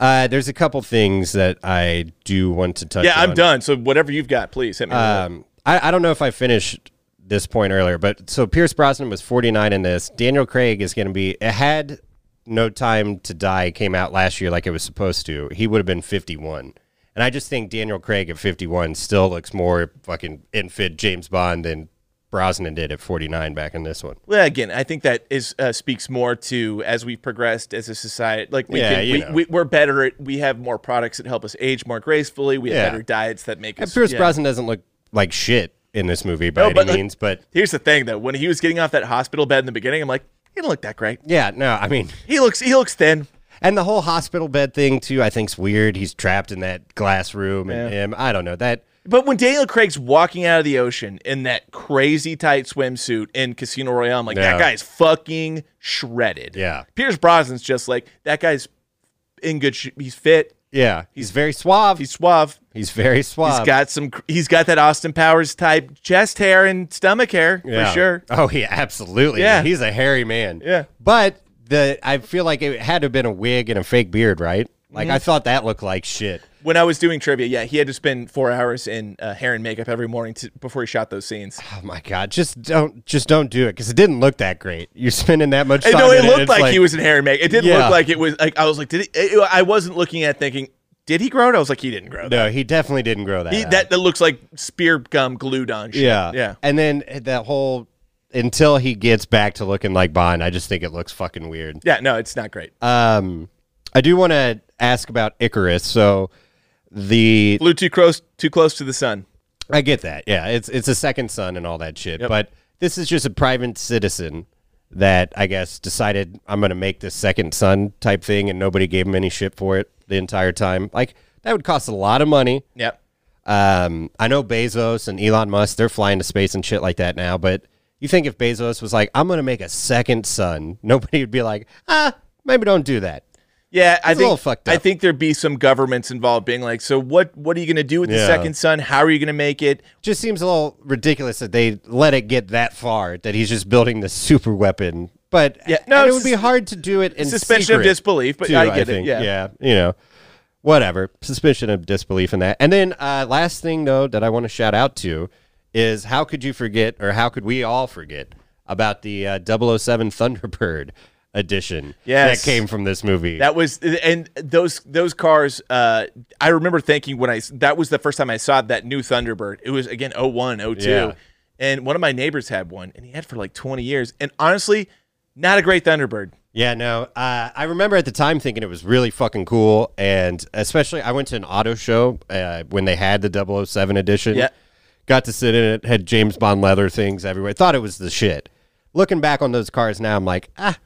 [SPEAKER 7] Uh, there's a couple things that I do want to touch.
[SPEAKER 1] Yeah, I'm
[SPEAKER 7] on.
[SPEAKER 1] done. So whatever you've got, please hit me. with it.
[SPEAKER 7] Um, I, I don't know if I finished this point earlier, but so Pierce Brosnan was 49 in this. Daniel Craig is going to be, it had No Time to Die came out last year like it was supposed to. He would have been 51. And I just think Daniel Craig at 51 still looks more fucking in fit James Bond than Brosnan did at 49 back in this one.
[SPEAKER 1] Well, again, I think that is uh, speaks more to as we've progressed as a society. Like we
[SPEAKER 7] Yeah,
[SPEAKER 1] can,
[SPEAKER 7] you
[SPEAKER 1] we,
[SPEAKER 7] know.
[SPEAKER 1] we, we're better. At, we have more products that help us age more gracefully. We have
[SPEAKER 7] Yeah.
[SPEAKER 1] better diets that make
[SPEAKER 7] And
[SPEAKER 1] us.
[SPEAKER 7] Pierce
[SPEAKER 1] yeah.
[SPEAKER 7] Brosnan doesn't look like shit in this movie by
[SPEAKER 1] No,
[SPEAKER 7] any
[SPEAKER 1] but, uh, like-
[SPEAKER 7] means, but
[SPEAKER 1] Here's the thing, though. When he was getting off that hospital bed in the beginning, I'm like, he didn't look that great.
[SPEAKER 7] yeah, no, I mean,
[SPEAKER 1] He looks he looks thin.
[SPEAKER 7] And the whole hospital bed thing too, I think's weird. He's trapped in that glass room, and him. I don't know that.
[SPEAKER 1] But when Daniel Craig's walking out of the ocean in that crazy tight swimsuit in Casino Royale, I'm like,
[SPEAKER 7] Yeah.
[SPEAKER 1] that guy's fucking shredded.
[SPEAKER 7] Yeah.
[SPEAKER 1] Pierce Brosnan's just like that guy's in good. Sh- he's fit.
[SPEAKER 7] Yeah, he's, very suave.
[SPEAKER 1] He's
[SPEAKER 7] He's,
[SPEAKER 1] suave.
[SPEAKER 7] very suave.
[SPEAKER 1] He's got some. cr- He's got that Austin Powers type chest hair and stomach hair
[SPEAKER 7] Yeah.
[SPEAKER 1] for sure.
[SPEAKER 7] Oh yeah, absolutely.
[SPEAKER 1] Yeah.
[SPEAKER 7] he's a hairy man.
[SPEAKER 1] Yeah.
[SPEAKER 7] but the I feel like it had to have been a wig and a fake beard, right? Like
[SPEAKER 1] Mm-hmm.
[SPEAKER 7] I thought that looked like shit.
[SPEAKER 1] When I was doing trivia, yeah, he had to spend four hours in uh, hair and makeup every morning to, before he shot those scenes.
[SPEAKER 7] Oh my god, just don't just don't do it because it didn't look that great. You're spending that much time.
[SPEAKER 1] And no, it
[SPEAKER 7] in
[SPEAKER 1] looked
[SPEAKER 7] it's
[SPEAKER 1] like, he was in hair and makeup. It didn't
[SPEAKER 7] Yeah.
[SPEAKER 1] look like it was like I was like, did he, it, I wasn't looking at thinking, did he grow it? I was like, he didn't grow that.
[SPEAKER 7] No, he definitely didn't grow that.
[SPEAKER 1] He,
[SPEAKER 7] out.
[SPEAKER 1] that that looks like spear gum glued on. Shit.
[SPEAKER 7] Yeah.
[SPEAKER 1] yeah.
[SPEAKER 7] And then that whole until he gets back to looking like Bond, I just think it looks fucking weird.
[SPEAKER 1] Yeah, no, it's not great.
[SPEAKER 7] Um I do want to ask about Icarus. So the
[SPEAKER 1] Flew too close, too close to the sun.
[SPEAKER 7] I get that. Yeah, it's it's a second son and all that shit. But this is just a private citizen that I guess decided I'm going to make this second son type thing and nobody gave him any shit for it the entire time. Like that would cost a lot of money.
[SPEAKER 1] Yep.
[SPEAKER 7] Um, I know Bezos and Elon Musk, they're flying to space and shit like that now, but you think if Bezos was like, I'm going to make a second sun, nobody would be like, ah, maybe don't do that.
[SPEAKER 1] Yeah, I
[SPEAKER 7] It's a little
[SPEAKER 1] think
[SPEAKER 7] fucked
[SPEAKER 1] I
[SPEAKER 7] up.
[SPEAKER 1] think there'd be some governments involved being like, so what what are you gonna do with the
[SPEAKER 7] Yeah.
[SPEAKER 1] second son? How are you gonna make it?
[SPEAKER 7] Just seems a little ridiculous that they let it get that far, that he's just building this super weapon. But
[SPEAKER 1] Yeah,
[SPEAKER 7] yeah,
[SPEAKER 1] no,
[SPEAKER 7] no, it
[SPEAKER 1] it's
[SPEAKER 7] would be hard to do it in
[SPEAKER 1] suspension of
[SPEAKER 7] secret,
[SPEAKER 1] disbelief, but I get it,
[SPEAKER 7] think.
[SPEAKER 1] yeah.
[SPEAKER 7] you know, whatever. Suspension of disbelief in that. And then uh, last thing though that I want to shout out to is how could you forget, or how could we all forget about the uh, 007 Thunderbird edition
[SPEAKER 1] Yes.
[SPEAKER 7] that came from this movie?
[SPEAKER 1] That was and those those cars. Uh, I remember thinking when I s- that was the first time I saw that new Thunderbird. It was again 01, 02.
[SPEAKER 7] Yeah.
[SPEAKER 1] and one of my neighbors had one, and he had it for like twenty years. And honestly, not a great Thunderbird.
[SPEAKER 7] Yeah, no. Uh, I remember at the time thinking it was really fucking cool. And especially, I went to an auto show uh, when they had the 007 edition.
[SPEAKER 1] Yeah.
[SPEAKER 7] Got to sit in it, had James Bond leather things everywhere. Thought it was the shit. Looking back on those cars now, I'm like, ah,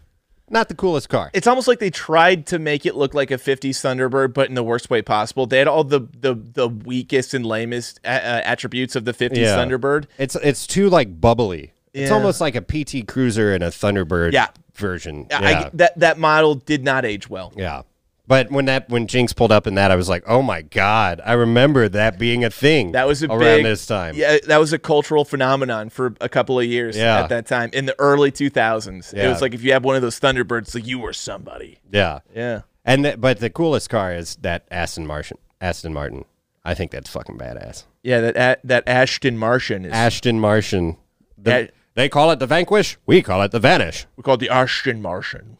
[SPEAKER 7] not the coolest car.
[SPEAKER 1] It's almost like they tried to make it look like a '50s Thunderbird, but in the worst way possible. They had all the the the weakest and lamest uh, uh, attributes of the '50s
[SPEAKER 7] Yeah.
[SPEAKER 1] Thunderbird.
[SPEAKER 7] It's it's too like bubbly. It's
[SPEAKER 1] Yeah.
[SPEAKER 7] almost like a PT Cruiser and a Thunderbird
[SPEAKER 1] Yeah.
[SPEAKER 7] version.
[SPEAKER 1] I- I, that that model did not age well.
[SPEAKER 7] Yeah. But when that when Jinx pulled up in that, I was like, "Oh my god!" I remember that being a thing.
[SPEAKER 1] That was a
[SPEAKER 7] around
[SPEAKER 1] big,
[SPEAKER 7] this time.
[SPEAKER 1] Yeah, that was a cultural phenomenon for a couple of years
[SPEAKER 7] Yeah.
[SPEAKER 1] at that time in the early 2000s. It
[SPEAKER 7] Yeah.
[SPEAKER 1] was like if you had one of those Thunderbirds, like you were somebody.
[SPEAKER 7] yeah.
[SPEAKER 1] Yeah.
[SPEAKER 7] And th- but the coolest car is that Aston Martin. Aston Martin. I think that's fucking badass.
[SPEAKER 1] Yeah, that a- that Ashton Martian is
[SPEAKER 7] Ashton Martian. The-
[SPEAKER 1] A-
[SPEAKER 7] they call it the Vanquish. We call it the Vanish.
[SPEAKER 1] we call it the Ashton Martian.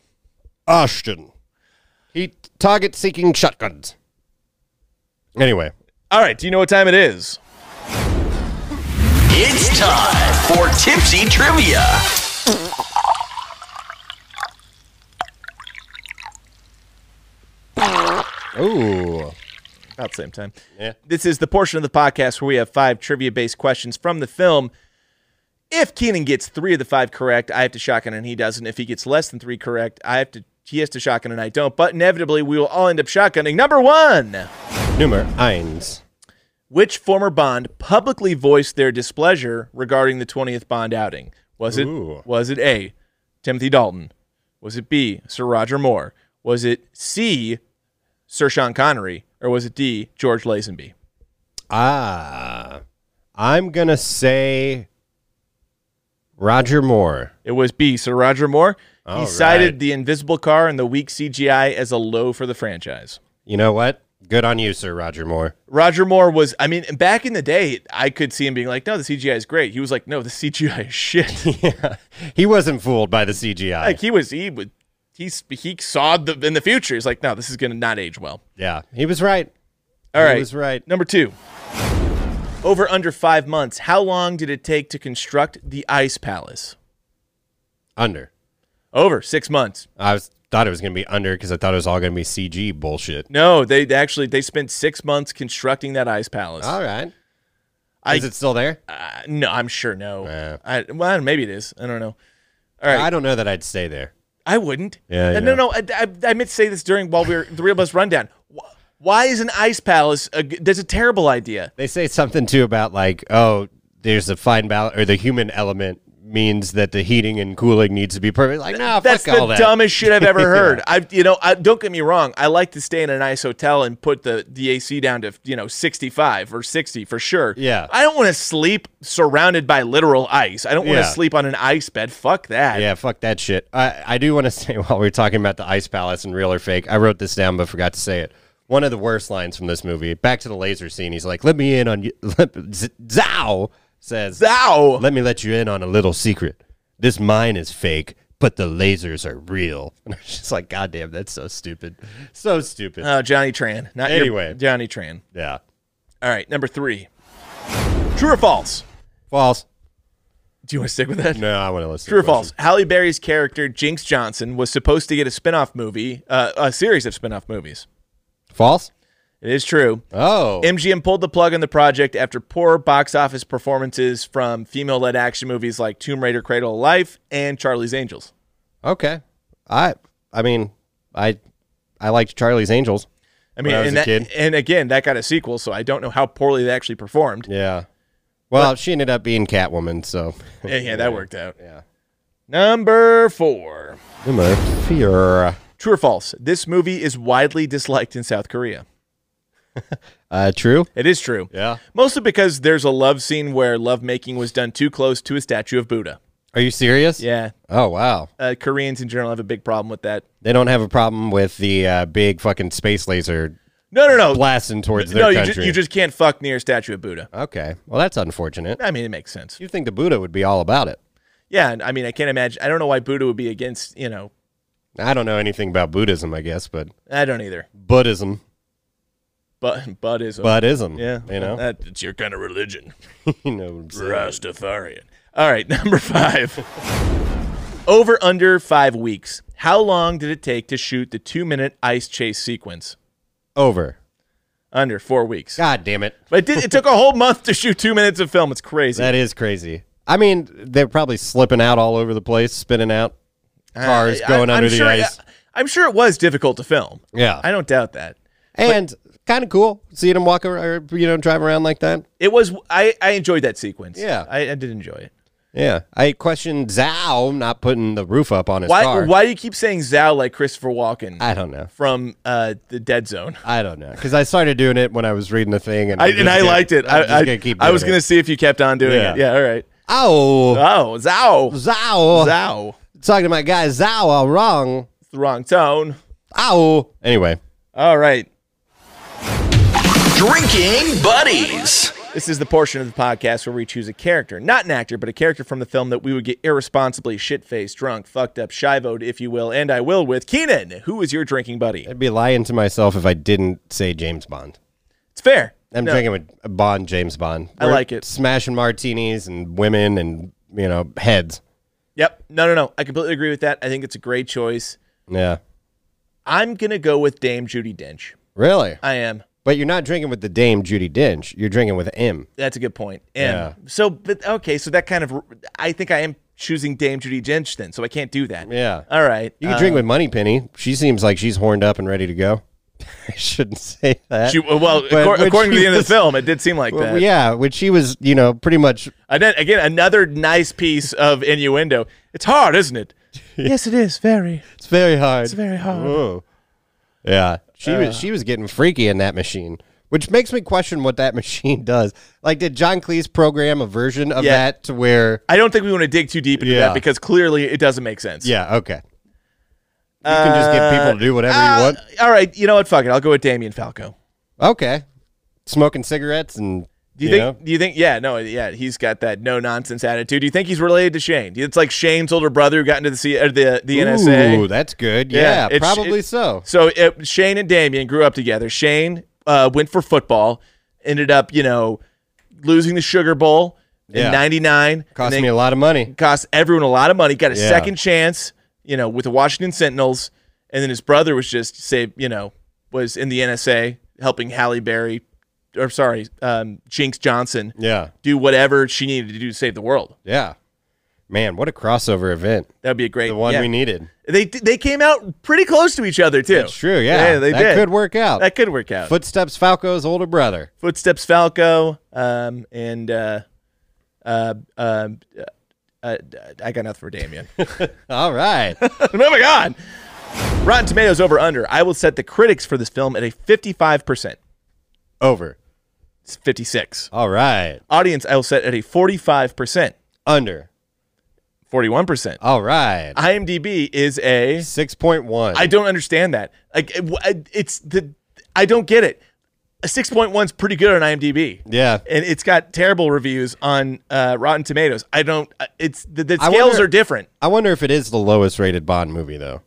[SPEAKER 7] Ashton. He target seeking shotguns. Anyway,
[SPEAKER 1] All right, do you know what time it is?
[SPEAKER 2] It's time for Tipsy Trivia.
[SPEAKER 7] ooh,
[SPEAKER 1] About the same time.
[SPEAKER 7] Yeah.
[SPEAKER 1] This is the portion of the podcast where we have five trivia-based questions from the film. If Keenan gets three of the five correct, I have to shotgun and he doesn't. If he gets less than three correct, I have to he has to shotgun and I don't. But inevitably, we will all end up shotgunning. Number one.
[SPEAKER 7] Nummer eins.
[SPEAKER 1] Which former Bond publicly voiced their displeasure regarding the 20th Bond outing? Was it
[SPEAKER 7] Ooh.
[SPEAKER 1] was it A, Timothy Dalton? Was it B, Sir Roger Moore? Was it C, Sir Sean Connery? Or was it D, George Lazenby?
[SPEAKER 7] Ah, I'm gonna say Roger Moore.
[SPEAKER 1] It was B, Sir Roger Moore. he
[SPEAKER 7] All
[SPEAKER 1] cited
[SPEAKER 7] right.
[SPEAKER 1] the invisible car and the weak CGI as a low for the franchise.
[SPEAKER 7] You know what? Good on you, Sir Roger Moore.
[SPEAKER 1] Roger Moore was, I mean, back in the day, I could see him being like, no, the CGI is great. He was like, no, the CGI is shit.
[SPEAKER 7] he wasn't fooled by the CGI.
[SPEAKER 1] like he was he would he s- he saw the in the future he's like no this is gonna not age well
[SPEAKER 7] yeah, he was right.
[SPEAKER 1] all
[SPEAKER 7] He
[SPEAKER 1] right
[SPEAKER 7] was right.
[SPEAKER 1] number two over under five months how long did it take to construct the ice palace
[SPEAKER 7] Under.
[SPEAKER 1] over six months
[SPEAKER 7] I was thought it was gonna be under because I thought it was all gonna be CG bullshit.
[SPEAKER 1] no they they actually they spent six months constructing that ice palace
[SPEAKER 7] All right.
[SPEAKER 1] I-
[SPEAKER 7] Is it still there?
[SPEAKER 1] Uh, no i'm sure no
[SPEAKER 7] Yeah.
[SPEAKER 1] I, well maybe it is i don't know all right
[SPEAKER 7] I don't know that I'd stay there.
[SPEAKER 1] I wouldn't.
[SPEAKER 7] Yeah,
[SPEAKER 1] Uh,
[SPEAKER 7] yeah.
[SPEAKER 1] No, no. I, I, I meant to say this during while we were the Real Buzz Rundown. Wh- Why is an ice palace? A, g- that's a terrible idea.
[SPEAKER 7] They say something too about like, oh, there's a fine balance or the human element means that the heating and cooling needs to be perfect. Like, no,
[SPEAKER 1] That's
[SPEAKER 7] fuck
[SPEAKER 1] the
[SPEAKER 7] all that.
[SPEAKER 1] dumbest shit I've ever heard. I, you know, I, don't get me wrong. I like to stay in a nice hotel and put the, the AC down to you know sixty five or sixty for sure.
[SPEAKER 7] Yeah.
[SPEAKER 1] I don't want to sleep surrounded by literal ice. I don't want to
[SPEAKER 7] Yeah.
[SPEAKER 1] sleep on an ice bed. Fuck that.
[SPEAKER 7] Yeah, fuck that shit. I, I do want to say while we are talking about the ice palace and real or fake, I wrote this down but forgot to say it. One of the worst lines from this movie. Back to the laser scene. He's like, "Let me in on you." Z- Zao says,
[SPEAKER 1] Ow.
[SPEAKER 7] "Let me let you in on a little secret. This mine is fake, but the lasers are real." And I'm just like, "God damn, that's so stupid, so stupid."
[SPEAKER 1] Oh, Johnny Tran. Not your-
[SPEAKER 7] Anyway.
[SPEAKER 1] Johnny Tran.
[SPEAKER 7] yeah,
[SPEAKER 1] All right, number three. True or false?
[SPEAKER 7] false.
[SPEAKER 1] Do you want to stick with that?
[SPEAKER 7] No, I want to listen. to
[SPEAKER 1] True or
[SPEAKER 7] the question.
[SPEAKER 1] false? Halle Berry's character Jinx Johnson was supposed to get a spin-off movie, uh, a series of spin-off movies.
[SPEAKER 7] False.
[SPEAKER 1] It is true.
[SPEAKER 7] Oh,
[SPEAKER 1] MGM pulled the plug on the project after poor box office performances from female led action movies like Tomb Raider Cradle of Life and Charlie's Angels.
[SPEAKER 7] okay. I I mean, I I liked Charlie's Angels.
[SPEAKER 1] I mean,
[SPEAKER 7] When I was
[SPEAKER 1] and,
[SPEAKER 7] a
[SPEAKER 1] that-
[SPEAKER 7] kid.
[SPEAKER 1] and again, that got a sequel, so I don't know how poorly they actually performed.
[SPEAKER 7] Yeah. Well, she ended up being Catwoman, so.
[SPEAKER 1] Yeah, yeah, that worked out. Yeah. Number four.
[SPEAKER 7] Number four.
[SPEAKER 1] True or false? This movie is widely disliked in South Korea.
[SPEAKER 7] Uh, true.
[SPEAKER 1] It is true.
[SPEAKER 7] Yeah.
[SPEAKER 1] Mostly because there's a love scene where lovemaking was done too close to a statue of Buddha.
[SPEAKER 7] Are you serious?
[SPEAKER 1] Yeah.
[SPEAKER 7] Oh wow.
[SPEAKER 1] Uh, Koreans in general have a big problem with that.
[SPEAKER 7] They don't have a problem with the uh, big fucking space laser
[SPEAKER 1] No, no, no.
[SPEAKER 7] blasting towards their
[SPEAKER 1] Oh. no, you,
[SPEAKER 7] country.
[SPEAKER 1] ju- you just can't fuck near a statue of Buddha.
[SPEAKER 7] okay. Well, that's unfortunate.
[SPEAKER 1] I mean, it makes sense.
[SPEAKER 7] You think the Buddha would be all about it?
[SPEAKER 1] Yeah, and I mean, I can't imagine. I don't know why Buddha would be against, you know,
[SPEAKER 7] I don't know anything about Buddhism, I guess, but
[SPEAKER 1] I don't either.
[SPEAKER 7] Buddhism,
[SPEAKER 1] But Buddhism.
[SPEAKER 7] Buddhism.
[SPEAKER 1] Yeah.
[SPEAKER 7] you know,
[SPEAKER 1] That, it's your kind of religion.
[SPEAKER 7] you know. What I'm saying.
[SPEAKER 1] Rastafarian. All right, number five. Over under five weeks. How long did it take to shoot the two minute ice chase sequence?
[SPEAKER 7] Over.
[SPEAKER 1] Under four weeks.
[SPEAKER 7] God damn it.
[SPEAKER 1] But it, did, it took a whole month to shoot two minutes of film. It's crazy.
[SPEAKER 7] That is crazy. I mean, they're probably slipping out all over the place, spinning out, cars
[SPEAKER 1] I- I-
[SPEAKER 7] going
[SPEAKER 1] I'm
[SPEAKER 7] under
[SPEAKER 1] sure-
[SPEAKER 7] the ice.
[SPEAKER 1] I, am sure it was difficult to film.
[SPEAKER 7] Yeah.
[SPEAKER 1] I don't doubt that.
[SPEAKER 7] and kind of cool seeing them walk around, or, you know, drive around like that.
[SPEAKER 1] It was. I, I enjoyed that sequence.
[SPEAKER 7] Yeah.
[SPEAKER 1] I, I did enjoy it.
[SPEAKER 7] Yeah. I questioned Zhao not putting the roof up on his
[SPEAKER 1] Why?
[SPEAKER 7] car.
[SPEAKER 1] Why do you keep saying Zhao like Christopher Walken
[SPEAKER 7] I don't know.
[SPEAKER 1] from uh, the Dead Zone?
[SPEAKER 7] I don't know. Because I started doing it when I was reading the thing. And
[SPEAKER 1] I,
[SPEAKER 7] I'm
[SPEAKER 1] and
[SPEAKER 7] just
[SPEAKER 1] I
[SPEAKER 7] gonna-
[SPEAKER 1] liked it.
[SPEAKER 7] I'm
[SPEAKER 1] I,
[SPEAKER 7] just
[SPEAKER 1] I,
[SPEAKER 7] gonna keep
[SPEAKER 1] I
[SPEAKER 7] doing
[SPEAKER 1] was
[SPEAKER 7] it.
[SPEAKER 1] going to see if you kept on doing
[SPEAKER 7] Yeah.
[SPEAKER 1] it. Yeah, all right.
[SPEAKER 7] Oh,
[SPEAKER 1] Oh, Zao.
[SPEAKER 7] Zhao.
[SPEAKER 1] Zao.
[SPEAKER 7] Talking to my guy Zhao all wrong.
[SPEAKER 1] It's the wrong tone.
[SPEAKER 7] Ow. Anyway.
[SPEAKER 1] All right.
[SPEAKER 2] Drinking Buddies.
[SPEAKER 1] This is the portion of the podcast where we choose a character, not an actor, but a character from the film that we would get irresponsibly shit faced, drunk, fucked up, shivoed, if you will, and I will with. Keenan, who is your drinking buddy?
[SPEAKER 7] I'd be lying to myself if I didn't say James Bond.
[SPEAKER 1] It's fair.
[SPEAKER 7] I'm
[SPEAKER 1] No,
[SPEAKER 7] drinking with Bond, James Bond.
[SPEAKER 1] I like it.
[SPEAKER 7] Smashing martinis and women and, you know, heads.
[SPEAKER 1] Yep. No, no, no. I completely agree with that. I think it's a great choice.
[SPEAKER 7] Yeah.
[SPEAKER 1] I'm going to go with Dame Judy Dench.
[SPEAKER 7] Really?
[SPEAKER 1] I am.
[SPEAKER 7] But you're not drinking with the dame Judy Dench. You're drinking with M.
[SPEAKER 1] That's a good point. And
[SPEAKER 7] Yeah.
[SPEAKER 1] so, but okay, so that kind of, I think I am choosing Dame Judy Dench then, so I can't do that.
[SPEAKER 7] Yeah.
[SPEAKER 1] All right.
[SPEAKER 7] You can
[SPEAKER 1] Uh,
[SPEAKER 7] drink with Moneypenny. She seems like she's horned up and ready to go. I shouldn't say that.
[SPEAKER 1] She, Uh, well,
[SPEAKER 7] But
[SPEAKER 1] accor-
[SPEAKER 7] when
[SPEAKER 1] according to
[SPEAKER 7] she
[SPEAKER 1] the end of
[SPEAKER 7] was-
[SPEAKER 1] the film, it did seem like
[SPEAKER 7] Well,
[SPEAKER 1] that.
[SPEAKER 7] yeah, when she was, you know, pretty much
[SPEAKER 1] And then, again, another nice piece of innuendo. It's hard, isn't it? yes, it is. Very.
[SPEAKER 7] It's very hard. It's
[SPEAKER 1] very hard.
[SPEAKER 7] Yeah. She was she was getting freaky in that machine, which makes me question what that machine does. Like did John Cleese program a version of
[SPEAKER 1] Yeah.
[SPEAKER 7] that to where
[SPEAKER 1] I don't think we want to dig too deep into
[SPEAKER 7] Yeah.
[SPEAKER 1] that because clearly it doesn't make sense.
[SPEAKER 7] Yeah, okay. You can just get people to do whatever
[SPEAKER 1] Uh,
[SPEAKER 7] you want.
[SPEAKER 1] All right. You know what? Fuck it. I'll go with Damien Falco.
[SPEAKER 7] Okay. Smoking cigarettes and
[SPEAKER 1] Do you, think? Do you think? Yeah, no, yeah, he's got that no nonsense attitude. Do you think he's related to Shane? It's like Shane's older brother who got into the C, or the the
[SPEAKER 7] know?
[SPEAKER 1] NSA.
[SPEAKER 7] Ooh, that's good.
[SPEAKER 1] Yeah,
[SPEAKER 7] Yeah,
[SPEAKER 1] it's-
[SPEAKER 7] probably
[SPEAKER 1] it-
[SPEAKER 7] so.
[SPEAKER 1] So it, Shane and Damien grew up together. Shane uh, went for football, ended up, you know, losing the Sugar Bowl in
[SPEAKER 7] Yeah.
[SPEAKER 1] '99.
[SPEAKER 7] Cost me a lot of money.
[SPEAKER 1] Cost everyone a lot of money. Got a
[SPEAKER 7] Yeah.
[SPEAKER 1] second chance, you know, with the Washington Sentinels. And then his brother was just say, you know, was in the NSA helping Halle Berry, or sorry, um, Jinx Johnson
[SPEAKER 7] Yeah.
[SPEAKER 1] do whatever she needed to do to save the world.
[SPEAKER 7] Yeah. Man, what a crossover event.
[SPEAKER 1] That would be a great
[SPEAKER 7] The one
[SPEAKER 1] yeah.
[SPEAKER 7] we needed.
[SPEAKER 1] They they came out pretty close to each other too.
[SPEAKER 7] That's true. Yeah.
[SPEAKER 1] Oh. they
[SPEAKER 7] that
[SPEAKER 1] did.
[SPEAKER 7] could work out.
[SPEAKER 1] That could work out.
[SPEAKER 7] Footsteps Falco's older brother.
[SPEAKER 1] Footsteps Falco, um, and uh, uh, um, uh, uh, I got nothing for Damien.
[SPEAKER 7] All right.
[SPEAKER 1] Moving on. Oh Rotten Tomatoes over under. I will set the critics for this film at a fifty-five percent.
[SPEAKER 7] Over.
[SPEAKER 1] It's fifty-six.
[SPEAKER 7] All right.
[SPEAKER 1] Audience, I will set at a forty-five percent,
[SPEAKER 7] Under.
[SPEAKER 1] forty-one percent.
[SPEAKER 7] All right.
[SPEAKER 1] IMDb is a
[SPEAKER 7] 6.1.
[SPEAKER 1] I don't understand that. Like it- w- I- it's the I don't get it. A 6.1 is pretty good on IMDb.
[SPEAKER 7] Yeah.
[SPEAKER 1] And it's got terrible reviews on uh, Rotten Tomatoes. I don't uh, it's the, the
[SPEAKER 7] I
[SPEAKER 1] scales
[SPEAKER 7] wonder-
[SPEAKER 1] are different.
[SPEAKER 7] I wonder if it is the lowest rated Bond movie, though.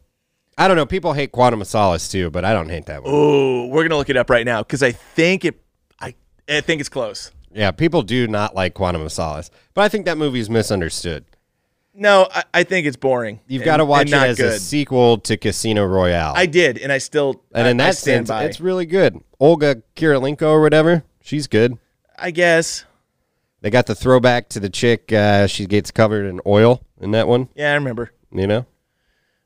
[SPEAKER 7] I don't know. People hate Quantum of Solace, too, but I don't hate that one.
[SPEAKER 1] Oh, we're going to look it up right now cuz I think it I I think it's close.
[SPEAKER 7] Yeah, people do not like Quantum of Solace, but I think that movie's misunderstood.
[SPEAKER 1] No, I, I think it's boring.
[SPEAKER 7] You've
[SPEAKER 1] and-
[SPEAKER 7] got to watch
[SPEAKER 1] and
[SPEAKER 7] it
[SPEAKER 1] not
[SPEAKER 7] as a
[SPEAKER 1] good.
[SPEAKER 7] sequel to Casino Royale.
[SPEAKER 1] I did and I still
[SPEAKER 7] and
[SPEAKER 1] I,
[SPEAKER 7] in
[SPEAKER 1] I
[SPEAKER 7] that
[SPEAKER 1] stand
[SPEAKER 7] sense,
[SPEAKER 1] by.
[SPEAKER 7] it's really good. Olga Kirilenko or whatever, she's good.
[SPEAKER 1] I guess.
[SPEAKER 7] They got the throwback to the chick. Uh, she gets covered in oil in that one,
[SPEAKER 1] Yeah, I remember.
[SPEAKER 7] you know?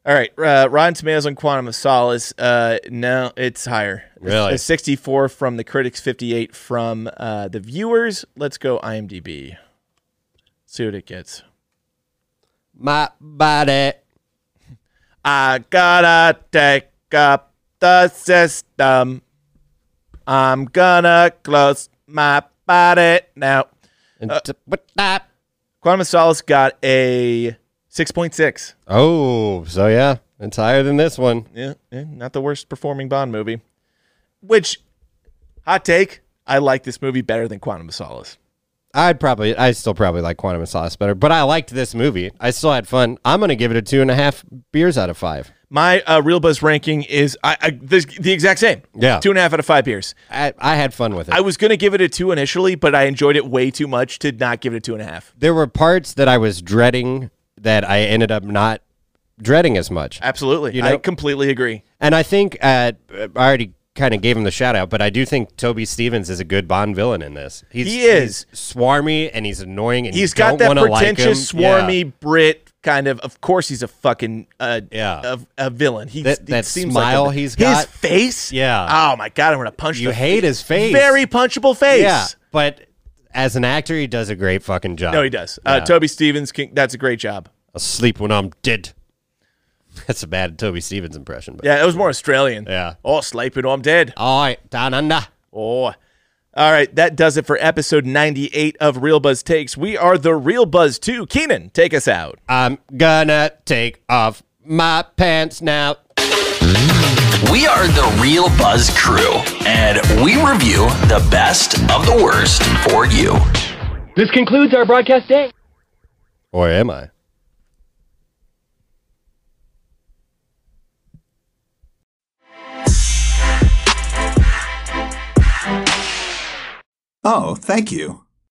[SPEAKER 1] All right, uh, Rotten Tomatoes on Quantum of Solace. Uh, no, it's higher.
[SPEAKER 7] Really?
[SPEAKER 1] A 64 from the critics, 58 from uh, the viewers. Let's go IMDb. See what it gets.
[SPEAKER 7] My body.
[SPEAKER 1] I gotta take up the system. I'm gonna close my body now. Uh, Quantum of Solace got a 6.6.
[SPEAKER 7] Oh, so yeah, it's higher than this one.
[SPEAKER 1] Yeah, yeah, not the worst performing Bond movie. Which, hot take, I like this movie better than Quantum of Solace.
[SPEAKER 7] I'd probably, I still probably like Quantum of Solace better, but I liked this movie. I still had fun. I'm gonna give it a two and a half beers out of five.
[SPEAKER 1] My uh, Real Buzz ranking is I, I this, the exact same.
[SPEAKER 7] Yeah.
[SPEAKER 1] Two and a half out of five beers.
[SPEAKER 7] I, I had fun with it.
[SPEAKER 1] I was going to give it a two initially, but I enjoyed it way too much to not give it a two and a half.
[SPEAKER 7] there were parts that I was dreading that I ended up not dreading as much.
[SPEAKER 1] Absolutely.
[SPEAKER 7] You
[SPEAKER 1] I
[SPEAKER 7] know-
[SPEAKER 1] completely agree.
[SPEAKER 7] And I think uh, I already kind of gave him the shout out, but I do think Toby Stevens is a good Bond villain in this. He's,
[SPEAKER 1] He is.
[SPEAKER 7] he's swarmy and he's annoying and
[SPEAKER 1] he's
[SPEAKER 7] you don't
[SPEAKER 1] got that
[SPEAKER 7] wanna like him.
[SPEAKER 1] pretentious,
[SPEAKER 7] Yeah.
[SPEAKER 1] swarmy Brit kind of. Of course, he's a fucking uh,
[SPEAKER 7] Yeah.
[SPEAKER 1] a, a villain. He
[SPEAKER 7] That-
[SPEAKER 1] he
[SPEAKER 7] that
[SPEAKER 1] seems
[SPEAKER 7] smile
[SPEAKER 1] like a,
[SPEAKER 7] he's
[SPEAKER 1] his
[SPEAKER 7] got.
[SPEAKER 1] face.
[SPEAKER 7] Yeah.
[SPEAKER 1] Oh my god, I'm gonna punch
[SPEAKER 7] You
[SPEAKER 1] the
[SPEAKER 7] hate his face.
[SPEAKER 1] Very punchable face.
[SPEAKER 7] Yeah, but as an actor, he does a great fucking job.
[SPEAKER 1] No, he does. Uh,
[SPEAKER 7] Yeah.
[SPEAKER 1] Toby Stevens, can, that's a great job.
[SPEAKER 7] I'll sleep when I'm dead. That's a bad Toby Stevens impression, but
[SPEAKER 1] Yeah, it was more Australian.
[SPEAKER 7] Yeah.
[SPEAKER 1] Oh, sleeping, I'm dead.
[SPEAKER 7] all right, down under.
[SPEAKER 1] Oh. All right, that does it for episode 98 of Real Buzz Takes. We are the Real Buzz 2. Keenan, take us out.
[SPEAKER 7] I'm gonna take off my pants now.
[SPEAKER 2] We are the Real Buzz crew, and we review the best of the worst for you.
[SPEAKER 10] This concludes our broadcast day.
[SPEAKER 7] Or am I?
[SPEAKER 11] Oh, thank you.